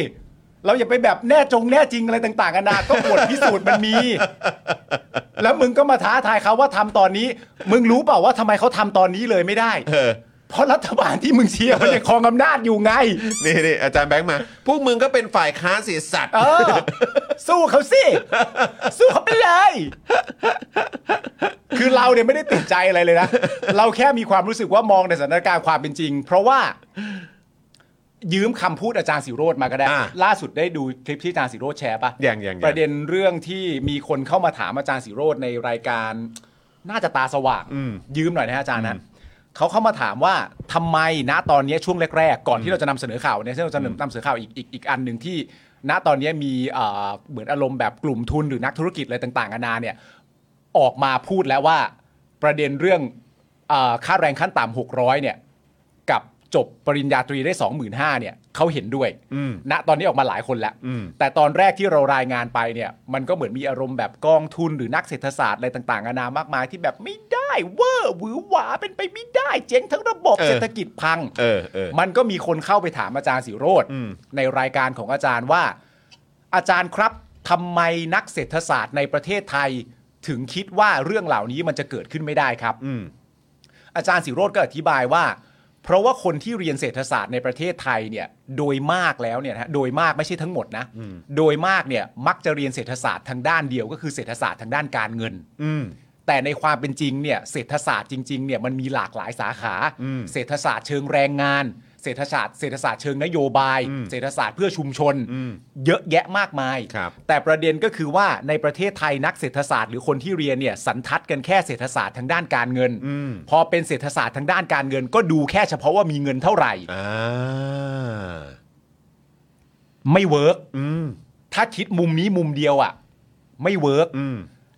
B: เราอย่าไปแบบแน่จงแน่จริงอะไรต่างๆกันานาก็บทพิสูจน์มันมี แล้วมึงก็มาท้าทายเขาว่าทำตอนนี้ มึงรู้เปล่าว่าทำไมเขาทำตอนนี้เลยไม่ได้
A: เออ
B: เพราะรัฐบาลที่มึงเชียร์มันยังครองอำนาจอยู่ไง
A: นี่นี่อาจารย์แบงค์มา พวกมึงก็เป็นฝ่ายค้านเสียสัตว์
B: เออ สู้เขาสิ สู้เขาไปเลย คือเราเนี่ยไม่ได้ติดใจอะไรเลยนะ เราแค่มีความรู้สึกว่ามองในสถานการณ์ความเป็นจริง เพราะว่า ยืมคำพูดอาจารย์สิโรธมาก็ได้
A: อ่า
B: ล่าสุดได้ดูคลิปที่อาจารย์สิโรธแชร์ปะ
A: อย่างอย่างอย่าง
B: ประเด็นเรื่องที่มีคนเข้ามาถามอาจารย์สิโรธในรายการน่าจะตาสว่าง
A: อืม
B: ยืมหน่อยนะฮะอาจารย์นะ
A: อืม
B: เขาเข้ามาถามว่าทำไมณตอนนี้ช่วงแรกๆ ก่อนที่เราจะนำเสนอข่าวเนี่ยซึ่งเราจะนำเสนอข่าวอีกอีกอีกอันหนึ่งที่ณตอนนี้มีเอ่อเหมือนอารมณ์แบบกลุ่มทุนหรือนักธุรกิจอะไรต่างๆนานาเนี่ย ออกมาพูดแล้วว่าประเด็นเรื่องเออค่าแรงขั้นต่ำ600 เนี่ย กับจบปริญญาตรีได้ 25,000เนี่ยเขาเห็นด้วย
A: อืม
B: ณตอนนี้ออกมาหลายคนแล้ว
A: อืม
B: แต่ตอนแรกที่เรารายงานไปเนี่ย มันก็เหมือนมีอารมณ์แบบกองทุนหรือนักเศรษฐศาสตร์อะไรต่างๆนานามากมายที่แบบไม่ได้เวอร์หวือหวาเป็นไปไม่ได้ เจ๊งทั้งระบบ
A: เออ
B: เศรษฐกิจพัง
A: เออเออ
B: มันก็มีคนเข้าไปถามอาจารย์สิโรธ
A: อืม
B: ในรายการของอาจารย์ว่า อาจารย์ครับทำไมนักเศรษฐศาสตร์ในประเทศไทย ถึงคิดว่าเรื่องเหล่านี้มันจะเกิดขึ้นไม่ได้ครับ
A: อืม
B: อาจารย์สิโรธก็อธิบายว่า เพราะว่าคนที่เรียนเศรษฐศาสตร์ในประเทศไทยเนี่ยโดยมากแล้วเนี่ยนะฮะโดยมากไม่ใช่ทั้งหมดนะ โดยมากเนี่ยมักจะเรียนเศรษฐศาสตร์ทางด้านเดียวก็คือเศรษฐศาสตร์ทางด้านการเงิน
A: อืม
B: แต่ในความเป็นจริงเนี่ยเศรษฐศาสตร์จริงๆเนี่ยมันมีหลากหลายสาขา
A: อืม
B: เศรษฐศาสตร์เชิงแรงงาน เศรษฐศาสตร์เศรษฐศาสตร์เชิงนโยบาย
A: อืม
B: เศรษฐศาสตร์เพื่อชุมชน
A: อืม
B: เยอะแยะมากมาย
A: ครับ
B: แต่ประเด็นก็คือว่าในประเทศไทยนักเศรษฐศาสตร์หรือคนที่เรียนเนี่ยสันทัดกันแค่เศรษฐศาสตร์ทางด้านการเงิน
A: อืม
B: พอเป็นเศรษฐศาสตร์ทางด้านการเงิน ก็ดูแค่เฉพาะว่ามีเงินเท่าไหร่
A: อ่า
B: ไม่เวิร์ก
A: อืม
B: ถ้าคิดมุมนี้มุมเดียวอ่ะ ไม่เวิร์ก
A: อืม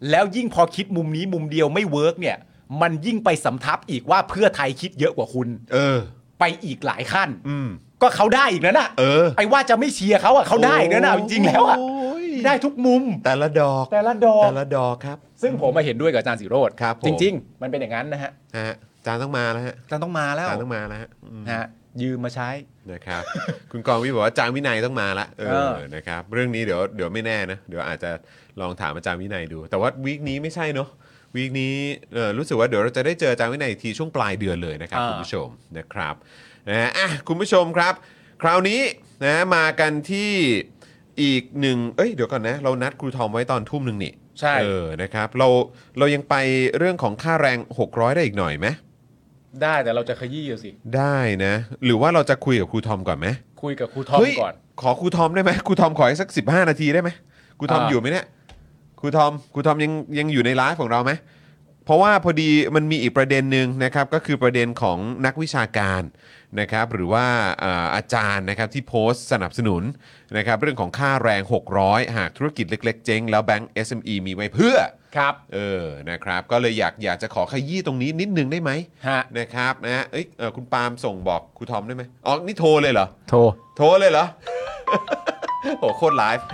B: แล้วยิ่งพอคิดมุมนี้มุมเดียวไม่เวิร์กเนี่ย มันยิ่งไปสำทับอีกว่าเพื่อไทยคิดเยอะกว่าคุณ
A: เออ
B: ไปอีกหลายขั้น
A: อืม
B: ก็เขาได้อีกแล้วน่ะ
A: เออ
B: ไอ้ว่าจะไม่เชียร์เขาอ่ะเขาได้อีกแล้วน่ะ
A: โอ้ย
B: จริงๆแล้วอ่ะได้ทุกมุม
A: แต่ละดอก
B: แต่ละดอก
A: แต่ละดอกครับ
B: ซึ่งผมมาเห็นด้วยกับอาจารย์สิโรธ
A: ครับผม
B: จริง ๆ มันเป็นอย่างนั้นนะฮะ
A: ฮะจานต้องมาแล้วฮะ
B: อาจารย์ต้องมาแล้ว
A: จานต้องมาแล้วฮะอืม
B: ฮะยืมมาใช้
A: นะครับ คุณกรณ์วิบอกว่าอาจารย์วินัยต้องมาละเอ
B: เอ
A: อ
B: อ
A: นะครับเรื่องนี้เดี๋ยวเดี๋ยวไม่แน่นะเดี๋ยวอาจจะลองถามอาจารย์วินัยดู แต่ว่าวีคนี้ไม่ใช่เนอะวีคนี้เอ่อรู้สึกว่าเดี๋ยวเราจะได้เจออาจารย์วินัยอีกทีช่วงปลายเดือนเลยนะครับคุณผู้ชมนะครับนะฮะอ่ะคุณผู้ชมครับ คราวนี้นะมากันที่อีกหนึ่งเอ้ยเดี๋ยวก่อนนะ เรานัดครูทอมไว้ตอนทุ่มหนึ่งนี่
B: ใช่
A: เออนะครับเราเรายังไปเรื่องของค่าแรง 600 ได้อีกหน่อยไหม
B: ได้แต่เราจะขยี้อยู่สิ
A: ได้นะ หรือว่าเราจะคุยกับครูทอมก่อนไหม
B: คุยกับครูทอม
A: เฮ้ย
B: ก่อน
A: ขอครูทอมได้ไหมครูทอมขออีกสัก 15 นาทีได้ไหมครูทอม
B: อ่า
A: อยู่ไหมเนี่ยครูทอมครูทอมยังยังอยู่ในไลฟ์ของเราไหมเพราะว่าพอดีมันมีอีกประเด็นหนึ่งนะครับก็คือประเด็นของนักวิชาการนะครับหรือว่าเอ่ออาจารย์นะครับที่โพสต์สนับสนุนนะครับเรื่องของค่าแรง 600 หากธุรกิจเล็กๆ เจ๊งแล้วแบงก์ SME มีไว้เพื่อ
B: ครับ
A: เออนะครับก็เลยอยากอยากจะขอขยี้ตรงนี้นิดนึงได้ไหม
B: ฮะ
A: นะครับนะเอ้ยเอ่อคุณปาล์มส่งบอกครูทอมได้ไหมอ๋อนี่โทรเลยเหรอ
B: โทร
A: โทรเลยเหรอ [LAUGHS] โหโคตรไลฟ์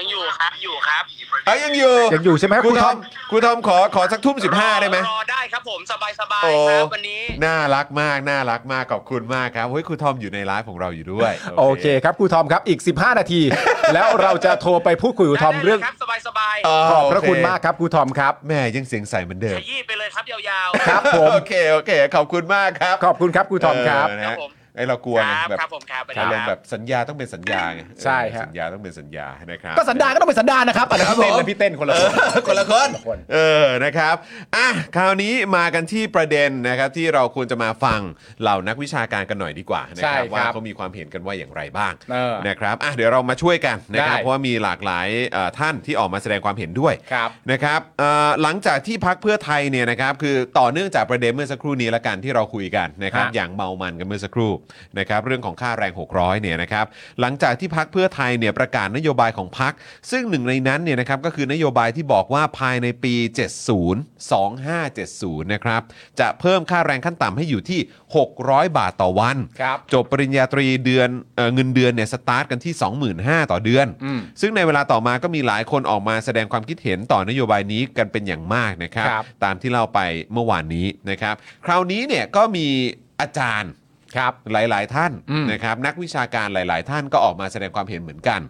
G: ยังอยู่ครับ อยู่ครับ
A: เอ้ยยังอยู่
B: ยังอยู่ใช่ไหม
A: ครู
B: ค
A: ท
B: รู
A: อ
B: ทอ
A: ม
B: ม
A: ครูทอมขอขอสักทุ่มสิบห้าได้ไหม
G: รอได้ครับผมสบายสบาย
A: โอ้
G: ครับวันนี้
A: น่ารักมากน่ารักมากขอบคุณมากครับเฮ้ยครูทอมอยู่ในไลฟ์ของเราอยู่ด้วย
B: โอเคครับครูทอมครับอีก 15 นาที [LAUGHS] แล้วเราจะโทรไปพูดคุยกับครูทอมเรื่อง
G: ได้เลยครับสบายสบาย
A: เอ
B: ขอบพระคุณมากครับครูทอมครับ
A: แม่ยังเสียงใสเหมือนเดิ
G: ข
A: ม
G: ยี้ไปเลยครับยาวๆ
B: ครับผม
A: โอเคโอเค ขอบคุณมากครับ
B: ขอบคุณครับครูทอมครับ
A: เนะ
G: ครั
A: ฮะ
G: บผม
A: ไอเรากลัวไง
G: ครับ
A: แบบ
G: ครับผมครับสวัสดี
A: อารมณ์
G: ค
A: แบ
G: รับบ
A: สัญญาต้องเป็นสัญญาไง
B: ใช่ฮะ
A: สัญญาต้องเป็นสัญญานะครับ
B: ก็สันดานก็ต้องเป็นสันดานนะครับอันนั้น
A: ครับ
B: พี่เต้น
A: ผม
B: นะพี่เต้นคนละค
A: คน
B: น
A: ละคนเออนะครับอ่ะคราวนี้มากันที่ประเด็นนะครับที่เราควรจะมาฟังเหล่านักวิชาการกันหน่อยดีกว่านะ
B: ใช่
A: ค
B: ครั
A: รับบ ว่าเขามีความเห็นกันว่าอย่างไรบ้าง
B: เออ
A: นะครับอ่ะเดี๋ยวเรามาช่วยกันนะครับ
B: ได้
A: เพราะว่ามีหลากหลายเอ่อท่านที่ออกมาแสดงความเห็นด้วย
B: ครับ
A: นะครับเอ่อหลังจากที่พักเพื่อไทยเนี่ยนะครับคือต่อเนื่องจากประเด็นเมื่อสักครู่นี้ละกันที่เราคุยกันนะครับ
B: ฮะ
A: อย่างเมามันกันเมื่อสักครู่นะครับเรื่องของค่าแรง 600เนี่ยนะครับหลังจากที่พักเพื่อไทยเนี่ยประกาศนโยบายของพัก ซึ่งหนึ่งในนั้นเนี่ยนะครับก็คือนโยบายที่บอกว่าภายในปี 70 2570นะครับจะเพิ่มค่าแรงขั้นต่ำให้อยู่ที่ 600 บาทต่อวัน
B: ครับ
A: จบปริญญาตรีเดือนเอ่อเงินเดือนเนี่ยสตาร์ทกันที่ 25,000 ต่อเดือน
B: อืม
A: ซึ่งในเวลาต่อมาก็มีหลายคนออกมาแสดงความคิดเห็นต่อนโยบายนี้กันเป็นอย่างมากนะครับ
B: ครับ
A: ตามที่เล่าไปเมื่อวานนี้นะครับ คราวนี้เนี่ยก็มีอาจารย์
B: ครับ
A: หลาย ๆ ท่าน
B: อืม
A: นะครับนักวิชาการหลาย ๆ ท่านก็ออกมาแสดงความเห็นเหมือนกัน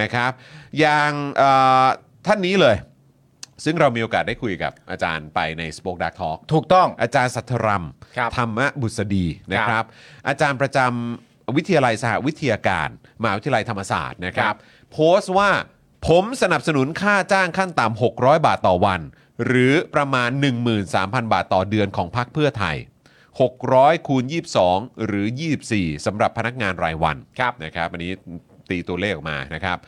A: นะครับอย่างเอ่อท่านนี้เลย ซึ่งเรามีโอกาสได้คุยกับอาจารย์ไปใน Spoke Dark Talk
B: ถูกต้อง
A: อาจารย์สัทธรัม
B: ครับ
A: ธรรมบุษดีนะค
B: ครั
A: รับ
B: บ
A: อาจารย์ประจำวิทยาลัยสหวิทยาการมหาวิทยาลัยธรรมศาสตร์นะค
B: ค
A: รั
B: รับ บ
A: โพสต์ว่าผมสนับสนุนค่าจ้างขั้นต่ำ600 บาทต่อวัน หรือประมาณ 13,000 บาทต่อเดือนของพรรคเพื่อไทย 600คูณ22 หรือ 24สำหรับพนักงานรายวันครับนะครับอันนี้ตีตัวเลขออกมานะครับ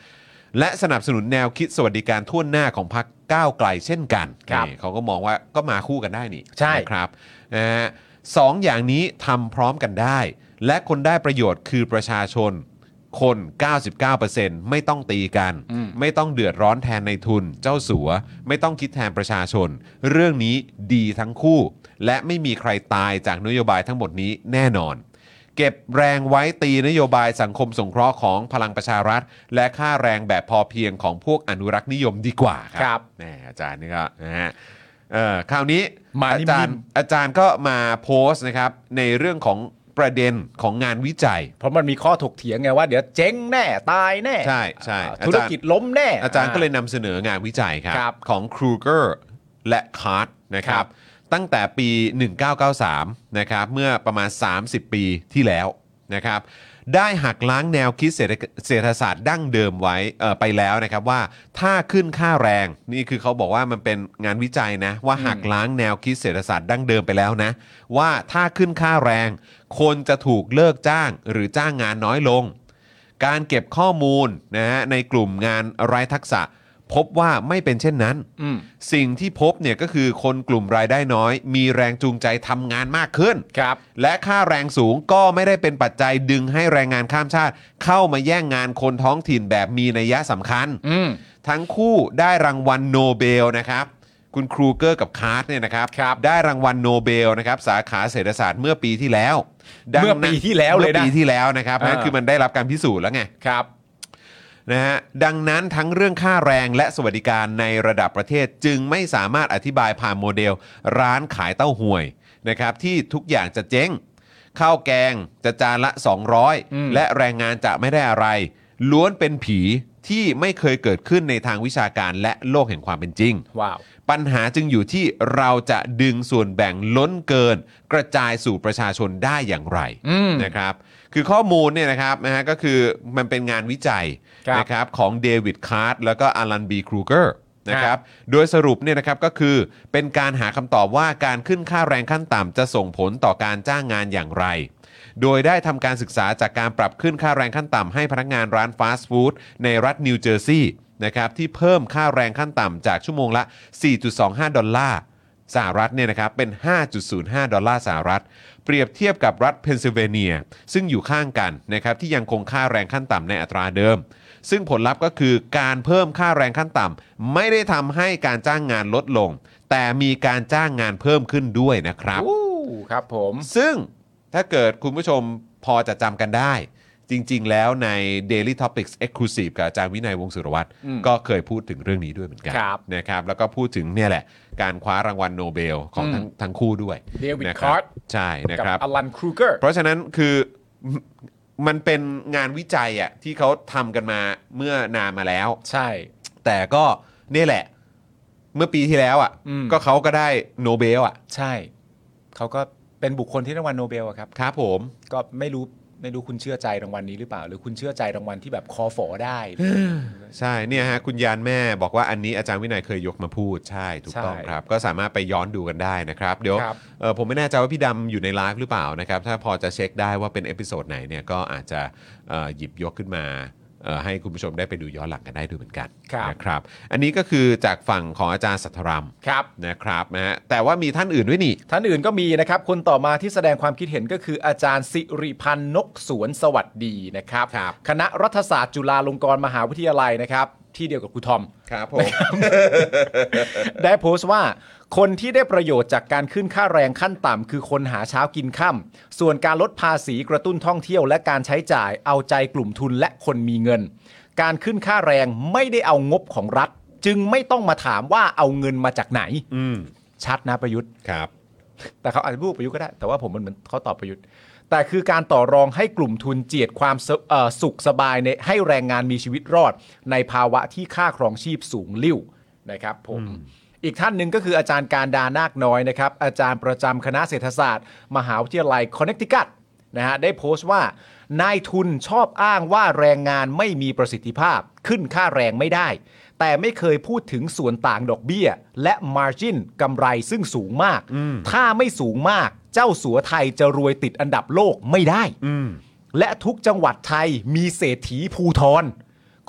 A: และสนับสนุนแนวคิดสวัสดิการทั่วหน้าของพรรคก้าวไกลเช่นกัน
B: ครับ
A: นี่เขาก็มองว่าก็มาคู่กันได้นี่
B: ใช่
A: นะครับนะฮะสองอย่างนี้ทำพร้อมกันได้ และคนได้ประโยชน์คือประชาชนคน 99%ไม่ต้องตีกัน ไม่ต้องเดือดร้อนแทนในทุน เจ้าสัว ไม่ต้องคิดแทนประชาชน เรื่องนี้ดีทั้งคู่ และไม่มีใครตายจากนโยบายทั้งหมดนี้แน่นอน เก็บแรงไว้ตีนโยบายสังคมสงเคราะห์ของพลังประชารัฐ และค่าแรงแบบพอเพียงของพวกอนุรักษ์นิยมดีกว่าค
B: ครั
A: รับ แหมอาจารย์นี่ก็นะฮะเอ่อคราวนี้
B: มา
A: อาจารย์
B: นิ่ม
A: อาจารย์ก็มาโพสต์นะครับ ในเรื่องของประเด็นของงานวิจัย
B: เพราะมันมีข้อถกเถียงไงว่าเดี๋ยวเจ๊งแน่ตายแน่
A: ใช่ใช่
B: อ่า
A: อาจารย์
B: ธุรกิจล้มแน่
A: อาจารย์ก็เลยนำเสนองานวิจัยครั
B: ครับ
A: ของ Kruger และ Card นะค
B: ค
A: รั
B: รับ บ
A: ตั้งแต่ปี 1993 นะครับเมื่อประมาณ 30 ปีที่แล้วนะครับ ได้หักล้างแนวคิดเศรษฐเศรษฐศาสตร์ดั้งเดิมไว้เอ่อไปแล้วนะครับว่าถ้าขึ้นค่าแรง นี่คือเขาบอกว่ามันเป็นงานวิจัยนะว่าหักล้างแนวคิดเศรษฐศาสตร์ดั้งเดิมไปแล้วนะ ว่าถ้าขึ้นค่าแรง คนจะถูกเลิกจ้างหรือจ้างงานน้อยลง การเก็บข้อมูลนะฮะในกลุ่มงานไร้ทักษะ พบว่าไม่เป็นเช่นนั้น
B: อืม
A: สิ่งที่พบเนี่ยก็คือคนกลุ่มรายได้น้อย มีแรงจูงใจทำงานมากขึ้น
B: ครับ
A: และค่าแรงสูงก็ไม่ได้เป็นปัจจัยดึงให้แรงงานข้ามชาติ เข้ามาแย่งงานคนท้องถิ่นแบบมีนัยสำคัญ
B: อืม
A: ทั้งคู่ได้รางวัลโนเบลนะครับ คุณครูเกอร์กับคาร์ดเนี่ยนะครับ
B: ครับ
A: ได้รางวัลโนเบลนะครับสาขาเศรษฐศาสตร์เมื่อปีที่แล้วดัง
B: เมื่
A: นั้น
B: อปีที่แล้วเลยนะ
A: เมื่อปีที่แล้วนะครับ
B: อ่า
A: นั่นคือมันได้รับการพิสูจน์แล้วไง
B: ครับ
A: นะฮะดังนั้นทั้งเรื่องค่าแรงและสวัสดิการในระดับประเทศจึงไม่สามารถอธิบายผ่านโมเดล ร้านขายเต้าหวยนะครับที่ทุกอย่างจะเจ๊งข้าวแกงจะจานละ
B: อืม
A: 200 และแรงงานจะไม่ได้อะไร ล้วนเป็นผีที่ไม่เคยเกิดขึ้นในทางวิชาการและโลกแห่งความเป็นจริง
B: ว้าว
A: ปัญหาจึงอยู่ที่เราจะดึงส่วนแบ่งล้นเกิน กระจายสู่ประชาชนได้อย่างไร
B: อืม
A: นะครับคือข้อมูลเนี่ยนะครับนะฮะก็คือมันเป็นงานวิจัย
B: ครับ
A: นะครับของเดวิดคาร์ดแล้วก็อลันบีครูเกอร์นะครับโดยสรุปเนี่ยนะครับก็คือเป็นการหาคำตอบว่าการขึ้นค่าแรงขั้นต่ำจะส่งผลต่อการจ้างงานอย่างไร โดยได้ทำการศึกษาจากการปรับขึ้นค่าแรงขั้นต่ำให้พนักงานร้านฟาสต์ฟู้ดในรัฐนิวเจอร์ซีย์นะครับที่เพิ่มค่าแรงขั้นต่ำจากชั่วโมงละ 4.25 ดอลลาร์สหรัฐเนี่ยนะครับเป็น 5.05 ดอลลาร์สหรัฐ เปรียบเทียบกับรัฐเพนซิลเวเนีย ซึ่งอยู่ข้างกันนะครับที่ยังคงค่าแรงขั้นต่ำในอัตราเดิม ซึ่งผลลัพธ์ก็คือการเพิ่มค่าแรงขั้นต่ำไม่ได้ทำให้การจ้างงานลดลง แต่มีการจ้างงานเพิ่มขึ้นด้วยนะครับ
B: อู้ครับผม
A: ซึ่งถ้าเกิดคุณผู้ชมพอจะจำกันได้ จริง ๆ แล้วใน Daily Topics Exclusive กับอาจารย์วินัยวงศ์สุรวัตร
B: อืม
A: ก็เคยพูดถึงเรื่องนี้ด้วยเหมือนกัน
B: ครับ
A: นะครับแล้วก็พูดถึงเนี่ยแหละ การคว้ารางวัลโนเบลของ
B: อืม
A: ทั้งทั้งคู่ด้วย
B: David
A: นะบ
B: Card
A: ใช่นะ
B: กั
A: ครับ
B: อลันครูเกอร์
A: เพราะฉะนั้นคือมมันเป็นงานวิจัยอ่ะที่เขาทำกันมาเมื่อนานมาแล้ว
B: ใช่
A: แต่ก็เนี่ยแหละ เมื่อปีที่แล้วอ่ะ
B: อืม
A: ก็เขาก็ได้โนเบลอ่ะ
B: ใช่ เขาก็เป็นบุคคลที่ได้รางวัลโนเบลอะครับ
A: ครับผม
B: ก็ไม่รู้ไม่รู้คุณเชื่อใจรางวัลนี้หรือเปล่า หรือคุณเชื่อใจรางวัลที่แบบคอฝอได้
A: ใช่เนี่ยฮะคุณยานแม่บอกว่าอันนี้อาจารย์วินัยเคยยกมาพูดใช่ถูกต้อง
B: ใช่
A: ครับ ก็สามารถไปย้อนดูกันได้นะครับ เดี๋ยว
B: ครับ
A: เอ่อผมไม่แน่ใจว่าพี่ดำอยู่ในไลฟ์หรือเปล่านะครับ ถ้าพอจะเช็คได้ว่าเป็นเอพิโซดไหนเนี่ยก็อาจจะเอ่อหยิบยกขึ้นมาเอ่อให้คุณผู้ชมได้ไปดูย้อนหลังกันได้ด้วยเหมือนกัน
B: ครับ
A: นะครับ อันนี้ก็คือจากฝั่งของอาจารย์สัทธรรม
B: ครับ
A: นะครับนะฮะแต่ว่ามีท่านอื่นด้วยนี่
B: ท่านอื่นก็มีนะครับ คนต่อมาที่แสดงความคิดเห็นก็คืออาจารย์สิริพันธ์นกสวนสวัสดีนะครับ
A: ครับ
B: คณะรัฐศาสตร์จุฬาลงกรณ์มหาวิทยาลัยนะครับ ที่เดียวกับครูทอม
A: ครับผม
B: ได้โพสต์ว่า คนที่ได้ประโยชน์จากการขึ้นค่าแรงขั้นต่ำคือคนหาเช้ากินค่ำส่วนการลดภาษีกระตุ้นท่องเที่ยวและการใช้จ่ายเอาใจกลุ่มทุนและคนมีเงิน การขึ้นค่าแรงไม่ได้เอางบของรัฐ จึงไม่ต้องมาถามว่าเอาเงินมาจากไหน
A: อืม
B: ชัดนะประยุทธ์
A: ครับ
B: แต่เขาอาจจะพูดประยุทธ์ก็ได้ แต่ว่าผมมันเหมือนเขาตอบประยุทธ์ แต่คือการต่อรองให้กลุ่มทุนเจียดความสเอ่อสุขสบายในให้แรงงานมีชีวิตรอด ในภาวะที่ค่าครองชีพสูงลิ่วนะครับผม อีกท่านหนึ่งก็คืออาจารย์การดานาคน้อยนะครับ อาจารย์ประจำคณะเศรษฐศาสตร์ มหาวิทยาลัยคอนเน c t ิคัตนะฮะได้โพสต์ว่า นายทุนชอบอ้างว่าแรงงานไม่มีประสิทธิภาพ ขึ้นค่าแรงไม่ได้ แต่ไม่เคยพูดถึงส่วนต่างดอกเบี้ย และ margin กำไรซึ่งสูงมาก ถ้าไม่สูงมาก เจ้าสัวไทยจะรวยติดอันดับโลกไม่ได้ และทุกจังหวัดไทยมีเศรษฐีภูทร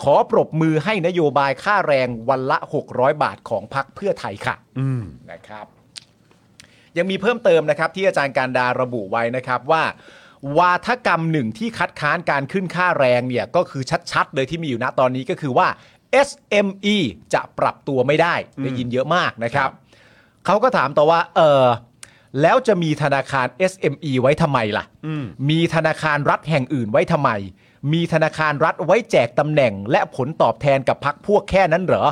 B: ขอปรบมือให้นโยบายค่าแรงวันละ 600 บาทของพักเพื่อไทยค่ะนะครับ ยังมีเพิ่มเติมนะครับที่อาจารย์การดาระบุไว้นะครับว่า วาทกรรมหนึ่งที่คัดค้านการขึ้นค่าแรงเนี่ยก็คือชัดๆ เลยที่มีอยู่ณตอนนี้ก็คือว่า SME จะปรับตัวไม่ได้ได้ยินเยอะมากนะครับ เขาก็ถามต่อว่า เออแล้วจะมีธนาคาร SME ไว้ทำไมล่ะ มีธนาคารรัฐแห่งอื่นไว้ทำไม มีธนาคารรัฐไว้แจกตำแหน่ง และผลตอบแทนกับพักพวกแค่นั้นเหรอ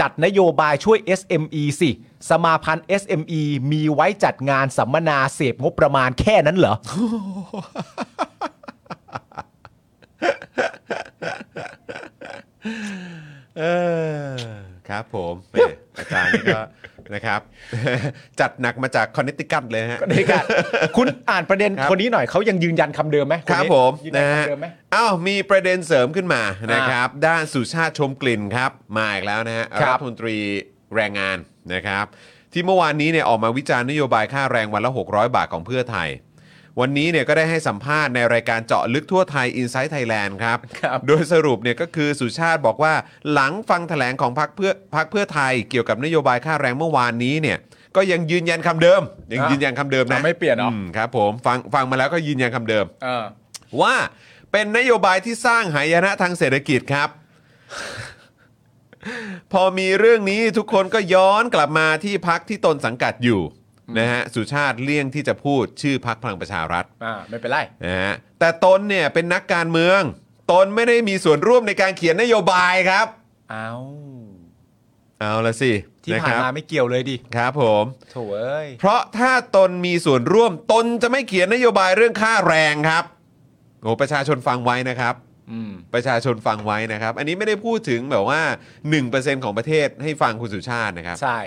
B: จัดนโยบายช่วย SME สิ สมาพันธ์ SME มีไว้จัดงานสัมมนาเสพงบประมาณแค่นั้นเหรอ
A: เออครับผมแหม่อาจารย์นี่ก็ นะครับ [LAUGHS] จัดหนักมาจากคอนเนตทิคัตเลยฮะ
B: ในการคุณอ่านประเด็น
A: ครับ
B: คนนี้หน่อยเขายังยืนยันคำเดิมไหมน
A: ครับ
B: นี้
A: ผม
B: ยืนยั
A: นะ
B: น
A: ฮะ
B: คำเดิมไหม
A: อ้าวมีประเด็นเสริมขึ้นมา
B: อ่าน
A: นะครับ ด้านสุชาติชมกลิ่นครับ มาอีกแล้วนะฮะ
B: ครั
A: รับ ฐมนตรีแรงงานนะครับ ที่เมื่อวานนี้เนี่ยออกมาวิจารณ์นโยบายค่าแรงวันละ 600 บาทของเพื่อไทย วันนี้เนี่ยก็ได้ให้สัมภาษณ์ในรายการเจาะลึกทั่วไทย Inside Thailand ครับ
B: ครับ
A: โดยสรุปเนี่ยก็คือสุชาติบอกว่าหลังฟังแถลงของพักเพื่อพักเพื่อไทยเกี่ยวกับนโยบายค่าแรงเมื่อวานนี้เนี่ยก็ยังยืนยันคำเดิม ยัง
B: อ่ะ
A: ยืนยันคำเดิมนะ
B: อ่ะไม่เปลี่ยนเหรออื
A: มครับผมฟังฟังมาแล้วก็ยืนยันคำเดิม
B: เออ
A: ว่าเป็นนโยบายที่สร้างหายนะทางเศรษฐกิจครับ [LAUGHS] พอมีเรื่องนี้ทุกคนก็ย้อนกลับมาที่พักที่ตนสังกัดอยู่นะฮะสุชาติเลี่ยงที่จะพูดชื่อพักพลังประชารัฐ
B: อ่าไม่เป็นไร
A: นะฮะแต่ตนเนี่ยเป็นนักการเมือง ตนไม่ได้มีส่วนร่วมในการเขียนนโยบายครับ
B: เอา
A: เอาละสิ
B: ที่ผ่านะ
A: ค
B: มา
A: รับ
B: ไม่เกี่ยวเลยดิ
A: ครับผม
B: โถเอ้ย
A: เพราะถ้าตนมีส่วนร่วมตนจะไม่เขียนนโยบายเรื่องค่าแรงครับโอ้ประชาชนฟังไว้นะครับ
B: อืม
A: ประชาชนฟังไว้นะครับ อันนี้ไม่ได้พูดถึงแบบว่า 1%ของประเทศให้ฟังคุณสุชาตินะครับ
B: ใช่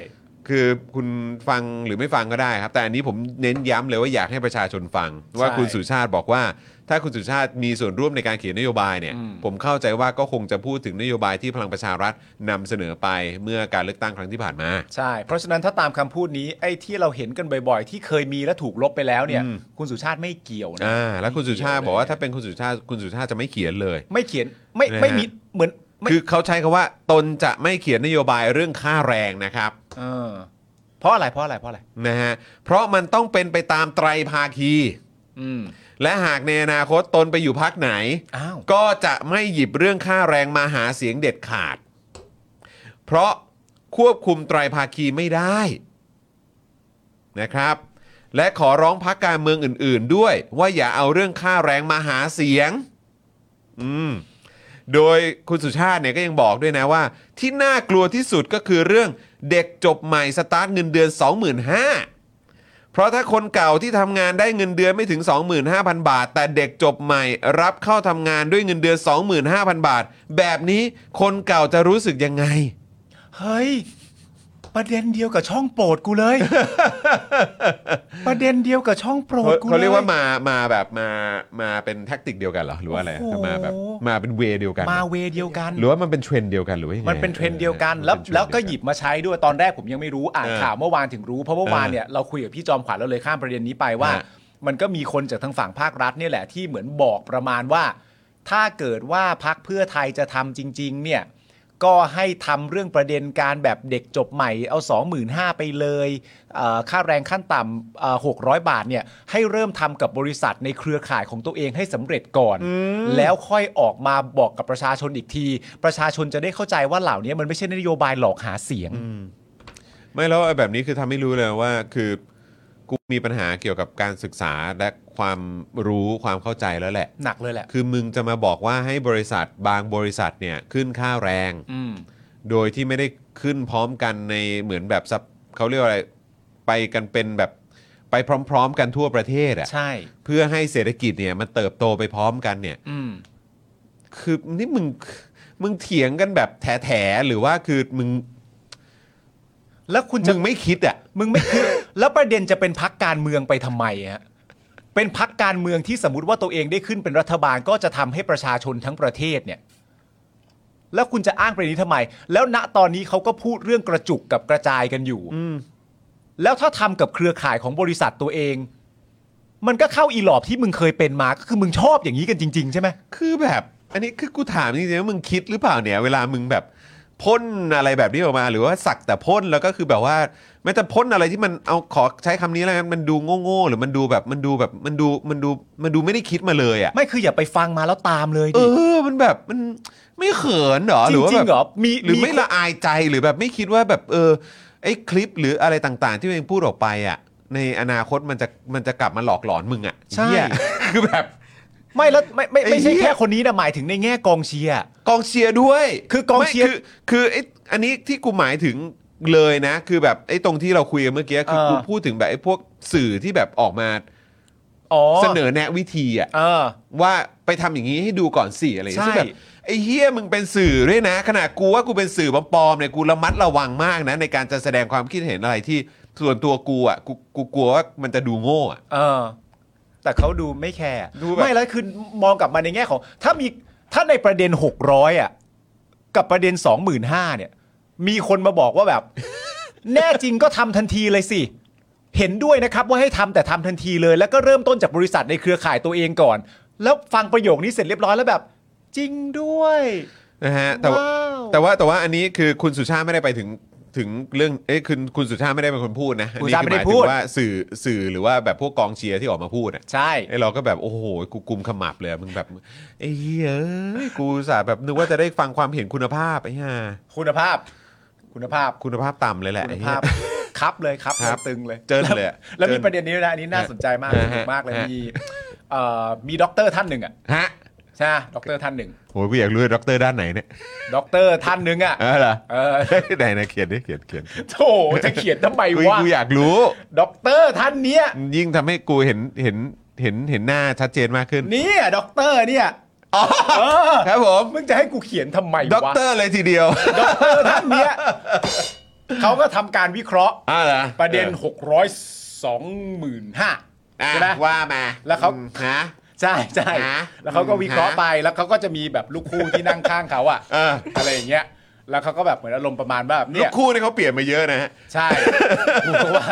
A: คือคุณฟังหรือไม่ฟังก็ได้ครับ แต่อันนี้ผมเน้นย้ำเลยว่าอยากให้ประชาชนฟัง ว่าคุณสุชาติบอกว่า ถ้าคุณสุชาติมีส่วนร่วมในการเขียนนโยบายเนี่ย
B: อืม
A: ผมเข้าใจว่าก็คงจะพูดถึงนโยบายที่พลังประชารัฐนำเสนอไปเมื่อการเลือกตั้งครั้งที่ผ่านมา
B: ใช่ เพราะฉะนั้นถ้าตามคำพูดนี้ไอ้ที่เราเห็นกันบ่อยๆ ที่เคยมีและถูกลบไปแล้วเนี่ย
A: อืม
B: คุณสุชาติไม่เกี่ยวนะ
A: อ่าแล้วคุณสุชาติบอกว่าถ้าเป็นคุณสุชาติคุณสุชาติจะไม่เขียนเลย
B: ไม่เขียนไม่
A: นะฮะ
B: ไม่มีเหมือนไม่
A: คือเขาใช้คำว่าตนจะไม่เขียนนโยบายเรื่องค่าแรงนะครับ
B: เออเพราะอะไรเพราะอะไรเพราะอะไร
A: นะฮะ เพราะมันต้องเป็นไปตามไตรภาคี
B: อืม
A: และหากในอนาคตตนไปอยู่พักไหน
B: อ้าว
A: ก็จะไม่หยิบเรื่องค่าแรงมาหาเสียงเด็ดขาด เพราะควบคุมไตรภาคีไม่ได้นะครับ และขอร้องพักการเมืองอื่น ๆ ด้วย ว่าอย่าเอาเรื่องค่าแรงมาหาเสียง อืม โดยคุณสุชาติเนี่ยก็ยังบอกด้วยนะว่า ที่น่ากลัวที่สุดก็คือเรื่องเด็กจบใหม่สตาร์ทเงินเดือน 25,000เพราะถ้าคนเก่าที่ทำงานได้เงินเดือนไม่ถึง 25,000 บาท แต่เด็กจบใหม่รับเข้าทำงานด้วยเงินเดือน 25,000 บาท แบบนี้คนเก่าจะรู้สึกยังไง
B: เฮ้ย ประเด็นเดียวกับช่องโปรดกูเลย
A: [LAUGHS]
B: ประเด็นเดียวกับช่องโปรด
A: เขา
B: กูล
A: เขาเรียกว่ามามาแบบมามาเป็นแท็กติกเดียวกันเหรอหรือว่าอะไร
B: โอ้โห
A: มาแบบมาเป็นเวย์เดียวกันเหรอ
B: มาเวเดียวกัน
A: หรือว่ามันเป็นเทรนด์เดียวกันหรือว่ายังไง
B: มันเป็นเทรนด์เดียวกัน
A: ออ
B: แล้ว
A: มัเป็นเทรนด์
B: แล้วก็
A: เดี
B: ห
A: น
B: ยิบมาใช้ด้วยตอนแรกผมยังไม่รู้อ่าน
A: เออ
B: ข่าวเมื่อวานถึงรู้เพราะเมื่อวาน
A: เออ
B: เนี่ยเราคุยกับพี่จอมขวัญแล้วเลยข้ามประเด็นนี้ไปว่า
A: ฮะ
B: มันก็มีคนจากทางฝั่งภาครัฐเนี่ยแหละที่เหมือนบอกประมาณว่า ถ้าเกิดว่าพักเพื่อไทยจะทำจริง ๆ เนี่ยก็ให้ทำเรื่องประเด็นการแบบเด็กจบใหม่เอา 25,000ไปเลยเอ่อค่าแรงขั้นต่ำเอ่อ600 บาทเนี่ยให้เริ่มทำกับบริษัทในเครือข่ายของตัวเองให้สำเร็จก่อน แล้วค่อยออกมาบอกกับประชาชนอีกที ประชาชนจะได้เข้าใจว่าเหล่านี้มันไม่ใช่นโยบายหลอกหาเสียง
A: ไม่แล้วไอ้แบบนี้คือทำให้รู้เลยว่าคือกูมีปัญหาเกี่ยวกับการศึกษาและความรู้ความเข้าใจแล้วแหละ
B: หนักเลยแหละ
A: คือมึงจะมาบอกว่าให้บริษัทบางบริษัทเนี่ยขึ้นค่าแรง
B: อืม
A: โดยที่ไม่ได้ขึ้นพร้อมกันในเหมือนแบบซับเขาเรียกว่าอะไรไปกันเป็นแบบไปพร้อม ๆ กันทั่วประเทศอะ
B: ใช่
A: เพื่อให้เศรษฐกิจเนี่ยมันเติบโตไปพร้อมกันเนี่ย
B: อืม
A: คือนี่มึงมึงเถียงกันแบบแถๆหรือว่าคือมึง
B: แล้วคุณจะ
A: มึงไม่คิดอะ
B: มึงไม่คือ แล้วประเด็นจะเป็นพักการเมืองไปทำไมฮะ เป็นพักการเมืองที่สมมติว่าตัวเองได้ขึ้นเป็นรัฐบาลก็จะทำให้ประชาชนทั้งประเทศเนี่ย แล้วคุณจะอ้างประเด็นนี้ทำไม แล้วณตอนนี้เขาก็พูดเรื่องกระจุกกับกระจายกันอยู่ แล้วถ้าทำกับเครือข่ายของบริษัทตัวเอง มันก็เข้าอีหลอบที่มึงเคยเป็นมาก็คือมึงชอบอย่างนี้กันจริง ๆ ใช่ไหม
A: คือแบบ อันนี้คือกูถามจริงๆว่ามึงคิดหรือเปล่าเนี่ย เวลามึงแบบพ่นอะไรแบบนี้ออกมา หรือว่าสักแต่พ่นแล้วก็คือแบบว่าไม่แต่พ่นอะไรที่มันเอาขอใช้คำนี้แล้วกันมันดูโง่ๆหรือมันดูแบบมันดูแบบมันดูมันดูมันดูไม่ได้คิดมาเลยอ่ะ
B: ไม่คืออย่าไปฟังมาแล้วตามเลย
A: เอ
B: ดิ
A: อมันแบบมันไม่เขินเหรอ
B: จ
A: หรือว่า
B: ริ
A: แบ
B: งๆเหรอบ มี
A: หรือไม่
B: คน
A: ละอายใจหรือแบบไม่คิดว่าแบบเออไอ้คลิปหรืออะไรต่างๆ ที่ตัวเองพูดออกไปอ่ะ ในอนาคตมันจะมันจะกลับมาหลอกหลอนมึงอ่ะ
B: ใช่
A: เหี้ย [LAUGHS] คือแบบ
B: ไม่แล้วไม่ไม่ไม่ใช่
A: ไอ้เหี้ย
B: แค่คนนี้นะหมายถึงในแง่กองเชียร์
A: กองเชียร์ด้วย
B: คือกองเชียร์
A: ไม่คือคือไอ้อันนี้ที่กูหมายถึงเลยนะ คือแบบไอ้ตรงที่เราคุยกันเมื่อกี้คือ
B: เออ
A: กูพูดถึงแบบไอ้พวกสื่อที่แบบออกมา
B: อ๋อ
A: เสนอแนะวิธีอะ
B: เออ
A: ว่าไปทำอย่างนี้ให้ดูก่อนสิอะไรอย่างเงี้ย
B: ใช่
A: ซึ่งแบบไอ้เฮียมึงเป็นสื่อด้วยนะ ขนาดกูว่ากูเป็นสื่อปลอมๆเนี่ยกูระมัดระวังมากนะ ในการจะแสดงความคิดเห็นอะไรที่ส่วนตัวกูอ่ะกูกูกลัวว่ามันจะดูโง่อะ
B: เออ แต่เขาดูไม่แคร์
A: ดูแบบ
B: ไม่แล้วคือมองกลับมาในแง่ของ ถ้ามีถ้าในประเด็นหกร้อยอ่ะ กับประเด็นสองหมื่นห้าเนี่ย มีคนมาบอกว่าแบบ [LAUGHS] แน่จริงก็ทำทันทีเลยสิ เห็นด้วยนะครับว่าให้ทำแต่ทำทันทีเลย แล้วก็เริ่มต้นจากบริษัทในเครือข่ายตัวเองก่อน แล้วฟังประโยคนี้เสร็จเรียบร้อยแล้วแบบ จริงด้วย
A: นะฮะแต่ว่า
B: ว้าว
A: แต่ว่าแต่ว่าอันนี้คือคุณสุชาติไม่ได้ไปถึงถึงเรื่องเอ้ยคุณคุณสุชาติไม่ได้เป็นคนพูดนะอันนี้
B: คุณสุชา
A: คื
B: ติ
A: อห
B: ไม่ได้
A: มายถึ
B: พูด
A: งว่าสื่อสื่อหรือว่าแบบพวกกองเชียร์ที่ออกมาพูดอ่ะ
B: ใช่
A: ไอ้เราก็แบบโอ้โหกูกลุมขมับเลยอะมึงแบบไอ้เหี้ยเอ้ยกูอุตสาห์แบบนึกว่าจะได้ฟังความเห็นคุณภาพไอ้ห่า
B: คุณภาพ คุณภาพ
A: คุณภาพต่ำเลยแหละ
B: คุ
A: ไอ้
B: ณ
A: เหี้
B: ภาย พ [LAUGHS] ครับเลยครับ
A: ครับ
B: ตึงเลย
A: เจิ้นเลยอะ
B: แล้วแล้ว
A: เจิ้
B: มี
A: น
B: ประเด็นนี้ด้วยนะอันนี้น่าสนใจมาก
A: ฮะ
B: สนุกมากเลย
A: ฮะ
B: มีเอ่อมีด็อกเตอร์ท่านหนึ่งอ่ะ
A: ฮะ
B: ใช่ไหมด็อกเตอร์ท่านหนึ่ง
A: โหกูอยากรู้ว่าด็อกเตอร์ด้านไหนเนี่ย
B: ด็อกเตอร์ท่านหนึ่งอ่ะ
A: เออเหรอ
B: เออ
A: ไหนนะเขียนดิเขียนเขียนเขียน
B: โถจะเขียนทำไม
A: กู
B: วะ
A: กูอยากรู้
B: ด็อกเตอร์ท่านเนี้ย
A: ยิ่งทำให้กูเห็นเห็นเห็นเห็นหน้าชัดเจนมากขึ้น
B: เนี่ยด็อกเตอร์เนี่ยเออ
A: ครับผม
B: มึงจะให้กูเขียนทำไม
A: ด็อก
B: วะ
A: เตอร์เลยทีเดียว
B: ด็อกเตอร์ท่านเนี้ยเขาก็ทำการวิเคราะห์
A: อ่าเหรอ
B: ประเด็น
A: ออ
B: หกร้อยสองหมื่นห้า
A: อ่ะ
B: ใช่ไหม
A: ว่ามา
B: แล้วเขา
A: อืมฮะ
B: ใช่ใช่
A: ฮะ
B: แล้วเขาก็วิเคราะห์
A: ฮะ
B: ไปแล้วเขาก็จะมีแบบลูกคู่ที่นั่งข้างเขาอะ
A: เออ
B: อะไรอย่างเงี้ย แล้วเขาก็แบบเหมือนอารมณ์ประมาณว่าแบบ
A: ลู
B: เนี่
A: ก
B: ย
A: คู่นี่เขาเปลี่ยนมาเยอะนะฮะ
B: ใช่
A: [LAUGHS]
B: เพราะว่า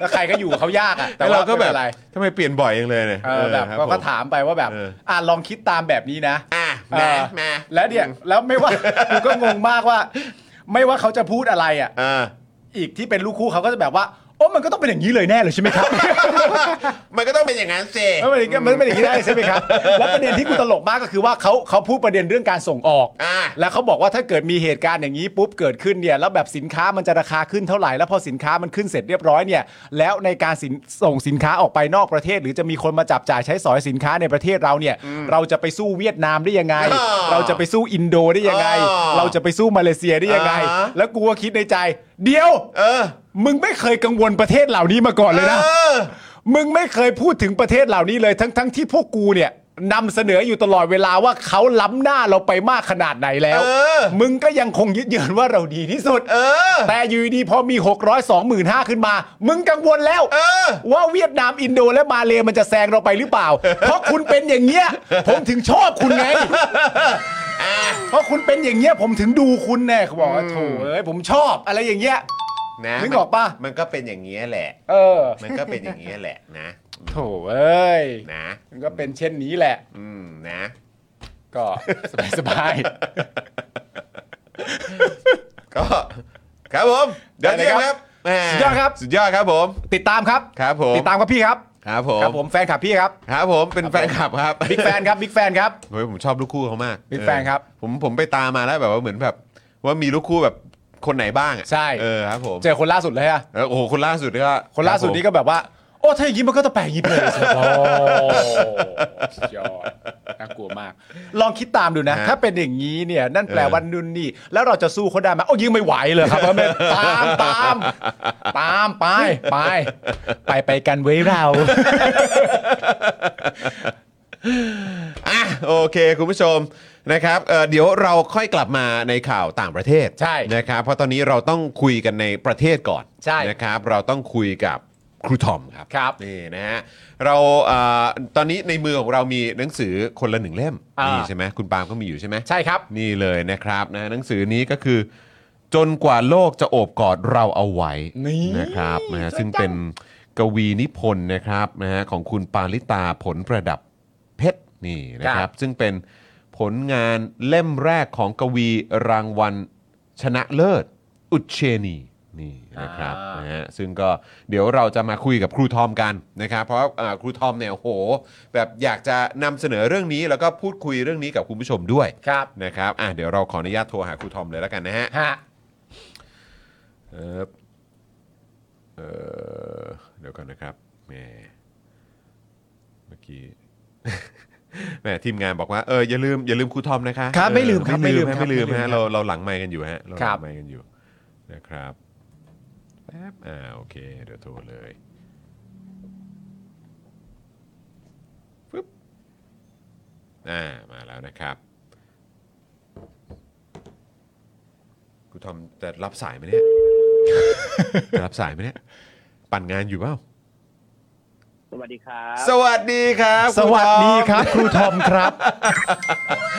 B: แล้วใครก็อยู่กับเขายากอะแต่
A: แล้ว
B: ว่า
A: เราก็
B: ไม่
A: แบบ
B: เป็นไร
A: ทำไมเปลี่ยนบ่อยจังเลยเนี่ย
B: เออแบบ
A: ครั
B: ก็
A: ผม
B: ก็ถามไปว่าแบบ
A: เอออ่
B: อ่ะลองคิดตามแบบนี้นะ
A: อ่ะ
B: เอ
A: มา
B: อ
A: มา
B: แล้วเนี่ยแล้วไม่ว่ากูก็งงมากว่า ไม่ว่าเขาจะพูดอะไรอะ
A: เออ
B: อีกที่เป็นลูกคู่เขาก็จะแบบว่าโอ้มันก็ต้องเป็นอย่างนี้เลยแน่เลยใช่ไหม
A: [LAUGHS]
B: ครับ
A: มันก็ต้องเป็นอย่างนั้นสิ
B: ไม่เป็นอย่างนี้ไม่เป็นอย่างนี้ได้ใช่ไหมครับ แล้วประเด็นที่กูตลกมากก็คือว่าเขาเขาพูดประเด็นเรื่องการส่งออก
A: อ่ะ
B: แล้วเขาบอกว่าถ้าเกิดมีเหตุการณ์อย่างนี้ปุ๊บเกิดขึ้นเนี่ยแล้วแบบสินค้ามันจะราคาขึ้นเท่าไหร่แล้วพอสินค้ามันขึ้นเสร็จเรียบร้อยเนี่ยแล้วในการสินส่งสินค้าออกไปนอกประเทศ หรือจะมีคนมาจับจ่ายใช้สอยสินค้าในประเทศเราเนี่ยเราจะไปสู้เวียดนามได้ยังไง
A: อ่า
B: เราจะไปสู้อินโดได้ยังไง
A: อ่า
B: เราจะไปสู้มาเลเซียได้ยังไง
A: อ่าฮะ
B: แล้วกูก็คิดในใจ เดียว
A: เออ
B: มึงไม่เคยกังวลประเทศเหล่านี้มาก่อนเลยนะ
A: เออ
B: มึงไม่เคยพูดถึงประเทศเหล่านี้เลย ทั้งทั้งที่พวกกูเนี่ยนำเสนออยู่ตลอดเวลาว่าเขาล้ำหน้าเราไปมากขนาดไหนแล้ว
A: เออ
B: [LAUGHS] มึงก็ยังคงยึดเยืนว่าเราดีที่สุด
A: เออ
B: แต่อยู่ดีๆพอมี 625,000 ขึ้นมา มึงกังวลแล้ว
A: เออ
B: ว่าเวียดนามอินโดและมาเลมันจะแซงเราไปหรือเปล่า เพราะคุณเป็นอย่างเงี้ย ผมถึงชอบคุณ
A: [LAUGHS]
B: ไง เพราะคุณเป็นอย่างเงี้ยผมถึงดูคุณแน่เขาบอกว่าโถ่เอ้ยผมชอบอะไรอย่างเงี้ย
A: นะ
B: นึกออกปะ
A: มันก็เป็นอย่างนี้ยแหละ
B: เออ
A: มันก็เป็นอย่างนี้ยแหละนะ
B: โถ่เอ้ย
A: นะ
B: มันก็เป็นเช่นนี้แหละ
A: อืมนะ
B: ก็สบายสบาย
A: ก็ครับผมเดี๋ยวเรียกครับแหม่
B: สุดยอดครับ
A: สุดยอดครับผม
B: ติดตามครับ
A: ครับผม
B: ติดตามครับพี่ครับ
A: ครับผม
B: ครับผมแฟนคลับพี่
A: [LAUGHS]
B: ครับ
A: ครับผมเป็นแฟนคลับครับ
B: บิ๊กแฟนครับ บิ๊กแฟนครับ
A: เฮ้ยผมชอบลูกคู่เขามาก
B: เป็นแฟนครับ
A: เออผมผมไปตามมาแล้วแบบว่าเหมือนแบบ ว่ามีลูกคู่แบบคนไหนบ้างอะ
B: ใช่
A: เออครับผม
B: เจอคนล่าสุดเลยอะ
A: เออโอ้โหคนล่าสุดก็
B: คนล่าสุดนี้
A: ครับ
B: ก็แบบว่า โอ้ถ้าอย่างนี้มันก็ต้องแปลงอย่างนี้ไปเลยสิ [LAUGHS] โอ้สุดยอดน่ากลัวมาก ลองคิดตามดูนะ ถ้าเป็นอย่างนี้เนี่ย นั่นแปลว่านุ่นนี่ แล้วเราจะสู้เขาได้ไหมโอ้ยิงไม่ไหวเลยครับ [LAUGHS] ว่าแม่ตามต [LAUGHS] ามตามไปไปไปไปกันเว้ยเรา
A: ผมอ่ะโอเค คุณผู้ชมนะครับเออเดี๋ยวเราค่อยกลับมาในข่าวต่างประเทศ
B: ใช่
A: นะครับเพราะตอนนี้เราต้องคุยกันในประเทศก่อน
B: ใช่
A: นะครับ เราต้องคุยกับ ครูทอมครับ
B: ครับ
A: นี่นะฮะเราเอ่อตอนนี้ในมือของเรามีหนังสือคนละหนึ่งเล่ม
B: อ่านี่
A: นี่ใช่ไหมคุณปาล์มก็มีอยู่ใช่ไหม
B: ใช่ครับ
A: นี่เลยนะครับนะหนังสือนี้ก็คือ จนกว่าโลกจะโอบกอดเราเอาไว้
B: นี่
A: นะครับนะฮะ
B: สวยจัง
A: ซึ่งเป็นกวีนิพนธ์นะครับนะฮะของคุณปาลิตาผลประดับเพชรนี่นะครับ ซึ่งเป็นผลงานเล่มแรกของกวีรางวัลชนะเลิศ อุเชนีนี่นะครับนะฮะซึ่งก็เดี๋ยวเราจะมาคุยกับครูทอมกันนะครับ เพราะว่าอ่าครูทอมเนี่ยโอ้โห แบบอยากจะนำเสนอเรื่องนี้แล้วก็พูดคุยเรื่องนี้กับคุณผู้ชมด้วย
B: ครับ
A: นะครับ อ่ะ เดี๋ยวเราขออนุญาตโทรหาครูทอมเลยแล้วกันนะฮะ
B: ฮะ
A: เออเออเดี๋ยวก่อนนะครับแหมเมื่อกี้ [LAUGHS] แหมทีมงานบอกว่า เออ อย่าลืม อย่าลืมครูทอมนะคะ
B: ครับ
A: เออ
B: ไม่ลืมครับ
A: ไม่ลืม
B: ไม่ลืม
A: ฮะ
B: ค
A: ไม่ลืม
B: รับไม่ลืมครั
A: ฮะ
B: บ
A: เรา เราหลังไมค์กันอยู่ฮะ เราห
B: ครั
A: ลั
B: บ
A: งไมค์กันอยู่ นะครับ แป๊บ อ่า โอเค เดี๋ยวโทรเลยปึ๊บ อ่า มาแล้วนะครับ กูทอมจะรับสายไหม
B: [LAUGHS]
A: เนี่ย จะรับสายไหมเนี่ย ปั่นงานอยู่เปล่า
F: สวัสดีครับ
A: สวัสดีครับ
B: [LAUGHS] สวัสดี
A: ณทอม
B: ครับ ครูทอม [LAUGHS] ครับ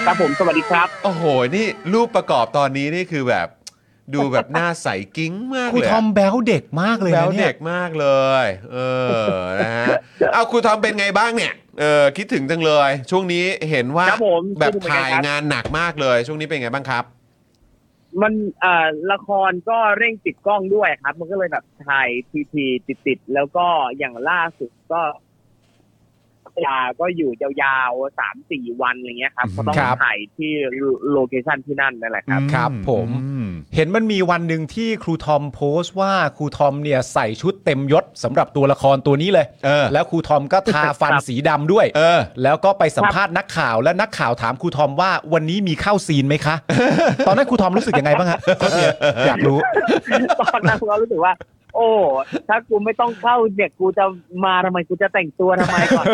F: ครับผมสวัสดีครับ
A: โอ้โห นี่รูปประกอบตอนนี้นี่คือแบบ ดูแบบหน้าใสกิ้งมาก
B: ครู
A: เลย
B: ทอมแบลเด็กมากเลย
A: แล้
B: นะ
A: ว
B: เนี่
A: เด็
B: ย
A: กมากเลย เออ นะ
B: [LAUGHS]
A: ฮะ เอาครูทอมเป็นไงบ้างเนี่ย เออ คิดถึงจังเลย ช่วงนี้เห็นว่า
F: ครับผม
A: แบบ
F: ช่วงนี้เป็นไง
A: ถ่าย
F: ครับ
A: งานหนักมากเลย ช่วงนี้เป็นไงบ้างครับ
F: มันเอ่อละครก็เร่งติดกล้องด้วยครับ มันก็เลยแบบถ่ายทีทีติดติดๆแล้วก็อย่างล่าสุดก็ยาก็อยู่ยาวๆสามสี่วันอะไรเงี้ยครับก็ต้อง
B: ครับ
F: ถ่ายที่โลเคชั่นที่นั่นนั่นแหละครับ
B: ครับผม
A: อื
B: เห็นมันมีวันหนึ่งที่ครูทอมโพสต์ว่าครูทอมเนี่ยใส่ชุดเต็มยศสำหรับตัวละครตัวนี้เลย
A: เออ
B: [LAUGHS] แล้วครูทอมก็ทาฟัน
F: ครับ
B: สีดำด้วย
A: เออ
B: แล้วก็ไปสัมภาษณ์นักข่าวและนักข่าวถามครูทอมว่าวันนี้มีเข้าซีนไหม
F: [LAUGHS]
B: คะ ตอนนั้นครูทอมรู้สึกยังไงบ้างฮะโทษทีอยากรู้
F: [LAUGHS] ตอนนั้นเรารู้สึกว่า โอ้ ถ้ากูไม่ต้องเข้าเนี่ยกูจะมาทำไมกูจะแต่งตัวทำไมก่อน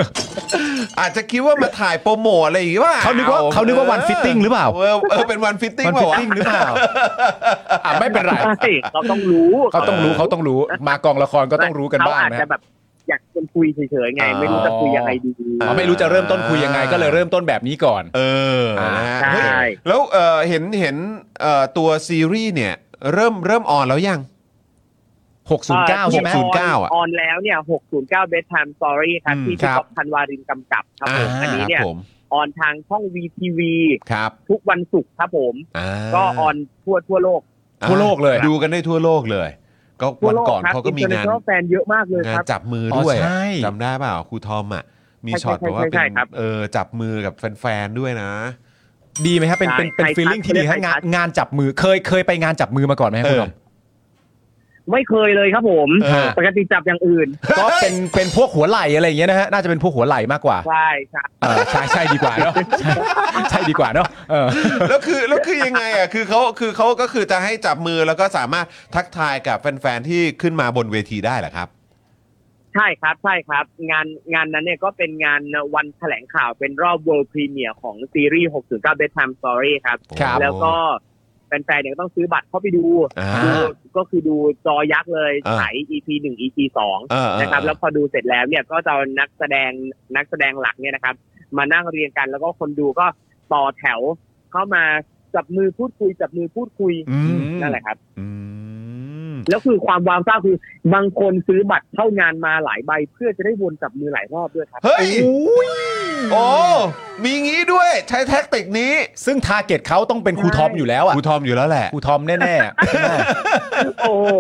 A: อาจจะคิดว่ามาถ่ายโปรโมทอะไรอย่างงี้ว่า
B: เขานึกว่าเขานึกว่าวัน fitting หรือเปล่า
A: เออเออเป็นวันฟิตติ้ง
B: มัน
A: เป
B: ฟิ
A: ล่า
B: ต
A: วะ
B: ติ้งหรือเปล่าอ่ะไม่เป็นไร
F: ใช่เราต้องรู้
B: เขาต้องรู้เขาต้องรู้มากองละครก็ต้องรู้กันบ้าง
F: เขาอาจ
B: นะ
F: จะ
B: ฮะ
F: แบบอยากจะคุยเฉยๆไง
A: อ๋อ
F: ไม่รู้จะคุยยังไงดี
A: เออ
B: ไม่รู้จะเริ่มต้นคุยยังไงก็เลยเริ่มต้นแบบนี้ก่อน
A: เออนะฮะ
F: ใช่
A: เฮ้ยแล้วเอ่อเห็นเห็นเอ่อตัวซีรีส์เนี่ยเริ่มเริ่มออนแล้วยัง
B: 609 ใช่ไหม
A: หกศูนย์ 09อะ
F: ออนแล้วเนี่ย 609 bedtime story ครับ
A: อืม
F: ที่
B: ค
F: พี่
B: รับ
F: ก๊อฟธันวารินกำกับครับผมอัน
A: ค
F: นี้
A: รับ
F: เนี่ย
A: ผม
F: ออนทางช่อง VTV
A: ครับ
F: ทุกวันศุกร์ครับผม
A: อ่า
F: ก็ออนทั่วทั่วโลก
A: อ่า
B: ทั่วโลกเลย
A: ดูกันได้ทั่วโลกเลย ก็
F: ทั่ว
A: วัน
F: โลก
A: ก่อน
F: ครับ
A: เขาก็มีงาน
F: แฟนเยอะมากเลย
A: งา
F: คน รับ
A: จับมือด้วย
B: อ๋อใช่
A: จำได้เปล่าครูทอมอ่ะมี
F: ใช่
A: ช็อต
F: ใช่
A: แบบว่า
F: ใช่ใช่
A: เป็น
F: ครับ
A: เออจับมือกับแฟนๆด้วยนะ
B: ดีไหมครับเป็นเป็นเป็น
F: ใช่
B: ฟีลลิ่งที่ดี
F: ใช่
B: ฮะงาน
F: ใช่
B: งานจับมือเคยเคยไปงานจับมือมาก่อนไหมครับ
A: เออ
B: คุณผู้ชม
F: ไม่เคยเลยครับผม
A: เออ
F: ปกติจับอย่างอื่น
B: ก็เป็นเป็นพวกหัวไหลอะไรอย่างเงี้ยนะฮะน่าจะเป็นพวกหัวไหลมากกว่า
F: ใช่ครับ
B: เออใช่ใช่ดีกว่าเนาะใช่ใช่ดีกว่าเนาะเออ
A: แล้วคือแล้วคือยังไงอ่ะ [LAUGHS] คือเขาคือเขาก็คือจะให้จับมือแล้วก็สามารถทักทายกับแฟนๆที่ขึ้นมาบนเวทีได้เหรอครับ
F: ใช่ครับใช่ครับ งานงานนั้นเนี่ยก็เป็นงานวันแถลงข่าวเป็นรอบ World Premiere ของซีรีส์ 609 Bedtime Story ครับ
B: ครับ
F: แล้วก็แฟนๆเนี่ยก็ต้องซื้อบัตรเข้าไปดู
A: อ่า
F: ดูก็คือดูจอยักษ์เลย
A: อ่า
F: ฉาย EP 1 EP
A: เออเออเออ
F: 2นะครับ แล้วพอดูเสร็จแล้วเนี่ยก็จะเอานักแสดงนักแสดงหลักเนี่ยนะครับ มานั่งเรียงกันแล้วก็คนดูก็ต่อแถวเข้ามาจับมือพูดคุยจับมือพูดคุย
A: อืม
F: นั่นแหละครับ
A: อืม
F: แล้วคือความวาวซ่าคือบางคนซื้อบัตรเข้างานมาหลายใบ เพื่อจะได้วนจับมือหลายรอบด้วยครับ
A: เฮ้ยโอ้มีงี้ด้วยใช้แท็กติกนี้
B: ซึ่งทาร์เก็ตเขาต้องเป็นครูทอมอยู่แล้วอ่ะ
A: ครูทอมอยู่แล้วแหละ
B: ครูทอมแน่ๆอะ
F: โอ้โห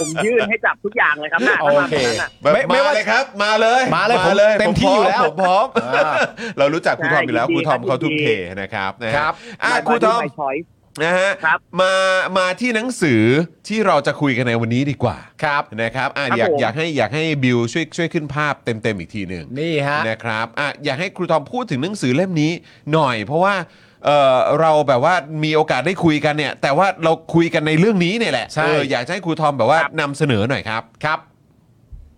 F: ผมยื่นให้จับทุกอย่างเลยครับน่ะ
B: โอเค
F: ถ้ามาแบบนั้นน่ะ
A: แบบ
B: ไม่ไม่
A: มา
B: ว่า
A: เลยครับ มาเลย
B: มาเลยผมเต็มที่
A: ผ
B: อยู่แล้ว
A: ผมพร้อม
B: อ่า
A: เรารู้จักครูทอมอยู่แล้ว
F: ใช่
A: ครูทอม
F: ยินดี
A: เขาทุ่ม
F: ยินดี
A: เทนะครับนะฮะ
B: ครับ
A: อ่ะ
F: มา
A: ครูทอม
F: ดู my choice
A: นะฮะ
F: ครับ
A: มามาที่หนังสือที่เราจะคุยกันในวันนี้ดีกว่า
B: ครับ
A: นะครับอ่ะ
F: ครับ
A: อยาก
F: ผม
A: อยากให้อยากให้บิวช่วยช่วยขึ้นภาพเต็มๆอีกทีหนึ่ง
B: นี่ฮะ
A: นะครับอ่ะอยากให้ครูทอมพูดถึงหนังสือเล่มนี้หน่อย เพราะว่าเอ่อเราแบบว่ามีโอกาสได้คุยกันเนี่ย แต่ว่าเราคุยกันในเรื่องนี้เนี่ยแหละ
B: ใช่
A: เอออยากจะให้ครูทอมแบบว่านำเสนอหน่อยครับครับ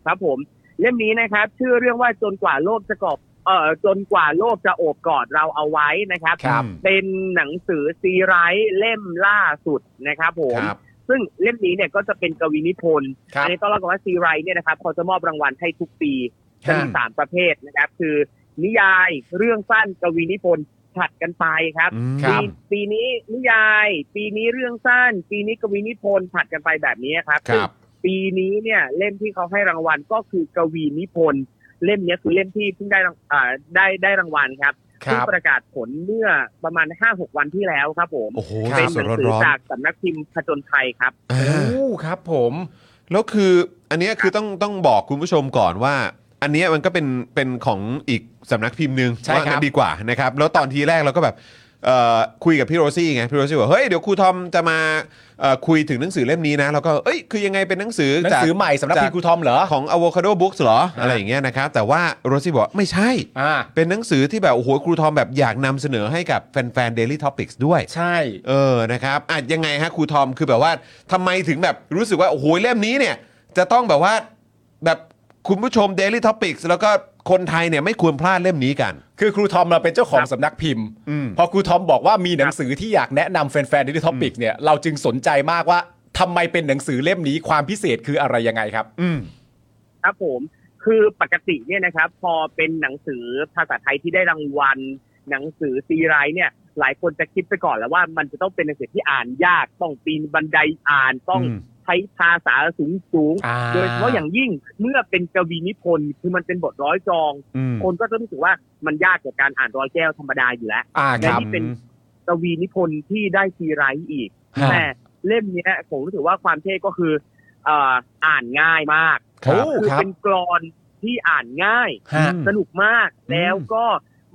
F: ครับผม เล่มนี้นะครับ ชื่อเรื่องว่าจนกว่าโลกจะกอบเอ่อจนกว่าโลกจะโอบกอดเราเอาไว้นะครับ
B: ครับ
F: เป็นหนังสือซีไรส์เล่มล่าสุดนะครับผม
A: ครับ
F: ซึ่งเล่มนี้เนี่ยก็จะเป็นกวีนิพนธ์
B: ครับ
F: อันี้ต้องเล่ากันว่าซีไรเนี่ยนะครับเขาจะมอบรางวัลให้ทุกปีจะมี
B: ฮะ
F: สามประเภทนะครับ คือ นิยายเรื่องสั้นกวีนิพนธ์ผลัดกันไปครับ
A: อืม
B: ครั
F: ปี
B: บ
F: ปีนี้นิยาย ปีนี้เรื่องสั้น ปีนี้กวีนิพนธ์ผลัดกันไปแบบนี้ครับ
A: ครับ
F: ปีนี้เนี่ยเล่มที่เขาให้รางวัลก็คือกวีนิพนธ์เล่มเนี้ยคือเล่มที่เพิ่งได้รางอ่าได้ได้รางวัลครับ
B: ค
F: เพิ่ง
B: รับ
F: ประกาศผลเมื่อประมาณห้าหกวันที่แล้วครับผม
A: โอ้โห
B: ครับ
F: เป็น
A: ส
F: หนั
A: ด
F: ง
A: ๆร้อน
F: สือ
A: ร้อน
F: จากสำนักพิมพ์ผจญภัยครับ
B: อู้ครับผม
A: แล้วคืออันเนี้ยคือต้องต้องบอกคุณผู้ชมก่อนว่า อันเนี้ยมันก็เป็นเป็นของอีกสำนักพิมพ์หนึ่งว่างั้นดีกว่านะครับ แล้วตอนทีแรกเราก็แบบเอ่อคุยกับพี่โรซี่ไงพี่โรซี่บอกเฮ้ยเดี๋ยวครูทอมจะมาเอ่อคุยถึงหนังสือเล่มนี้นะแล้วก็เอ้ยคือยังไงเป็นหนังสือ
B: หนัง
A: จาก
B: สือใหม่สำนักพิมพ์ครูทอมเหรอ
A: ของ Avocado Books เหรอ อะไรอย่างเงี้ยนะครับ แต่ว่าโรซี่บอกไม่ใช่
B: อ่า
A: เป็นหนังสือที่แบบ โอ้โห ครูทอมแบบอยากนำเสนอให้กับแฟนๆ Daily Topics ด้วย
B: ใช่
A: เออนะครับอ่ะยังไงฮะครูทอมคือแบบว่าทำไมถึงแบบรู้สึกว่า โอ้โห เล่มนี้เนี่ย จะต้องแบบว่าแบบคุณผู้ชม Daily Topics แล้วก็คนไทยเนี่ยไม่ควรพลาดเล่มนี้กัน
B: คือครูทอมเราเป็นเจ้าของสำนักพิมพ์
A: อืม
B: พอครูทอมบอกว่ามีหนังสือที่อยากแนะนำแฟนๆดิจิทัลปิกเนี่ย เราจึงสนใจมากว่าทำไมเป็นหนังสือเล่มนี้ความพิเศษคืออะไรยังไงครับ
A: อืม
F: ครับผมคือปกติเนี่ยนะครับ พอเป็นหนังสือภาษาไทยที่ได้รางวัล หนังสือซีไรต์เนี่ย หลายคนจะคิดไปก่อนแล้วว่ามันจะต้องเป็นหนังสือที่อ่านยากต้องปีนบันไดอ่านต้อง
A: อืม
F: ใช้ภาษาสูงสูงๆ
B: อ่า
F: โดยเฉพาะอย่างยิ่งเมื่อเป็นกวีนิพนธ์คือมันเป็นบทร้อยกรอง
A: อืม
F: คนก็จะรู้สึกว่ามันยากกว่าการอ่านร้อยแก้วธรรมดาอยู่แล้ว
B: อ่าค
F: และ
B: รับ
F: นี่เป็นกวีนิพนธ์ที่ได้ซีไรต์อีก
B: ฮะ
F: แต่เล่มเนี้ยผมรู้สึกว่าความเท่ก็คือเอ่ออ่านง่ายมาก
B: ครับ
F: คือเป็นกรอนที่อ่านง่าย
B: ฮะ
F: สนุกมาก แล้วก็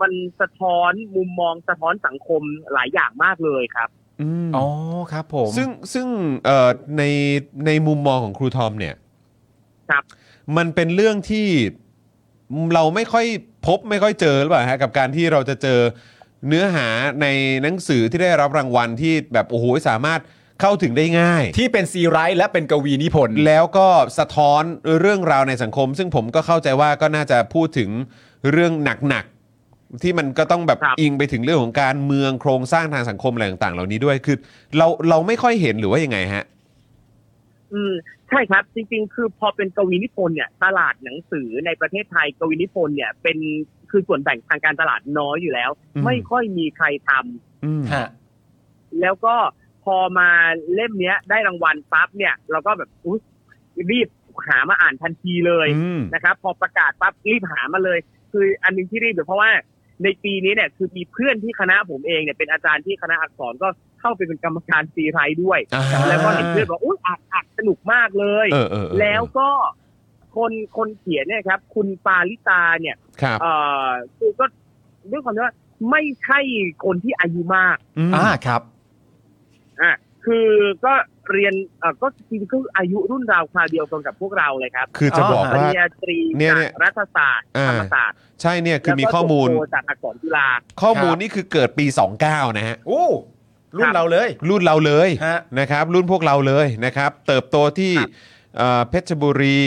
F: มันสะท้อนมุมมองสะท้อนสังคมหลายอย่างมากเลยครับ
A: อืม
B: อ๋อครับผม
A: ซึ่งซึ่งเอ่อในในมุมมองของครูทอมเนี่ย
F: ครับ
A: มันเป็นเรื่องที่เราไม่ค่อยพบไม่ค่อยเจอหรือเปล่าฮะกับการที่เราจะเจอเนื้อหาในหนังสือที่ได้รับรางวัลที่แบบโอ้โหสามารถเข้าถึงได้ง่าย
B: ที่เป็นซีไรต์และเป็นกวีนิพนธ์
A: แล้วก็สะท้อนเรื่องราวในสังคม ซึ่งผมก็เข้าใจว่าก็น่าจะพูดถึงเรื่องหนักๆ ที่มันก็ต้องแบบ
F: ครับ
A: อิงไปถึงเรื่องของการเมืองโครงสร้างทางสังคมอะไรต่างๆ เหล่านี้ด้วยคือเราเราไม่ค่อยเห็นหรือว่ายังไงฮะ
F: อืมใช่ครับ จริงๆ คือพอเป็นกวีนิพนธ์เนี่ยตลาดหนังสือในประเทศไทยกวีนิพนธ์เนี่ยเป็นคือส่วนแบ่งทางการตลาดน้อยอยู่แล้ว
A: อืม
F: ไม่ค่อยมีใครทำ
A: อืม
B: ฮะ
F: แล้วก็พอมาเล่มเนี้ยได้รางวัลปั๊บเนี่ย เราก็แบบอุ๊ยรีบหามาอ่านทันทีเลย
A: อืม
F: นะครับ พอประกาศปั๊บรีบหามาเลย คืออันหนึงที่รีบเนี่ยเพราะว่าในปีนี้เนี่ยคือมีเพื่อนที่คณะผมเองเนี่ยเป็นอาจารย์ที่คณะอักษรก็เข้าไปเป็นกรรมการซีไรต์ด้วย
A: อ่า
F: แล้วก็เห็นเพื่อนบอกอุ้ยอ่านอ่านสนุกมากเลย
A: เออเออเออ
F: แล้วก็คนคนเขียนเนี่ยครับ คุณปาลิตาเนี่ย
A: ครับ
F: เอ่อคือก็ด้วยความที่ว่าไม่ใช่คนที่อายุมาก
A: ม
B: อ่าครับ
F: อ่ะคือก็เรียนเอ่อก็จริงๆก็อายุรุ่นราวคราวเดียวกันกับพวกเราเลยครับ
A: คือจะบอก
F: ปริ
A: ว่า
F: ญญาตรี
A: เนี่ย
F: จา
A: เนี่
F: ก
A: ย
F: รัฐศาสตร์
A: อ่า
F: ธรรมศาสตร์
A: ใช่เนี่ยคือมีข้อมูล
F: แล้วก็จบโทจากอักษรจุฬา
A: ข้อมูลนี่คือเกิดปี 29 นะฮะ
B: โอ้ รุ่
F: ครั
B: น
F: บ
B: เราเลย
A: รุ่นเราเลย
B: ฮะ
A: นะครับ รุ่นพวกเราเลยนะครับ เติบโตที่
F: ครับ
A: เอ่อเพชรบุรี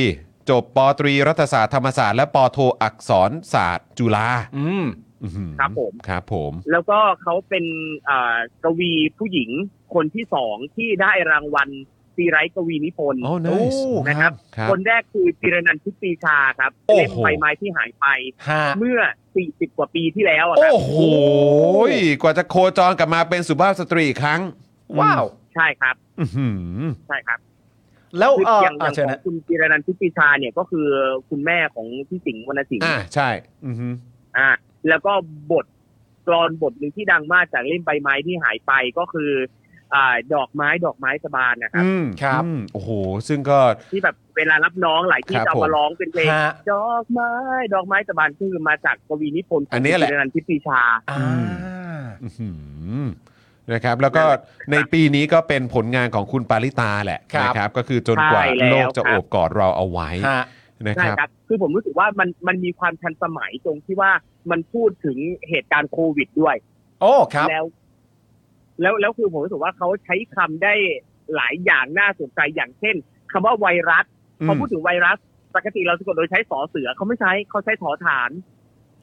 A: จบปตรีรัฐศาสตร์ธรรมศาสตร์และปโทอักษรศาสตร์จุฬา
B: อืม
A: อื้อหือ
F: ครับผม
A: ครับผม
F: แล้วก็เขาเป็นเอ่อกวีผู้หญิงคนที่สองที่ได้รางวัลซีไรต์กวีนิพนธ์
A: โอ้ nice
B: โอ้
F: นะครับ
A: ครับ
F: คนแรกคือจิรนันท์ชิตปีชาครับ
A: โอ้โห
F: เล่มใบไม้ที่หายไป
B: ฮะ
F: เมื่อ 40 กว่าปีที่แล้วอะครับ
A: โอ้โห กว่าจะโคจรกลับมาเป็นสุภาพสตรีอีกครั้ง
B: ว้าว
F: ใช่ครับ
A: อื้อหือ
F: ใช่ครับ
B: แล้ว
F: คือ
B: เออ
F: อย่างอ
B: อ่ะ
F: ย่าง
B: เชิญ
F: ขอ
B: นะ
F: งคุณจิรนันท์ทิติชาเนี่ยก็คือคุณแม่ของพี่สิงห์วรรณสิงห์
A: อ่าใช่อื้อหือ
F: อ่าแล้วก็บทกรอนบทหนึ่งที่ดังมากจากเล่มใบไม้ที่หายไปก็คืออ่าดอกไม้ดอกไม้สะบานนะครับ
A: อืม
B: ครับ
A: อืมโอ้โห ซึ่งก็
F: ที่แบบเวลารับน้องหลายที่
A: ครับ
F: จะเอามาร้องเป็นเพลง
B: ฮะ
F: ดอกไม้ดอกไม้สะบานคือมาจากกวีนิพนธ์ขง
A: อันนี้แหละ
F: จิรนันท์ทิติชา
B: อ่า
A: อื้อหือนะครับแล้วก็
F: นั่นแหละ
A: ในปีนี้ก็เป็นผลงานของคุณปาริตาแหละ
B: ครับ
A: นะครับก็คือจนกว่า
F: ใช่แล้ว
A: โลกจะ
F: ครั
A: โอบ บกอดเราเอาไว้
B: ฮะ
A: นะค
F: ใช่
A: รับ
F: ครับ คือผมรู้สึกว่ามันมันมีความทันสมัยตรงที่ว่ามันพูดถึงเหตุการณ์โควิดด้วย
B: โอ้ครับ
F: แล้ว แล้วแล้วคือผมรู้สึกว่าเขาใช้คำได้หลายอย่างน่าสนใจอย่างเช่นคำว่าไวรัส
A: อืม
F: เขาพูดถึงไวรัส ปกติเราสะกดโดยใช้สอเสือเขาไม่ใช้เขาใช้ถอฐาน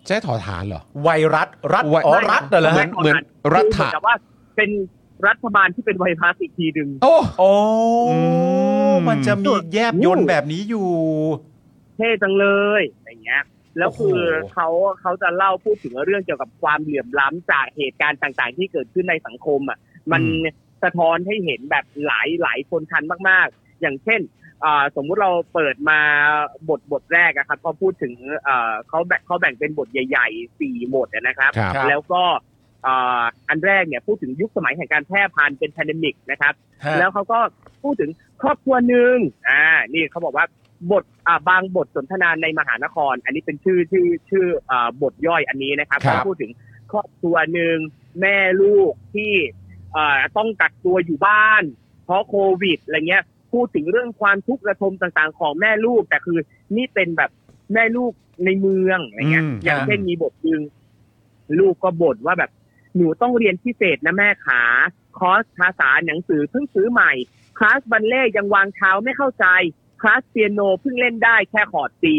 A: ใช่ถอฐานเหรอ
B: ไวรัสรัฐ
A: ไว
B: อ๋อรัฐน่ะเหรอ
A: เหมื
B: ฮะ
A: อนเหมือนรั
F: คือ
A: ฐะ
F: แต่ว่าเป็น รัฐบาลที่เป็นไวรัสอีกทีหนึ่ง
D: โอ้
B: โอ้
D: อืม
B: มันจะมีแยบยนต์แบบนี้อยู่
F: เท่จังเลยอะไรเงี้ย แล้วคือ
B: โอ้โห
F: เขาเขาจะเล่าพูดถึงเรื่องเกี่ยวกับความเหลื่อมล้ำจากเหตุการณ์ต่างๆ ที่เกิดขึ้นในสังคมอ่ะมันสะท้อนให้เห็นแบบหลายหลายคนชั้นมากๆ อย่างเช่นอ่าสมมุติเราเปิดมาบทบทแรกอะครับเขาพูดถึงอ่าเขาแบ่งเขาแบ่งเป็นบทใหญ่ๆสี่บทอะนะครับ
A: ครับ
F: แล้วก็อ่าอันแรกเนี่ยพูดถึงยุคสมัยแห่งการแพร่พันธุ์เป็น p พน e มิกนะครับ
B: ฮะ
F: แล้วเขาก็พูดถึงครอบครัวหนึ่งอ่า นี่เขาบอกว่าบทอ่าบางบทสนทนาในมหานคร อันนี้เป็นชื่อชื่อชื่ออ่าบทย่อยอันนี้นะครับ
A: ครับ
F: เขาพูดถึงครอบครัวหนึ่งแม่ลูกที่อ่าต้องกักตัวอยู่บ้าน เพราะโควิดอะไรเงี้ย พูดถึงเรื่องความทุกข์ระทมต่างๆ ของแม่ลูก แต่คือนี่เป็นแบบแม่ลูกในเมืองอะไรเงี้ย
B: อืม
F: อย่าง
B: อ่า
F: เช่นมีบทหนึ่งลูกก็บ่นว่าแบบ หนูต้องเรียนพิเศษนะแม่ขา คอร์สภาษาหนังสือเพิ่งซื้อใหม่ คลาสบัลเล่ต์ยังวางเท้าไม่เข้าใจ คลาสเปียโนเพิ่งเล่นได้แค่คอร์ดตี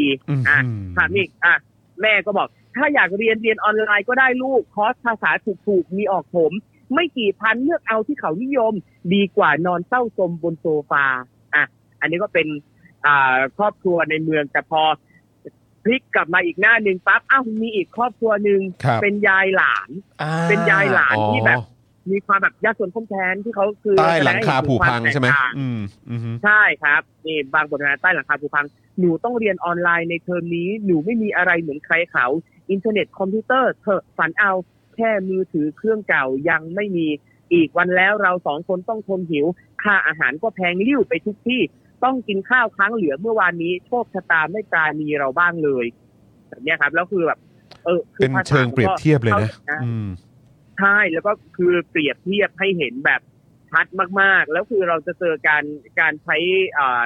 F: อ่ะถามอีกอ่ะแม่ก็บอก ถ้าอยากเรียนเรียนออนไลน์ก็ได้ลูก คอร์สภาษาถูกๆ มีออกผม ไม่กี่พันเลือกเอาที่เขานิยม ดีกว่านอนเศร้าจมบนโซฟาอ่ะอันนี้ก็เป็นอ่าครอบครัวในเมืองแต่พอพลิกกลับมาอีกหน้าหนึ่งปั๊บอ้าวมีอีกครอบครัวหนึ่ง
A: ครับ
F: เป็นยายหลาน
B: อ่
F: เป็นยายหลานที่แบบ
A: อ๋อ
F: มีความแบบยากจนข้มแค้นที่เขาคือ
A: ใต้หลังคาผูพังใช่ไหม
F: แสดให้เนถึควาแตกต่า
A: อืมอืมฮึ
F: ใช่ครับนี่บางบทนาใต้หลังคาผูพัง หนูต้องเรียนออนไลน์ในเทอมนี้ หนูไม่มีอะไรเหมือนใครเขา อินเทอร์เน็ตคอมพิวเตอร์เถอะฝันเอาแค่มือถือเครื่องเก่ายังไม่มีอีกวันแล้วเราสองคนต้องทนหิว ค่าอาหารก็แพงลิ้วไปทุกที่ ต้องกินข้าวครั้างเหลือเมื่อวานนี้โชคชะตาไม่ตรามีเราบ้างเลยแบบเนี้ยครับ แล้วคือแบบ เออคือ
A: เป็น
F: ภาษา
A: เชิงเปรียบเทียบเลยนะ
F: ขา
A: อืม
F: ใช่แล้วก็คือเปรียบเทียบให้เห็นแบบชัดมากๆ แล้วคือเราจะเจอการการใช้อ่า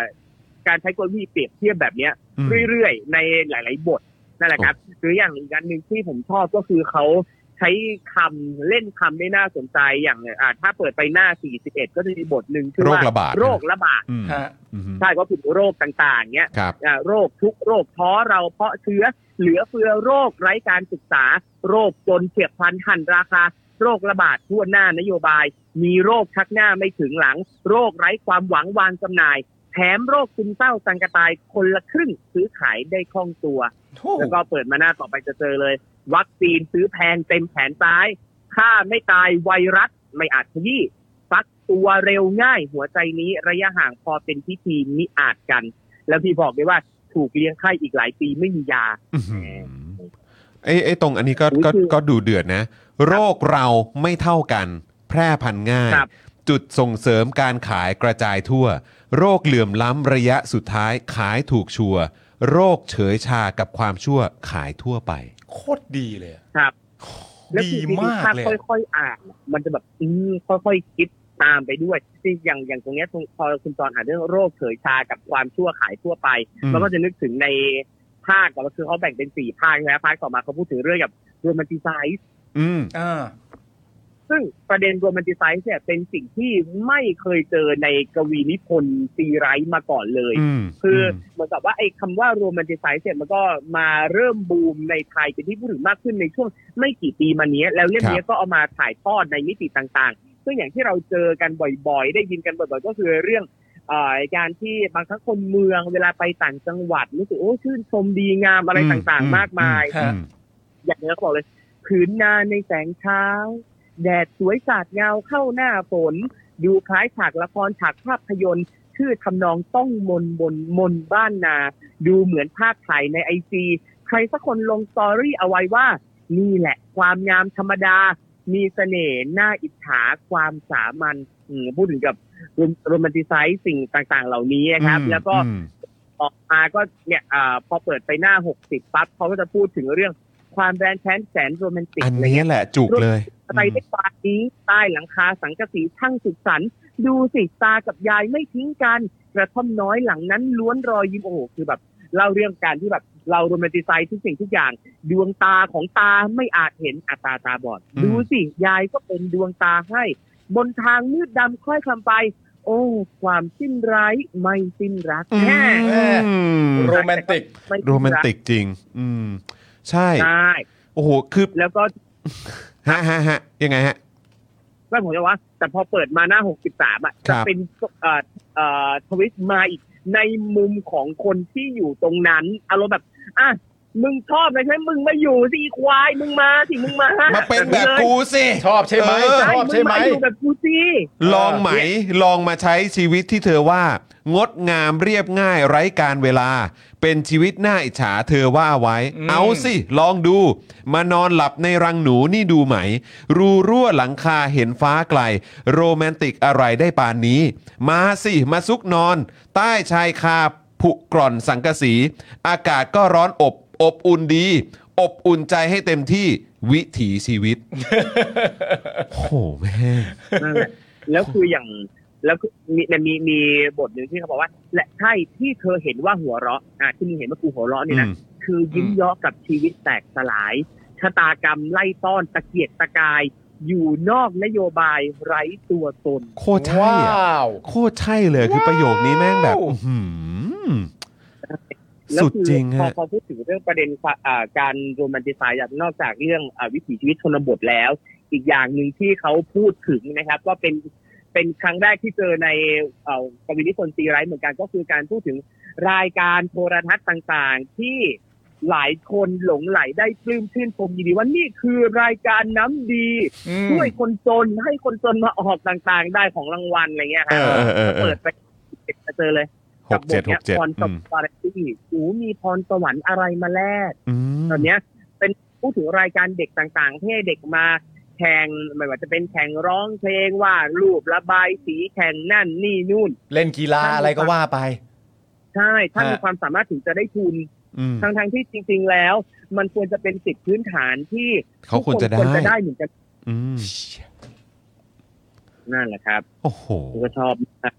F: การใช้กลวิธีเปรียบเทียบแบบเนี้ย
A: อืม
F: เรื่อยๆ ในหลาย ๆ บทนั่นแหละครับ หรืออย่างอีกอันหนึ่งที่ผมชอบก็คือเขาใช้คำเล่นคำได้น่าสนใจอย่างอ่าถ้าเปิดไปหน้า 41 ก็จะมีบทหนึ่งชื่อว่า
A: โรคระบาด
F: โรคระบาด
A: อืม
B: ฮะ
A: อืมฮึ
F: ใช่ก็คือโรคต่างๆเนี้ย
A: ครับ
F: อ่าโรคทุกโรคท้อเราเพาะเชื้อ เหลือเฟือโรคไร้การศึกษา โรคจนเฉียบพลันหันราคา โรคระบาดทั่วหน้านโยบาย มีโรคชักหน้าไม่ถึงหลัง โรคไร้ความหวังวางจำหน่าย แถมโรคซึมเศร้าสังกตายคนละครึ่งซื้อขายได้คล่องตัว แล้วก็เปิดมาหน้าต่อไปจะเจอเลย วัคซีนซื้อแพงเต็มแขนซ้ายฆ่าไม่ตายไวรัสไม่อาจขยี้ฟักตัวเร็วง่าย หัวใจนี้ระยะห่างพอเป็นพิธีมิอาจกัน แล้วพี่บอกด้วยว่าถูกเลี้ยงไข้อีกหลายปีไม่มียา
A: อื้อหือไอ้ไอ้ตรงอันนี้ก็
F: อุ๊ย
A: ก็
F: คือ
A: ก็ดูเดือดนะ โรคเราไม่เท่ากัน แพร่พันธุ์ง่าย
F: ครับ
A: จุดส่งเสริมการขายกระจายทั่ว โรคเหลื่อมล้ำระยะสุดท้ายขายถูกชัวร์โรคเฉยชากับความชั่วขายทั่วไป
B: โคตรดีเลยอะ
F: ครับแล้ว
B: ดี
F: คือจริงๆ
B: มาก
F: ถ้า
B: เลย
F: ค่อยๆอ่านอะมันจะแบบอืมค่อยๆคิดตามไปด้วยที่อย่างอย่างตรงเนี้ยตรงพอคุณจรหานเรื่องโรคเฉยชากับความชั่วขายทั่วไป
A: อืม
F: มันก็จะนึกถึงในภาคก่อนก็คือเขาแบ่งเป็นสี่ภาคใช่ไหมภาคต่อมาเขาพูดถึงเรื่องกับโรแมนติไซส์
A: อืม
B: อ่า
F: ซึ่งประเด็นโรแมนติไซส์เนี่ยเป็นสิ่งที่ไม่เคยเจอในกวีนิพนธ์ซีไรส์มาก่อนเลย
A: อืม
F: คือ
A: ม
F: เหมือนกับว่าไอ้คำว่าโรแมนติไซส์เนี่ยมันก็มาเริ่มบูมในไทยเป็นที่พูดถึงมากขึ้นในช่วงไม่กี่ปีมาเนี้ย แล้วเรื่องนี้ก็เอามาถ่ายทอดในมิติต่างๆ ซึ่งอย่างที่เราเจอกันบ่อยๆ ได้ยินกันบ่อยๆ ก็คือเรื่องเอ่อการที่บางครั้งคนเมืองเวลาไปต่างจังหวัดรู้สึกโอ้ชื่นชมดีงามอะไร
A: อืม
F: ต่าง
A: อืม
F: ๆ มากมาย
B: อืม
F: อย่างเนี้ยเขาบอกเลยผืนนาในแสงเช้า แดดสวยสาดเงาเข้าหน้าฝน ดูคล้ายฉากละครฉากภาพยนตร์ ชื่อทำนองต้องมนบนมนบ้านนา ดูเหมือนภาพถ่ายในไอจีใครสักคนลงสตอรี่เอาไว้ว่า นี่แหละความงามธรรมดา มีเสน่ห์น่าอิจฉาความสามัญอืมพูดถึงกับโรแมนติไซส์สิ่งต่างๆ เหล่านี้นะครับ
A: อืม
F: แล้วก็
A: อืม
F: ออกมาก็เนี่ยอาพอเปิดไปหน้า 60 ปั๊บเขาก็จะพูดถึงเรื่องความแบรนด์แค้นแสนโรแมนติก
A: อันนี้แหละจุกเลย
F: อะไรได้ปานนี้ใต้หลังคาสังกะสีช่างสุดสันต์ดูสิตากับยายไม่ทิ้งกัน กระท่อมน้อยหลังนั้นล้วนรอยยิ้มโอ้โหคือแบบเล่าเรื่องการที่แบบเราโรแมนติไซซ์ทุกสิ่งทุกอย่าง ดวงตาของตาไม่อาจเห็นอัตราตาบอด ดูสิยายก็เป็นดวงตาให้ บนทางมืดดำค่อยคลำไป โอ้ความสิ้นไร้ไม่สิ้นรัก
A: อืม
F: แน่
A: อืม
B: โรแมนติก
F: ไม่
A: โรแมนติกจริง อืม ใช่
F: ใช่
A: โอ้โห คือ
F: แล้วก็
A: ฮะฮะฮะยังไงฮะ
F: ก็ผมจะว่า แต่พอเปิดมาหน้า 63อ่ะ
A: ครั
F: จะ
A: บ
F: เป็นเอ่อเอ่อทวิตมาอีกในมุมของคนที่อยู่ตรงนั้นอารมณ์แบบอ่ะมึงชอบนะใช่ไหมมึงมาอยู่สิอีควายมึงมาสิมึงมา
A: มา
F: มา
A: เป็นแบบกูสิ
B: ชอบใช่ไหม
A: เออ
B: ช
F: ใช่
B: อบ
F: มึ
B: ใช่
F: ง
B: ไหม
F: มาอยู่แบบกูสิ
A: ลองไหมลองมาใช้ชีวิตที่เธอว่า งดงามเรียบง่ายไร้การเวลา เป็นชีวิตน่าอิจฉาเธอว่าไว้
B: อืม
A: เอาสิ ลองดู มานอนหลับในรังหนูนี่ดูไหม รูรั่วหลังคาเห็นฟ้าไกล โรแมนติกอะไรได้ปานนี้ มาสิ มาซุกนอน ใต้ชายคาผุกร่อนสังกะสี อากาศก็ร้อนอบ อบอุ่นดี อบอุ่นใจให้เต็มที่วิถีชีวิต โอ้โหแม่ง
F: นั่นแหละแล้วคืออย่างแล้วคือมีเนี่ยมีมีบทหนึ่งที่เขาบอกว่า และใช่ที่เธอเห็นว่าหัวเราะอ่ะที่มึงเห็นว่ากูหัวเราะเนี่ยนะ คือยิ้มเยาะกับชีวิตแตกสลาย ชะตากรรมไล่ต้อนตะเกียกตะกาย อยู่นอกนโยบายไร้ตัวตน
A: โคตรใช่
B: ว้
A: อะ
B: าว
A: โคตรใช่เลยคือประโยคนี้แม่งแบบ
B: ว้าว
A: อื้อหือ
F: แล้ว
A: สุด
F: คือ
A: จริง
F: พอ
A: ฮะ
F: พอพูดถึงเรื่องประเด็นความอ่าการโรแมนติไซส์นอกจากเรื่องอาวิถีชีวิตชนบทแล้ว อีกอย่างหนึ่งที่เขาพูดถึงนะครับ ก็เป็นเป็นครั้งแรกที่เจอในเอ่อกวินิคนตีไรเหมือนกันก็คือการพูดถึงรายการโทรทัศน์ต่างๆ ที่หลายคนหลงไหลได้ปลื้มชื่นชมยินดีว่านี่คือรายการน้ำดี
B: อืม
F: ช่วยคนจนให้คนจนมาออกต่างๆ ได้ของรางวัลอะไรเงี้ยครั
A: เออเออเออเออ
F: เปิดไปจะเจอเลย
A: หกเจ็ดหกเจ็ด
F: พรสวรรค์ที่หูมีพรสวรรค์อะไรมาแลก
A: อืม
F: ตอนเนี้ยเป็นพูดถึงรายการเด็กต่างๆที่ให้เด็กมาแข่งไม่ว่าจะเป็นแข่งร้องเพลงว่าดรูประบายสีแข่งนั่นนี่นู่น
B: เล่นกีฬาอะไรก็ว่าไป
F: ใช่ถ้า
B: ฮะ
F: มีความสามารถถึงจะได้ทุน
A: อืม
F: ทั้งๆที่จริง ๆแล้ว มันควรจะเป็นสิทธิพื้นฐานที่
A: เขาควรจะได้
F: ทุกนเหมือนกัน
A: อืม
F: นั่นแหละครับ
A: โอ้โห
F: ผมก็ชอบมาก
A: ครับ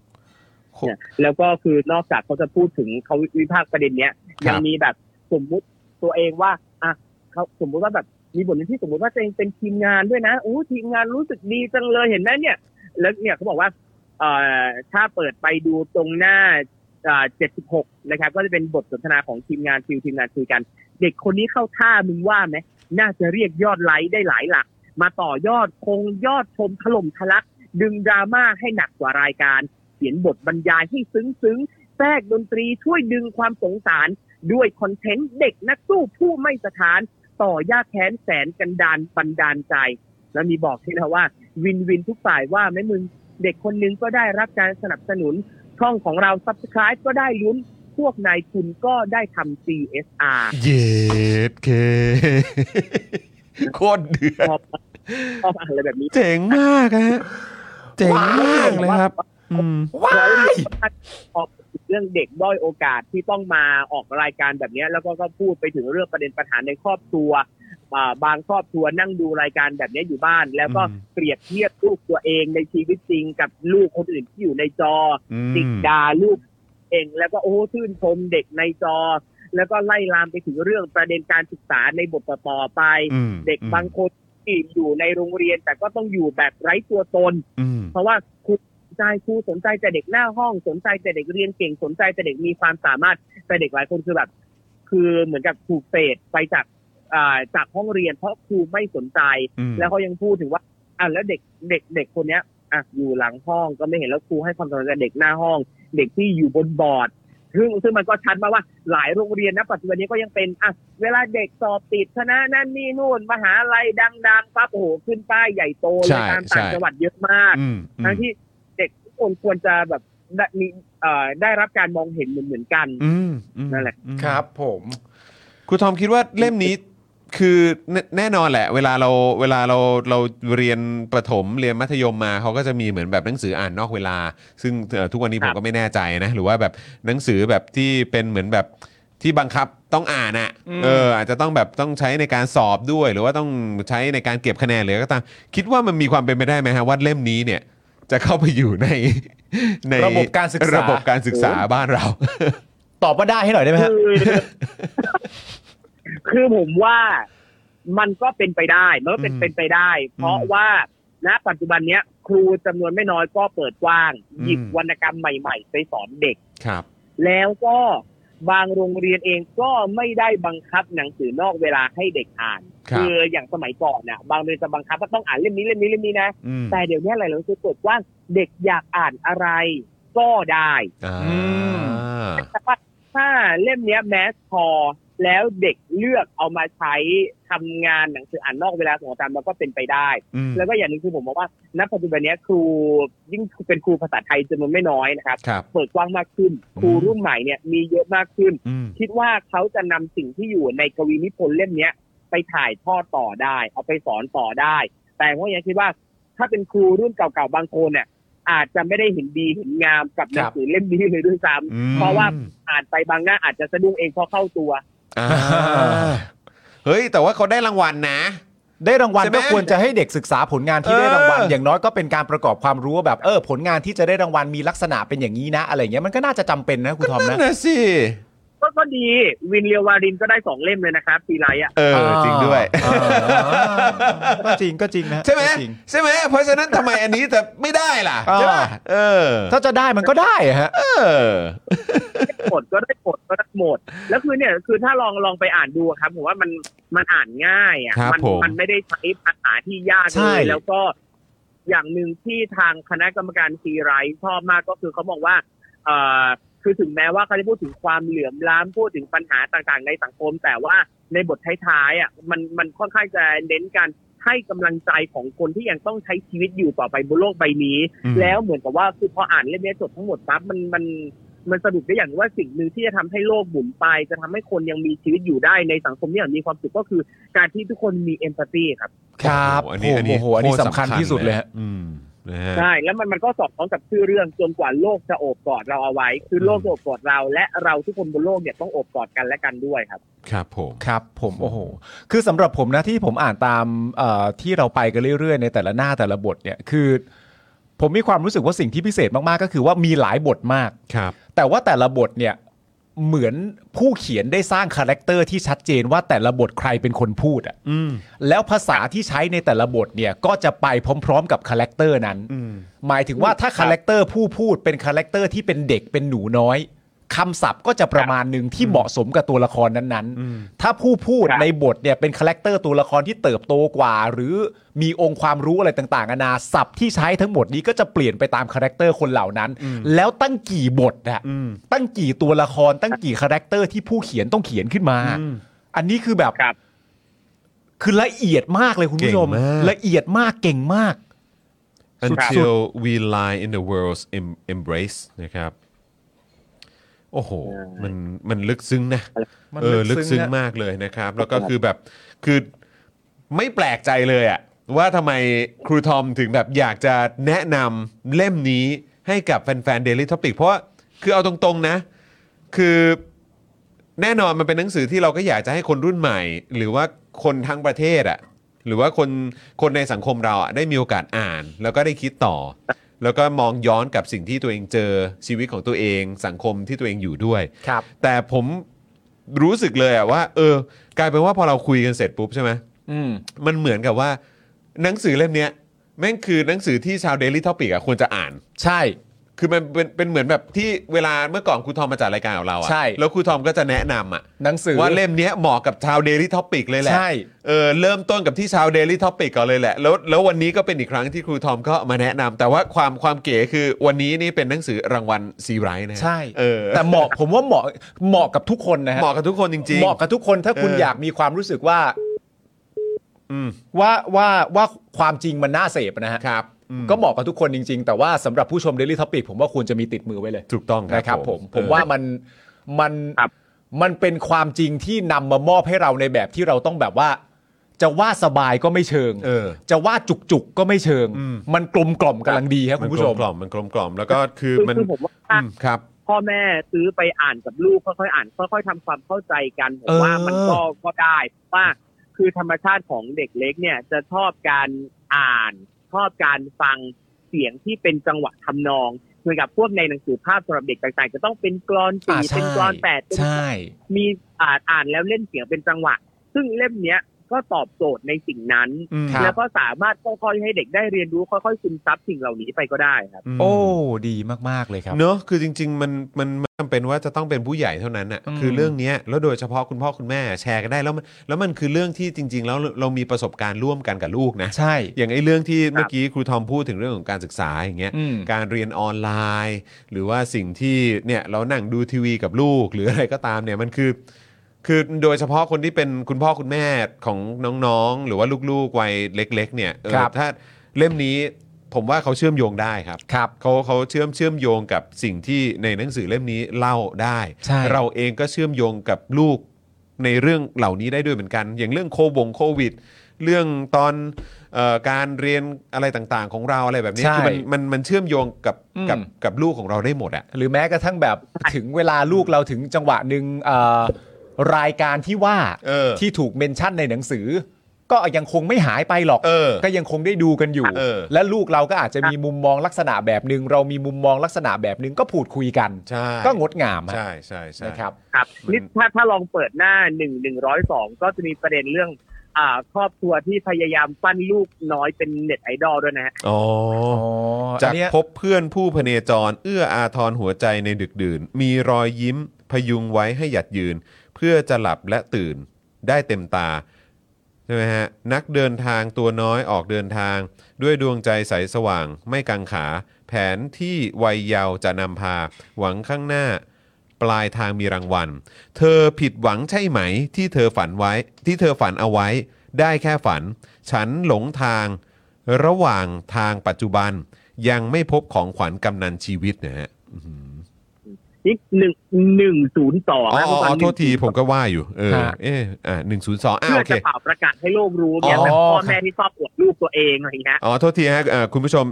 F: เนี่ยแล้วก็คือนอกจากเขาจะพูดถึงเขาวิพากษ์ประเด็นเนี้ย
A: ครับ
F: ยังมีแบบสมมุติตัวเองว่าอ่ะเขาสมมุติว่าแบบมีบทหนึงที่สมมุติว่าตัวเองเป็นทีมงานด้วยนะอู้ทีมงานรู้สึกดีจังเลยเห็นไหมเนี่ย แล้วเนี่ยเขาบอกว่าเอ่อถ้าเปิดไปดูตรงหน้าเจ็ดสิบหกนะครับ ก็จะเป็นบทสนทนาของทีมงานฟิวทีมงานคุยกัน เด็กคนนี้เข้าท่ามึงว่าไหมน่าจะเรียกยอดไลค์ได้หลายหลัก มาต่อยอดคงยอดชมถล่มทะลัก ดึงดราม่าให้หนักกว่ารายการ เขียนบทบรรยายให้ซึ้งซึ้งๆแทรกดนตรีช่วยดึงความสงสาร ด้วยคอนเทนต์เด็กนักสู้ผู้ไม่สถาน ต่อยาแค้นแสนกันดานบันดาลใจ แล้วมีบอกที่นะว่า วินวินทุกฝ่ายว่าไหม่มึง เด็กคนนึงก็ได้รับการสนับสนุน ช่องของเราซับสไคร b ์ก็ได้ลุ้น พวกนายทุนก็ได้ทำ CSR
A: เย็ดเค โคตรเดือด
F: ชอบชอบอะไรแบบนี้
A: เจ๋งมากฮะเจ๋งมากเลยครับ อืม
F: ว้ายออกเรื่องเด็กด้อยโอกาสที่ต้องมาออกรายการแบบเนี้ยแล้วก็ก็พูดไปถึงเรื่องประเด็นปัญหาในครอบครัวอ่าบางครอบครัวนั่งดูรายการแบบเนี้ยอยู่บ้าน แล้วก็
A: อืม
F: เปรียบเทียบลูกตัวเองในชีวิตจริงกับลูกคนอื่นที่อยู่ในจอ
A: อื
F: ติด
A: ม
F: ดาลูกเองแล้วก็โอ้ชื่นชมเด็กในจอ แล้วก็ไล่ลามไปถึงเรื่องประเด็นการศึกษาในบทต่อๆไป
A: อืม
F: เด็กบางคนที่อยู่ในโรงเรียน แต่ก็ต้องอยู่แบบไร้ตัวตน
A: อืม
F: เพราะว่าครูสนใจครูสนใจแต่เด็กหน้าห้องสนใจแต่เด็กเรียนเก่งสนใจแต่เด็กมีความสามารถแต่เด็กหลายคนคือแบบ คือเหมือนกับถูกเฟดไปจากอ่าจากห้องเรียน เพราะครูไม่สนใจ
A: อืม
F: แล้วเขายังพูดถึงว่าอ่ะแล้วเด็กเด็กเด็กคนเนี้ยอ่ะอยู่หลังห้องก็ไม่เห็นแล้วครูให้ความสนใจเด็กหน้าห้อง เด็กที่อยู่บนบอร์ดซึ่งซึ่งมันก็ชัดมากว่าหลายโรงเรียนนะปัจจุบันนี้ก็ยังเป็นอ่ะเวลาเด็กสอบติดคณะนั่นนี่นู่นมหาลัยดังๆปั๊บโอ้โหขึ้นป้ายใหญ่โตเล
A: ใช่
F: ยตามต่าง
A: ใช่
F: จังหวัดเยอะมาก
A: อืมอื
F: ทั้
A: ม
F: งที่เด็กทุกคนควรจะแบบได้มีเอ่อได้รับการมองเห็นเหมือนเหมือนๆกัน
A: อืมอืม
F: นั่นแหละ
A: อืม
B: ครับผม
A: ครูทอมคิดว่าเล่มนี้คือแนแน่นอนแหละ เวลาเราเวลาเราเราเรียนประถมเรียนมัธยมมาเขาก็จะมีเหมือนแบบหนังสืออ่านนอกเวลา ซึ่งเอ่อทุกวันนี้
F: ค
A: ผ
F: รั
A: ม
F: บ
A: ก็ไม่แน่ใจนะ หรือว่าแบบหนังสือแบบที่เป็นเหมือนแบบที่บังคับต้องอ่านอะ่ะ
B: อืม
A: เอออาจจะต้องแบบต้องใช้ในการสอบด้วย หรือว่าต้องใช้ในการเก็บคะแนนหรืออะไรก็ตามคิดว่ามันมีความเป็นไปได้ไหมฮะว่าเล่มนี้เนี่ยจะเข้าไปอยู่ในใน
B: ระบบการศึกษา
A: ระบบการศึกษาบ้านเรา
B: ตอบว่าได้ให้หน่อยได้ไหมฮะ
A: [LAUGHS]
F: คือ คือผมว่ามันก็เป็นไปได้มันก็เป็น
A: อืม
F: เป็นไปได้ เพราะ
A: อืม
F: ว่าณปัจจุบันเนี้ย ครูจำนวนไม่น้อยก็เปิดกว้าง หยิบ
A: อืม
F: วรรณกรรมใหม่ ๆ ไปสอนเด็ก
A: ครับ
F: แล้วก็บางโรงเรียนเองก็ไม่ได้บังคับหนังสือนอกเวลาให้เด็กอ่าน
A: ครับ
F: คืออย่างสมัยก่อนน่ะบางโรงเรียนจะบังคับว่าต้องอ่านเล่มนี้เล่มนี้เล่มนี้นะ
A: อืม
F: แต่เดี๋ยวนี้อะไรเราจะกดว่าเด็กอยากอ่านอะไรก็ได้
A: อ่า
F: แต่ว่าถ้าเล่มเนี้ยแมสพอแล้วเด็กเลือกเอามาใช้ทำงานหนังสืออ่านนอกเวลาของอาจารย์มันก็เป็นไปได้
A: อืม
F: แล้วก็อย่างหนึงคือผมบอกว่าณปัจจุบันเนี้ยครูยิ่งเป็นครูภาษาไทยจำนวนไม่น้อยนะครับ
A: ครับ
F: เปิดกว้างมากขึ้น ครูรุ่นใหม่เนี่ยมีเยอะมากขึ้น
A: อืม
F: คิดว่าเขาจะนำสิ่งที่อยู่ในกวีนิพนธ์เล่มเนี้ยไปถ่ายทอดต่อได้ เอาไปสอนต่อได้ แต่ผมยังคิดว่าถ้าเป็นครูรุ่นเก่าๆบางคนเนี่ยอาจจะไม่ได้เห็นดีเห็นงามกับหนังสือเล่มนี้เลยด้วย
A: อ
F: ซ้
A: ืม
F: ำเพราะว่าอ่านไปบางหน้าอาจจะสะดุ้งเองเพราะเข้าตัว
A: อ่าเฮ้ย แต่ว่าเขาได้รางวัลนะ
B: ได้รางวัล
A: ใช่ไหม
B: ก็ควรจะให้เด็กศึกษาผลงานที่
A: เออ
B: ได้รางวัล อย่างน้อยก็เป็นการประกอบความรู้ว่าแบบเออผลงานที่จะได้รางวัลมีลักษณะเป็นอย่างนี้นะ อะไรเงี้ยมันก็น่าจะจำเป็นนะคุณทอม
A: นั่
B: นะ
A: นนะสิ
F: ก็ก็ดีวินเลียววารินก็ได้สองเล่มเลยนะครับปีไรอ่ะ
A: เออ จริงด้วย
B: อ่าก็จริงก็จริงนะ
A: ใช่ไหม
B: ก็จริง
A: ใช่ไหมเพราะฉะนั้นทำไมอันนี้แต่ไม่ได้ล่ะ
B: อ่า
A: ใช่ป่ะเออ
B: ถ้าจะได้มันก็ได้ฮะ
A: เออ
F: หมดก็ได้หมดก็ได้หมด แล้วคือเนี่ยคือถ้าลองลองไปอ่านดูอะครับผมว่ามันมันอ่านง่ายอ่ะ
A: ครับ
F: มั
A: ผม
F: มันไม่ได้ใช้ภาษาที่ยาก
B: ใช่
F: เลยแล้วก็อย่างหนึ่งที่ทางคณะกรรมการซีไรท์ชอบมากก็คือเขาบอกว่าเอ่อคือถึงแม้ว่าเขาจะพูดถึงความเหลื่อมล้ำพูดถึงปัญหาต่างๆ ในสังคม แต่ว่าในบทท้ายๆอ่ะมันมันค่อนข้างจะเน้นการให้กำลังใจของคนที่ยังต้องใช้ชีวิตอยู่ต่อไปบนโลกใบนี้
A: อืม
F: แล้วเหมือนกับว่าคือพออ่านเล่มนี้จบทั้งหมดปั๊บมันมัน มันสรุปได้อย่างหนึ่งว่าสิ่งหนึ่งที่จะทำให้โลกหมุนไป จะทำให้คนยังมีชีวิตอยู่ได้ในสังคมที่อย่างมีความสุขก็คือการที่ทุกคนมีเอมพัตตีครับ
B: ครับ
A: โอ้
B: โอ้
A: โหอันนี้
B: โหอันนี้สำคัญที่สุดเลยฮะ
A: อืมนะฮะ
F: ใช่ แล้วมันมันก็สอดคล้องกับชื่อเรื่องจนกว่าโลกจะโอบกอดเราเอาไว้ คือโลก
A: อืม
F: จะโอบกอดเรา และเราทุกคนบนโลกเนี่ยต้องโอบกอดกันและกันด้วยครับ
A: ครับผม
B: ครับผมโอ้โห คือสำหรับผมนะที่ผมอ่านตามเอ่อที่เราไปกันเรื่อยๆ ในแต่ละหน้าแต่ละบทเนี่ยคือ ผมมีความรู้สึกว่าสิ่งที่พิเศษมากๆ ก็คือว่ามีหลายบทมาก
A: ครับ
B: แต่ว่าแต่ละบทเนี่ยเหมือนผู้เขียนได้สร้างคาแรคเตอร์ที่ชัดเจนว่าแต่ละบทใครเป็นคนพูดอ่ะ
A: อืม
B: แล้วภาษาที่ใช้ในแต่ละบทเนี่ยก็จะไปพร้อมๆ กับคาแรคเตอร์นั้น
A: อืม
B: หมายถึงว่าถ้าคาแรคเตอร์ผู้พูดเป็นคาแรคเตอร์ที่เป็นเด็กเป็นหนูน้อยคำศัพท์ก็จะประมาณหนึ่งที่เหมาะสมกับตัวละครนั้น
A: อืม
B: ๆ ถ้าผู้พูด
F: ครับ
B: ในบทเนี่ยเป็นคาแรคเตอร์ตัวละครที่เติบโตกว่า หรือมีองค์ความรู้อะไรต่างๆนานาศัพท์ที่ใช้ทั้งหมดนี้ก็จะเปลี่ยนไปตามคาแรคเตอร์คนเหล่านั้น แล้วตั้งกี่บทอะ
A: อืม
B: ตั้งกี่ตัวละครตั้งกี่คาแรคเตอร์ที่ผู้เขียนต้องเขียนขึ้นมา
A: อืม
B: อันนี้คือแบบ
F: ครับ
B: คือละเอียดมากเลยคุณผู้ชม
A: เก่งมาก
B: ละเอียดมากเก่งมาก
A: until we lie in the world's em- embrace นะครับ โอ้โห มันมันลึกซึ้งนะ
B: มัน
A: เออ
B: ลึ
A: ลึ
B: ก
A: ก
B: ซึ้
A: ซึ้
B: ง
A: ง
B: นะ
A: มากเลยนะครับ แล้วก็คือแบบคือไม่แปลกใจเลยอะว่าทำไมครูทอมถึงแบบอยากจะแนะนำเล่มนี้ให้กับแฟนๆ Daily Topic เพราะว่าคือเอาตรงๆนะ คือแน่นอนมันเป็นหนังสือที่เราก็อยากจะให้คนรุ่นใหม่ หรือว่าคนทั้งประเทศอะหรือว่าคนคนในสังคมเราอะได้มีโอกาสอ่าน แล้วก็ได้คิดต่อ แล้วก็มองย้อนกับสิ่งที่ตัวเองเจอชีวิตของตัวเอง สังคมที่ตัวเองอยู่ด้วย
B: ครับ
A: แต่ผมรู้สึกเลยอะว่า เออกลายเป็นว่าพอเราคุยกันเสร็จปุ๊บใช่ไหม
B: อืม
A: มันเหมือนกับว่า หนังสือเล่มเนี้ยแม่งคือหนังสือที่ชาว Daily Topic อะควรจะอ่าน
B: ใช่
A: คือมันเป็นเป็นเหมือนแบบที่เวลาเมื่อก่อนครูทอมมาจัดรายการกับเราอะ
B: ใช่
A: แล้วครูทอมก็จะแนะนำอะ
B: หนังสือ
A: ว่าเล่มเนี้ยเหมาะกับชาว Daily Topic เลยแหละ
B: ใช่
A: เออเริ่มต้นกับที่ชาว Daily Topic ก่อนเลยแหละ แล้วแล้ววันนี้ก็เป็นอีกครั้งที่ครูทอมก็มาแนะนำแต่ว่าความความเก๋คือวันนี้นี่เป็นหนังสือรางวัลซีไรท์นะฮะ
B: ใช่
A: เออ
B: แต่เหมาะผมว่าเหมาะเหมาะกับทุกคนนะฮะ
A: เหมาะกับทุกคนจริง
B: เหมาะกับทุกคนถ้าคุณ
A: เออ
B: อ
A: อ
B: ยากมีความรู้สึกว่า
A: ๆอืม
B: ว่าว่าว่าความจริงมันน่าเสพนะฮะ
A: ครับอืม
B: ก็เหมาะกับทุกคนจริง ๆ แต่ว่าสำหรับผู้ชม Daily Topic ผมว่าควรจะมีติดมือไว้เลย
A: ถูกต้องครับ
B: นะครับผม
A: ผม
B: ผมว่ามันมัน
F: ครับ
B: มันเป็นความจริงที่นำมามอบให้เราในแบบที่เราต้องแบบว่า จะว่าสบายก็ไม่เชิง
A: เออ
B: จะว่าจุกจุกๆก็ไม่เชิง
A: อืม
B: มันกลมกล่อมกำลังดีครับคุณผู้ชม
A: นกลมกล่อมมันกลมกล่อมแล้วก็คือ
F: คือ
A: มัน
F: คือผมว่า
A: อืมครับ
F: พ่อแม่ซื้อไปอ่านกับลูกค่อยๆอ่าน ค่อย ๆทำความเข้าใจกันผม
B: เออ
F: ว่ามันก็ก็ได้ว่าคือธรรมชาติของเด็กเล็กเนี่ยจะชอบการอ่าน ชอบการฟังเสียงที่เป็นจังหวะทำนองเหมือนกับพวกในหนังสือภาพสำหรับเด็กต่างๆ จะต้องเป็นกลอน
B: อ่า
F: สี่
B: ใช่
F: เป็นกลอนแปดเป็น
B: ใช่
F: มีอ่านอ่านแล้วเล่นเสียงเป็นจังหวะ ซึ่งเล่มเนี้ย ก็ตอบโจทย์ในสิ่งนั้น
B: อืม
F: แล้
B: แล้ว
F: วก็สามารถค่อยๆให้เด็กได้เรียนรู้ค่อยๆซึมซับสิ่งเหล่านี้ไปก็ได้ครับ
B: โอ้ดีมาก ๆ เลยครับ
A: เนอะคือจริง ๆ มันมันมันจำเป็นว่าจะต้องเป็นผู้ใหญ่เท่านั้นอ่ะ
B: อืม
A: คือเรื่องเนี้ยแล้วโดยเฉพาะคุณพ่อคุณแม่แชร์กันได้แล้วมันแล้วมันคือเรื่องที่จริง ๆ แล้วเรามีประสบการณ์ร่วมกันกับลูกนะ
B: ใช่
A: อย่างไอ้เรื่องที่เมื่อกี้ครูทอมพูดถึงเรื่องของการศึกษาอย่างเงี้ย
B: อืม
A: การเรียนออนไลน์ หรือว่าสิ่งที่เนี่ยเรานั่งดูทีวีกับลูก หรืออะไรก็ตามเนี่ยมันคือ คือโดยเฉพาะคนที่เป็นคุณพ่อคุณแม่ของน้องๆ หรือว่าลูกๆวัยเล็ก ๆ เนี่ยเออ
B: ครับ
A: ถ้าเล่มนี้ผมว่าเขาเชื่อมโยงได้ครับ
B: ครับ
A: เขาเขาเชื่อมเชื่อมโยงกับสิ่งที่ในหนังสือเล่มนี้เล่าได้
B: ใช่
A: เราเองก็เชื่อมโยงกับลูกในเรื่องเหล่านี้ได้ด้วยเหมือนกัน อย่างเรื่องโควงโควิด เรื่องตอนเออการเรียนอะไรต่างๆ ของเราอะไรแบบนี้
B: ใช่
A: คือมันมันมันเชื่อมโยงกับ
B: อืม
A: กับกับลูกของเราได้หมดอะ
B: หรือแม้กระทั่งแบบถึงเวลาลูกเราถึงจังหวะหนึ่งเอ่อรายการที่ว่า
A: เออ
B: ที่ถูกเมนชั่นในหนังสือ ก็ยังคงไม่หายไปหรอก
A: เออ
B: ก็ยังคงได้ดูกันอยู่
A: เออ
B: และลูกเราก็อาจจะมีมุมมองลักษณะแบบหนึ่งเรามีมุมมองลักษณะแบบหนึ่งก็พูดคุยกัน
A: ใช่
B: ก็งดงามฮะ
A: ใช่ใช่ใช่
B: นะครับ
F: ครับ
A: มัน
F: นี่ถ้าถ้าลองเปิดหน้าหนึ่งหนึ่งร้อยสองก็จะมีประเด็นเรื่อง อ่า ครอบครัวที่พยายามปั้นลูกน้อยเป็นเน็ตไอดอลด้วยนะฮะ
A: อ๋อ
B: อ๋อ
A: จา
B: อั
A: ก
B: นเนี้ย
A: พบเพื่อนผู้พเนจร เอื้ออาทรหัวใจในดึกดื่น มีรอยยิ้มพยุงไว้ให้หยัดยืน เพื่อจะหลับและตื่นได้เต็มตา ใช่ไหมฮะ นักเดินทางตัวน้อยออกเดินทาง ด้วยดวงใจใสสว่างไม่กังขา แผนที่วัยเยาว์จะนำพา หวังข้างหน้า ปลายทางมีรางวัล เธอผิดหวังใช่ไหม ที่เธอฝันไว้ ที่เธอฝันเอาไว้ ได้แค่ฝัน ฉันหลงทาง ระหว่างทางปัจจุบัน ยังไม่พบของขวัญกำนันชีวิตนะฮะอื้อหือ
F: นี่หนึ่งหนึ่งศูนย์สอง
A: อ๋ออ๋อโทษทีผมก็ว่าอยู่ เออ เอะอ่ะหนึ่งศูนย์สองอ้าว
F: เพื่อ
A: โอเค
F: จะเป่าประกาศให้โลกรู้เนี่ย
A: อ๋อ
F: แบบพ่อแม่ที่ชอบอวดลูกตัวเองอะไรอย่างเงี้ย
A: อ๋อโทษทีฮะเอ่อคุณผู้ชม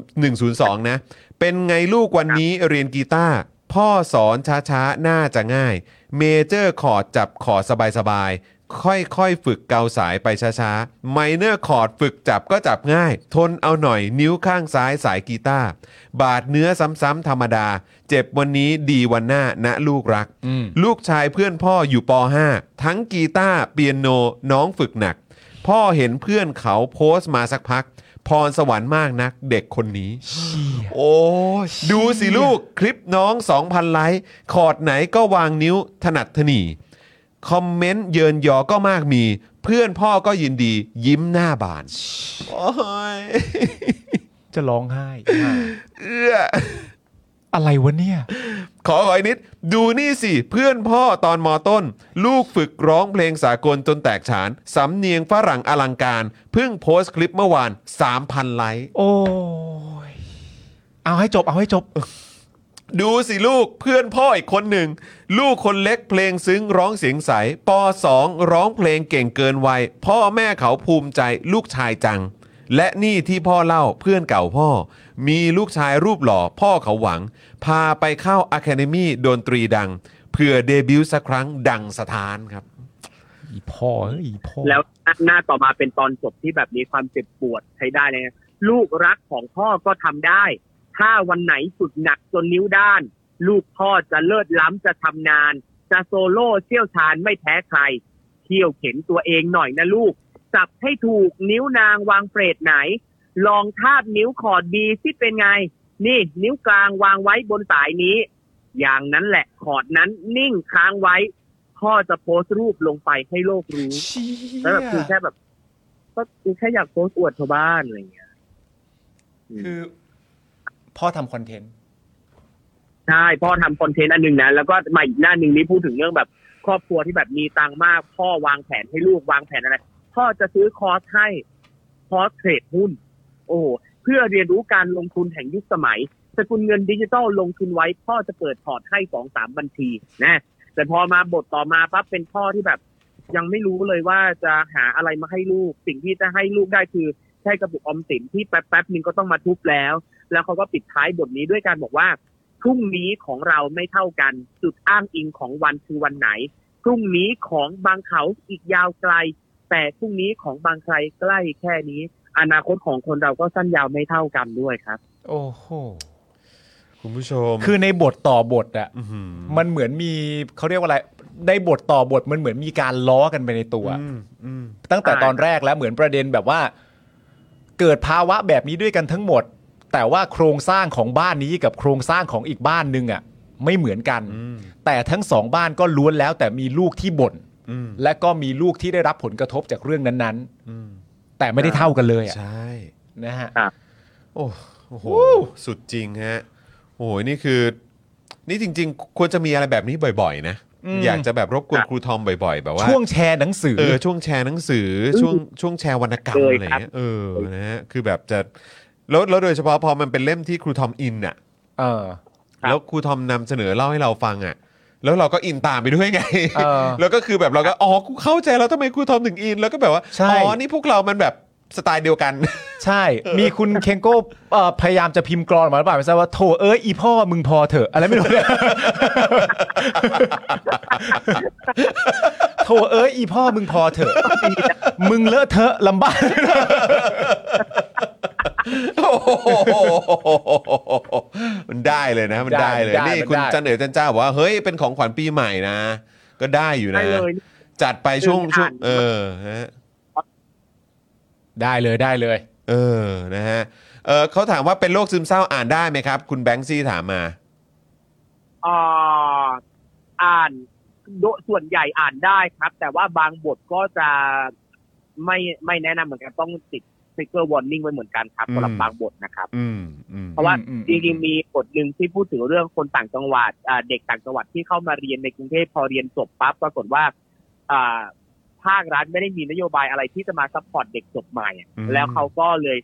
A: 102 นะ เป็นไงลูกวันนี้เรียนกีตาร์พ่อสอนช้าๆ น่าจะง่าย เมเจอร์คอร์ดจับคอร์ดสบายๆ ค่อยๆ ฝึกเกาสายไปช้าๆไมเนอร์คอร์ดฝึกจับก็จับง่าย ทนเอาหน่อยนิ้วข้างซ้ายสายกีตาร์บาดเนื้อซ้ำๆธรรมดา เจ็บวันนี้ดีวันหน้านะลูกรัก
B: อืม
A: ลูกชายเพื่อนพ่ออยู่ป .5 ทั้งกีตาร์เปียโนน้องฝึกหนัก พ่อเห็นเพื่อนเขาโพสต์มาสักพัก พรสวรรค์มากนักเด็กคนนี้ โอ้ดูสิลูกคลิปน้อง 2,000 ไลค์คอร์ดไหนก็วางนิ้วถนัดถนีคอมเมนต์เยินยอก็มากมี เพื่อนพ่อก็ยินดียิ้มหน้าบาน โอ้ย
B: จะร้องไห้
A: เอื้อ
B: อะไรวะเนี่ย
A: ขอขออีกนิด ดูนี่สิ เพื่อนพ่อตอนมอต้น ลูกฝึกร้องเพลงสากลจนแตกฉาน สำเนียงฝรั่งอลังการ เพิ่งโพสต์คลิปเมื่อวาน 3,000 ไลค์
B: โอ้ยเอาให้จบเอาให้จบ
A: ดูสิลูกเพื่อนพ่ออีกคนหนึ่ง ลูกคนเล็กเพลงซึ้งร้องเสียงใสปสองร้องเพลงเก่งเกินวัย พ่อแม่เขาภูมิใจลูกชายจัง และนี่ที่พ่อเล่าเพื่อนเก่าพ่อ มีลูกชายรูปหล่อพ่อเขาหวัง พาไปเข้า Academy ดนตรีดัง เพื่อเดบิวต์สักครั้งดังสถานครับ
B: อีพ่อเอ้ยอีพ่อ
F: แล้วหน้าต่อมาเป็นตอนจบที่แบบนี้ความเจ็บปวดใช้ได้เลยนะลูกรักของพ่อก็ทำได้ ถ้าวันไหนฝึกหนักจนนิ้วด้าน ลูกพ่อจะเลิศล้ำจะทำนาน จะโซโล่เชี่ยวชาญไม่แพ้ใคร เที่ยวเข็นตัวเองหน่อยนะลูก จับให้ถูกนิ้วนางวางเฟรดไหน ลองทาบนิ้วคอร์ดดีสิเป็นไง นี่นิ้วกลางวางไว้บนสายนี้ อย่างนั้นแหละคอร์ดนั้นนิ่งค้างไว้ พ่อจะโพสต์รูปลงไปให้โลกรู้
B: เชี่ย
F: แล้วแบบคือแค่แบบก็คือแค่อยากโพสต์อวดชาวบ้านอะไรอย่างเงี้ย
B: คือพ่อทำคอนเทนต์
F: ใช่พ่อทำคอนเทนต์อันหนึ่งนะแล้วก็มาอีกหน้าหนึ่งนี่พูดถึงเรื่องแบบ ครอบครัวที่แบบมีตังค์มาก พ่อวางแผนให้ลูกวางแผนอะไร พ่อจะซื้อคอร์สให้คอร์สเทรดหุ้น โอ้โหเพื่อเรียนรู้การลงทุนแห่งยุคสมัย สกุลเงินดิจิตอลลงทุนไว้ พ่อจะเปิดพอร์ตให้สองสามบัญชีนะแต่พอมาบทต่อมาปั๊บเป็นพ่อที่แบบ ยังไม่รู้เลยว่าจะหาอะไรมาให้ลูก สิ่งที่จะให้ลูกได้คือใช่กระปุกออมสินที่แป๊บๆนึงก็ต้องมาทุบแล้ว แล้วเขาก็ปิดท้ายบทนี้ด้วยการบอกว่าพรุ่งนี้ของเราไม่เท่ากัน จุดอ้างอิงของวันคือวันไหนพรุ่งนี้ของบางเขาอีกยาวไกล แต่พรุ่งนี้ของบางใครใกล้แค่นี้ อนาคตของคนเราก็สั้นยาวไม่เท่ากันด้วยครับ
B: โอ้โห
A: คุณผู้ชม
B: คือในบทต่อบทอะ
A: อหือ
B: มันเหมือนมีเขาเรียกว่าอะไร ในบทต่อบทมันเหมือนมีการล้อกันไปในตัว ตั้งแต่ตอนแรกแล้วเหมือนประเด็นแบบว่า เกิดภาวะแบบนี้ด้วยกันทั้งหมด แต่ว่าโครงสร้างของบ้านนี้กับโครงสร้างของอีกบ้านนึงอ่ะ ไม่เหมือนกัน แต่ทั้งสองบ้านก็ล้วนแล้วแต่มีลูกที่บ่นและก็มีลูกที่ได้รับผลกระทบจากเรื่องนั้นๆ แต่ไม่ได้เท่ากันเลยอ่ะ
A: ใช่
B: นะฮะ
A: โอ้โอ้โห สุดจริงฮะ โอ้โห นี่คือ นี่จริง ๆ ควรจะมีอะไรแบบนี้บ่อย ๆ นะ
B: อืม
A: อยากจะแบบรบกวนครูทอมบ่อย ๆ แบบว่า
B: ช่วงแชร์หนังสือ
A: เออช่วงแชร์หนังสือช่วงช่วงแชร์วรรณกรรม
F: เคย
A: อะไรอย่างเงี้ยเออนะฮะคือแบบจะแล้วแล้วโดยเฉพาะพอมันเป็นเล่มที่ครูทอมอินอ่ะ
B: เออ
F: ครับ
A: แล้วครูทอมนำเสนอเล่าให้เราฟังอ่ะ แล้วเราก็อินตามไปด้วยไง
B: เออ
A: [LAUGHS] แล้วก็คือแบบเราก็อ๋อกูเข้าใจแล้วทำไมครูทอมถึงอิน แล้วก็แบบว่า
B: ใช่
A: อ๋อนี่พวกเรามันแบบสไตล์เดียวกัน
B: ใช่ มีคุณเคงโก้เอ่อพยายามจะพิมพ์กรอนออกมาหรือเปล่าไม่ทราบว่าโถเอ้ยอีพ่อมึงพอเถอะอะไรไม่รู้เนี่ย โถเอ้ยอีพ่อมึงพอเถอะ มึงเลอะเทอะลำบาก
A: มันได้เลยนะ มันได้เลย
B: ได้
A: นี่
B: มัน
A: คุณ
B: ได้
A: จันเอ๋อจันเจ้าบอกว่าเฮ้ยเป็นของขวัญปีใหม่นะ ก็ได้อยู่
F: ได้
A: นะ
F: เลย
A: จัดไปช่วง
F: เดิน
A: ช่ว
F: ทาง ง
A: เออฮะ
B: ได้เลยได้เลย
A: เออ นะฮะ เออเขาถามว่าเป็นโรคซึมเศร้าอ่านได้ไหมครับ คุณแบงค์ซี่ถามมา
F: อ่าอ่านโดยส่วนใหญ่อ่านได้ครับ แต่ว่าบางบทก็จะไม่ไม่แนะนำเหมือนกันต้องติดสติ๊กเกอร์วอร์นิ่งไว้เหมือนกันครับ
A: อืม
F: สำหรับบางบทนะครับ
A: อืมอืม
F: เพราะว่า
B: อืม
F: จริงๆมีบทหนึ่งที่พูดถึงเรื่องคนต่างจังหวัดอ่าเด็กต่างจังหวัดที่เข้ามาเรียนในกรุงเทพพอเรียนจบปั๊บปรากฏว่าอ่าภาครัฐไม่ได้มีนโยบายอะไรที่จะมาซัพพอร์ตเด็กจบใหม่อะแล้วเขาก็เลย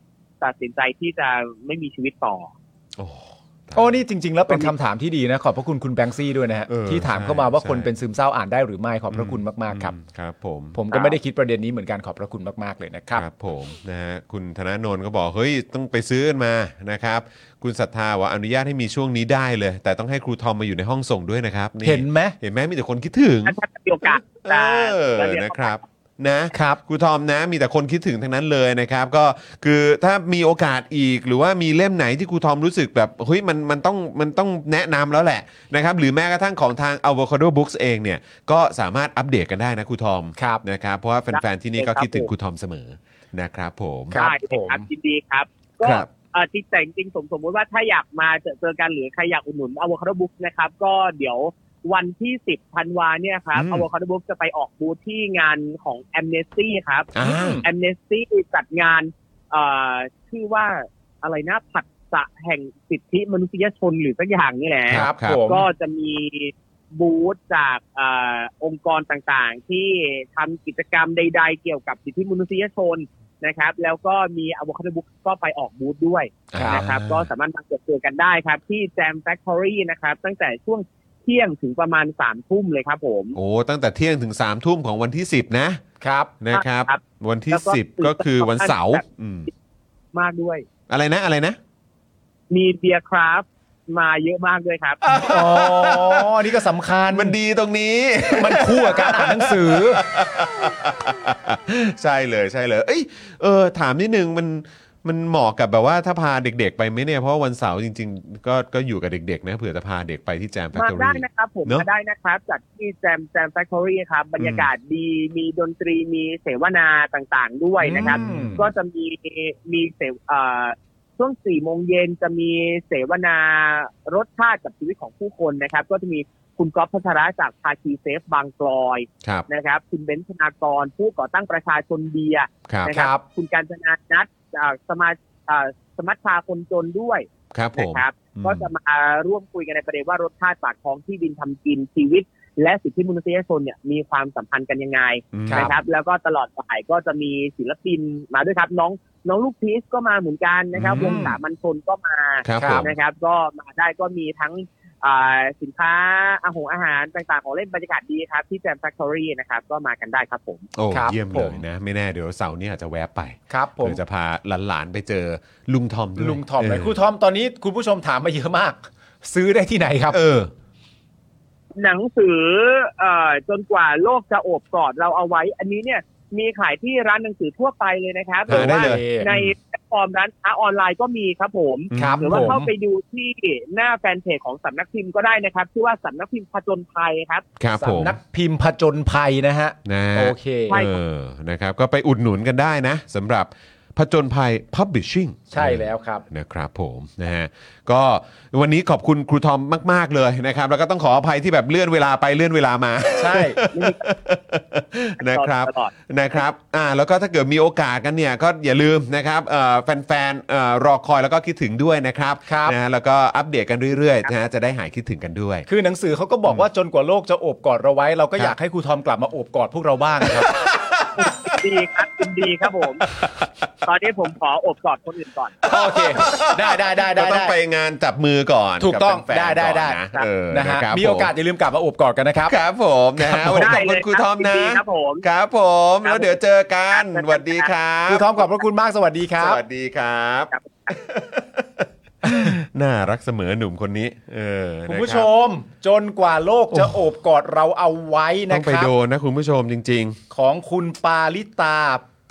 F: ตัดสินใจที่จะไม่มีชีวิตต่อ
A: โอ้
B: โอ้นี่จริง ๆ แล้วเป็นคำถามที่ดีนะ ขอบพระคุณคุณแบงซี่ด้วยนะฮะ
A: เออ
B: ที่ถามเข้ามาว่า
A: ใช่
B: คนเป็นซึมเศร้าอ่านได้หรือไม่ขอบพระคุณมากๆครับ
A: อืมครับ ผม
B: ผมก็ไม่ได้คิดประเด็นนี้เหมือนกันขอบพระคุณมากๆเลยนะครับ
A: ครับผมนะฮะคุณธนาโนนก็บอกเฮ้ยต้องไปซื้อกันมานะครับ คุณศรัทธาว่าอนุญาตให้มีช่วงนี้ได้เลย แต่ต้องให้ครูทอมมาอยู่ในห้องส่งด้วยนะครับ
B: เห็นไหม
A: เห็นไหมมีแต่คนคิดถึง
F: ถ้ามีโอกาส
A: เออ
F: จะจะเรียน
A: นะครับนะ
B: ครับ
A: ครูทอมนะมีแต่คนคิดถึงทั้งนั้นเลยนะครับ ก็คือถ้ามีโอกาสอีกหรือว่ามีเล่มไหนที่ครูทอมรู้สึกแบบเฮ้ยมันมันต้องมันต้องแนะนำแล้วแหละนะครับหรือแม้กระทั่งของทาง Avocado Books เองเนี่ยก็สามารถอัปเดตกันได้นะครูทอม
B: ครับ
A: นะครับเพราะว่าแฟนๆที่นี่ก็
F: ครับ
A: คิดถึงครูทอมเสมอนะครับผม
B: ครับ
F: ได้เลย
B: ผม
F: ครับยินดีครับ ก็
A: ครับ
F: เอ่อจริงแต่จริงๆสมสมมติว่าถ้าอยากมาเจอเจอกันหรือใครอยากอุดหนุนอ v วคาโดบุ๊กนะครับ ก็เดี๋ยววันที่ 10ธันวาเนี่ยครับ
B: อืม
F: อ v วคาโดบุ๊กจะไปออกบูธที่งานของ a m n e s t y ครับ
A: อ่า
F: a m n e s t y จัดงานเอ่อชื่อว่าอะไรนะผัสสะแห่งสิทธิมนุษยชนหรือสักอย่างนี่แหละ
A: ครับครับ
B: ผม
F: ก็จะมีบูธจากเออองค์กรต่างๆ ที่ทำกิจกรรมใดๆ เกี่ยวกับสิทธิมนุษยชนนะครับ แล้วก็มีอ v วคาโดบุ๊กก็ไปออกบูธด้วย
A: ครับ
F: นะครับ ก็สามารถมาเจอเจอกันได้ครับ ที่แจมแฟคทอรี่นะครับ ตั้งแต่ช่วงเที่ยงถึงประมาณสามทุ่มเลยครับผม
A: โอ้ตั้งแต่เที่ยงถึง3ามทุ่มของวันที่ 10 นะครับ นะครับ
F: ครับ
A: วันที่
F: แล้วก็
A: 10 ก็คือวันเสาร์
F: แบบ
A: อืม
F: มากด้วย
A: อะไรนะอะไรนะ
F: มีเบียร์คราฟมาเยอะมากด้วยครับ
B: อ๋ออันนี่ก็สำคัญ
A: มันดีตรงนี้
B: มันคู่กับการอ่านหนังสือ
A: [LAUGHS] ใช่เลยใช่เลย เอ้ยเออถามนิดนึงมันมันเหมาะกับแบบว่าถ้าพาเด็กๆ ไปไหมเนี่ย เพราะว่าวันเสาร์จริงๆ ก็ก็อยู่กับเด็กๆ นะเผื่อจะพาเด็กไปที่แจมแฟค
F: มา
A: ทอ
F: ได้
A: รี่
F: นะครับผม
A: เนอะ
F: มาได้นะครับจัดที่แจมแจมแฟคทอรี่ครับ บรรยากาศดีมีดนตรีมีเสวนาต่างๆด้วยนะครับ
B: อืม
F: ก็จะมีมีเสวเอ่อช่วงสี่โมงเย็นจะมีเสวนารสชาติกับชีวิตของผู้คนนะครับ ก็จะมีคุณก๊อฟพัชระจากภาคีเซฟบางกลอย
A: ครับ
F: นะครับ คุณเบนซ์ธนากรผู้ก่อตั้งประชาชนเบียร์
A: ครับ
F: นะ
B: ค
F: ค
B: รั
F: รับ บ คุณการจนานัทจากสมาเอ่อสมัชชาคนจนด้วย
A: ครับผ
F: นะ
A: ม
F: ครับ
A: อืม
F: ก็จะมาร่วมคุยกันในประเด็นว่ารสชาติปากท้องที่ดินทำกินชีวิต และสิทธิมนุษยชนเนี่ยมีความสัมพันธ์กันยังไง
A: อืม
F: นะครับ แล้วก็ตลอดบ่ายก็จะมีศิลปินมาด้วยครับ น้องน้องลูกพีชก็มาเหมือนกันนะครับ
A: อืม
F: วงสามัญชนก็มา
A: ครับ
B: ค
A: ผ
B: รับ
A: ม
F: นะครับ ก็มาได้ก็มีทั้งอ่าสินค้าอาหงอาหารต่างๆของเล่นบรรยากาศดีครับ ที่แจมแฟคทอรี่นะครับ ก็มากันได้ครับผม
A: โอ้
B: ครับ
A: เยี่ยม
B: ผ
A: เล
B: ม
A: ยนะ ไม่แน่เดี๋ยวเสาร์นี้อาจจะแวะไป
B: ครับผม
A: เผื่อจะพาหลานๆไปเจอลุงทอมด้วย
B: ลุงทอมเลยครูทอมตอนนี้คุณผู้ชมถามมาเยอะมาก ซื้อได้ที่ไหนครับ
A: เออ
F: หนังสือเอ่อจนกว่าโลกจะโอบกอดเราเอาไว้ อันนี้เนี่ยมีขายที่ร้านหนังสือทั่วไปเลยนะครับห
A: หา
F: รือ
A: ได้
F: ว่า
A: เลย
F: ในแพลตฟ
H: ฟอร์มร้านค้าออนไลน์ก็มีครับผม
B: ครับ
H: หรือว่า
B: ผม
H: เข้าไปดูที่หน้าแฟนเพจของสำนักพิมพ์ก็ได้นะครับชื่อว่าสำนักพิมพ์ผจญภัยครับ
A: ครับผม
B: สำนักพิมพ์ผจญภัยนะฮะ
A: นะ
B: โอเค
H: ใช่
A: เออนะครับ ก็ไปอุดหนุนกันได้นะสำหรับผจญภัย Publishing
B: ใช่แล้วครับ
A: นะครับผมนะฮะก็วันนี้ขอบคุณครูทอมมาก ๆ เลยนะครับ แล้วก็ต้องขออภัยที่แบบเลื่อนเวลาไปเลื่อนเวลามา [LAUGHS]
B: ใช่
A: นะครับ
H: ตลอด
A: นะครับ อ่า แล้วก็ถ้าเกิดมีโอกาสกันเนี่ย ก็อย่าลืมนะครับเอ่อแฟนๆเอ่อรอคอยแล้วก็คิดถึงด้วยนะครับ
B: ครับ
A: นะฮะแล้วก็อัปเดตกันเรื่อยๆนะฮะจะได้หายคิดถึงกันด้วย
B: คือหนังสือเขาก็บอกว่าจนกว่าโลกจะโอบกอดเราไว้ เราก็อยากให้ครูทอมกลับมาโอบกอดพวกเราบ้างครับ
H: ดีครับยินดีครับผม ตอนนี้ผมขออบกอดคนอื่นก่อน
B: โอเค ได้ได้ได้
A: ก็
B: ได้
A: ต้อง
B: ได้
A: ไปงานจับมือก่อน
B: ถูกต้อง
A: บแฟนๆ
B: ได้ได้ได้
A: ก่อนนะเออ
B: นะฮะ
A: ครับ
B: มีโอกาส
A: ผ
B: อย่าลืมกลับมาโอบกอดกันนะครับ
A: ครับผมนะฮะวันนี้ขอบคุณ
H: ได้เลย
A: ครูทอม
H: ครับยินดี
A: นะ
H: ครับผม
A: ครับผม
H: ครับ
A: แล้วเดี๋ยวเจอกัน
H: ครับ
A: สวัสดีครับ
B: ครูทอมขอบพระคุณมากสวัสดีครั
A: ส
B: บ
A: วัสดีครับ
H: ครับ
A: [LAUGHS] น่ารักเสมอหนุ่มคนนี้ เออนะรับ
B: คุณผู้ชม จนกว่าโลกจะโอบกอดเราเอาไว้
A: ต้
B: นะ
A: อง
B: ค
A: ไป
B: รับ
A: โดนนะคุณผู้ชมจริง
B: ของคุณปาลิตา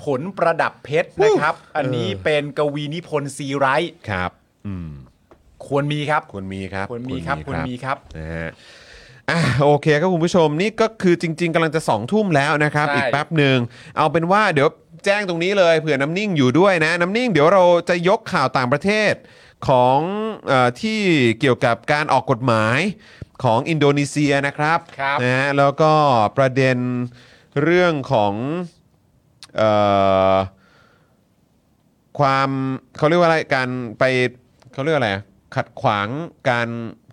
B: ผลประดับเพชรนะครับ อันนี้
A: เออ
B: เป็นกวีนิพนธ์ซีไรต์
A: ๆ ครับ อืม
B: ควรมีครับ
A: ควรมีครับ
B: ควรมีครับ ควรมีครับ
A: นะฮะอ่ะโอเคครับคุณผู้ชมนี่ก็คือจริง ๆกำลังจะสองทุ่มแล้วนะครับ
B: ใช่
A: อีกแป๊บหนึ่งเอาเป็นว่าเดี๋ยวแจ้งตรงนี้เลยเผื่อน้ำนิ่งอยู่ด้วยนะ น้ำนิ่งเดี๋ยวเราจะยกข่าวต่างประเทศของเออที่เกี่ยวกับการออกกฎหมายของอินโดนีเซียนะครับ
B: ครับ
A: นะฮะแล้วก็ประเด็นเรื่องของเอ่อ ความเขาเรียกว่าอะไรการไปเขาเรียกว่าอะไรอะขัดขวางการ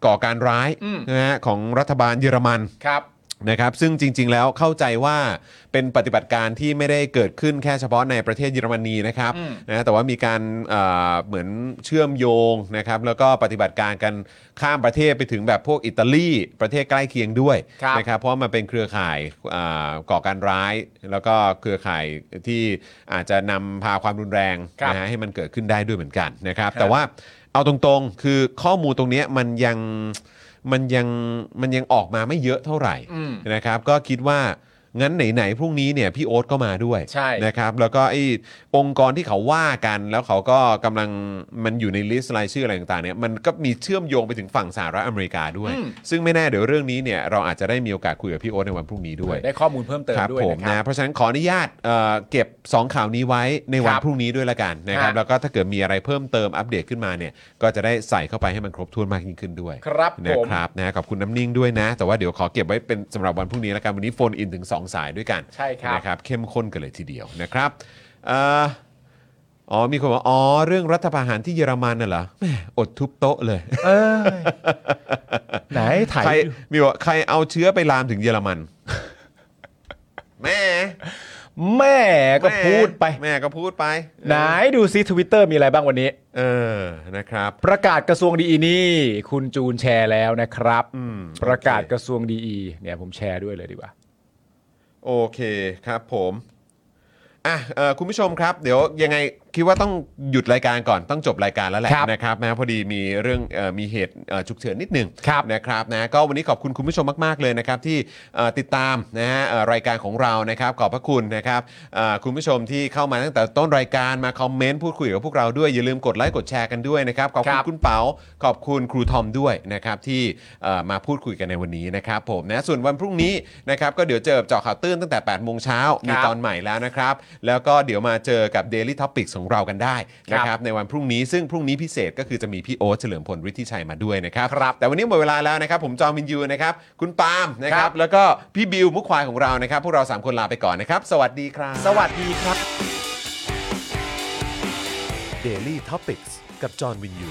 A: ก่อการร้าย
B: อืม
A: นะฮะของรัฐบาลเยอรมัน
B: ครับ
A: นะครับซึ่งจริง ๆ แล้วเข้าใจว่าเป็นปฏิบัติการที่ไม่ได้เกิดขึ้นแค่เฉพาะในประเทศเยอรมนีนะครับ
B: อืม
A: นะแต่ว่ามีการเอ่อเหมือนเชื่อมโยงนะครับแล้วก็ปฏิบัติการกันข้ามประเทศไปถึงแบบพวกอิตาลีประเทศใกล้เคียงด้วย
B: ครับ
A: นะครับเพราะมันเป็นเครือข่ายอ่าก่อการร้าย แล้วก็เครือข่ายที่อาจจะนำพาความรุนแรง
B: ครับ
A: นะฮะให้มันเกิดขึ้นได้ด้วยเหมือนกันนะครับ
B: ครับ
A: แต่ว่าเอาตรงๆ คือข้อมูลตรงเนี้ยมันยังมันยังมันยังออกมาไม่เยอะเท่าไหร่
B: อืม
A: นะครับ ก็คิดว่างั้นไหนๆพรุ่งนี้เนี่ยพี่โอ๊ตก็มาด้วย
B: ใช่
A: นะครับแล้วก็ไอ้องค์กรที่เขาว่ากันแล้วเขาก็กำลังมันอยู่ในลิสต์รายชื่ออะไรต่างๆเนี่ยมันก็มีเชื่อมโยงไปถึงฝั่งสหรัฐอเมริกาด้วย
B: อืม
A: ซึ่งไม่แน่เดี๋ยวเรื่องนี้เนี่ยเราอาจจะได้มีโอกาสคุยกับพี่โอ๊ตในวันพรุ่งนี้ด้วย
B: ได้ข้อมูลเพิ่มเติม
A: ครับ
B: ด้วย
A: ผม
B: นะครับ
A: นะเพราะฉะนั้นขออนุญาตเอ่อเก็บ 2 ข่าวนี้ไว้ในวัน
B: ครับ
A: พรุ่งนี้ด้วยละกันนะครับ
B: ฮะ
A: แล้วก็ถ้าเกิดมีอะไรเพิ่มเติมอัปเดตขึ้นมาเนี่ยก็จะได้ใส่เข้าไปให้มันครบถ้วนมากยิ่งขึ้นด้วย
B: ครับ
A: นะ
B: ผม
A: ครับนะขอบคุณน้ำนิ่งด้วยนะ แต่ว่าเดี๋ยวขอเก็บไว้เป็นสำหรับวันพรุ่งนี้ละกันวันนี้โฟนอินถึง 2 สายด้วยกัน
B: ใช่ครับ
A: นะครับเข้มข้นกันเลยทีเดียวนะครับเอ่ออ๋อมีคนบอกอ๋อเรื่องรัฐประหารที่เยอรมันน่ะเหรอแหม่อดทุบโต๊ะเลย
B: เออไหนถ่าย
A: ใครมีบอกใครเอาเชื้อไปลามถึงเยอรมัน [LAUGHS] แม่
B: แม่ก็พูดไป
A: แม่ก็พูดไป
B: ไหนดูซิทวิตเตอร์มีอะไรบ้างวันนี้
A: เออนะครับ
B: ประกาศกระทรวงดีอีนี่ คุณจูนแชร์แล้วนะครับ
A: อืม
B: ประกาศกระทรวงดีอีเนี่ยผมแชร์ด้วยเลยดีกว่า
A: โอเคครับผมอ่ะเอ่อคุณผู้ชมครับ เดี๋ยวยังไงคิดว่าต้องหยุดรายการก่อนต้องจบรายการแล้วแหละ
B: ครับ
A: นะครับนะพอดีมีเรื่องเออมีเหตุเอ่อฉุกเฉินนิดหนึง
B: ครับ
A: นะครับนะก็วันนี้ขอบคุณคุณผู้ชมมาก ๆ เลยนะครับที่เอ่อติดตามนะฮะเอ่อรายการของเรานะครับขอบพระคุณนะครับเอ่อคุณผู้ชมที่เข้ามาตั้งแต่ต้นรายการมาคอมเมนต์พูดคุยกับพวกเราด้วยอย่าลืมกดไลค์กดแชร์กันด้วยนะครับขอบคุณ
B: ครับ
A: คุณเปาขอบคุณครูทอมด้วยนะครับที่เอ่อมาพูดคุยกันในวันนี้นะครับผมนะส่วนวันพรุ่งนี้นะครับก็เดี๋ยวเจอกับเจาะข่าวตื้นตั้งแต่8ปดโมงเช้า
B: ค
A: มี
B: รับ
A: ตอนใหม่แล้วนะครับ แล้วก็เดี๋ยวมาเจอกับ Daily Topics ของเรากันได้นะค
B: ครั
A: รับบ ในวันพรุ่งนี้ซึ่งพรุ่งนี้พิเศษก็คือจะมีพี่โอ๊ตเฉลิมพลฤทธิชัยมาด้วยนะครับ
B: ครับ
A: แต่วันนี้หมดเวลาแล้วนะครับ ผมจอมินยูนะครับ คุณปาล์มนะค
B: ครั
A: รับ
B: บ
A: แล้วก็พี่บิวมุกควายของเรานะครับ พวกเรา 3 คนลาไปก่อนนะครับ สวัสดีครับ
B: สวัสดีครับ
E: Daily Topics กับจอห์นวินยู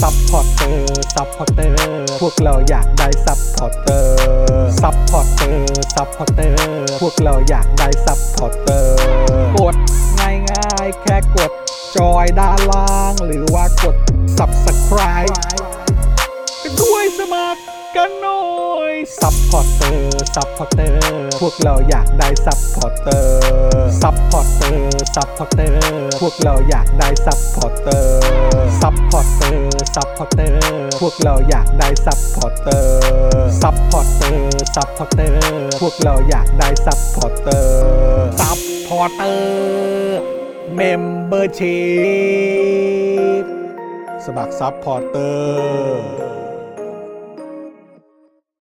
D: ซัพพอร์เตอร์ ซัพพอร์เตอร์ พวกเราอยากได้ซัพพอร์เตอร์ ซัพพอร์เตอร์ ซัพพอร์เตอร์ พวกเราอยากได้ซัพพอร์เตอร์ กดง่ายง่ายๆแค่กดจอยด้านล่าง หรือว่ากด subscribe กันด้วยสมัคร กันหน่อยซัพพอร์เตอร์ซัพพอร์เตอร์พวกเราอยากได้ซัพพอร์เตอร์ซัพพอร์เตอร์ซัพพอร์เตอร์พวกเราอยากได้ซัพพอร์เตอร์ซัพพอร์เตอร์ซัพพอร์เตอร์พวกเราอยากได้ซัพพอร์เตอร์ซัพพอร์เตอร์ซัพพอร์เตอร์พวกเราอยากได้ซัพพอร์เตอร์ซัพพอร์เตอร์เมมเบอร์ชีพสมัครซัพพอร์เตอร์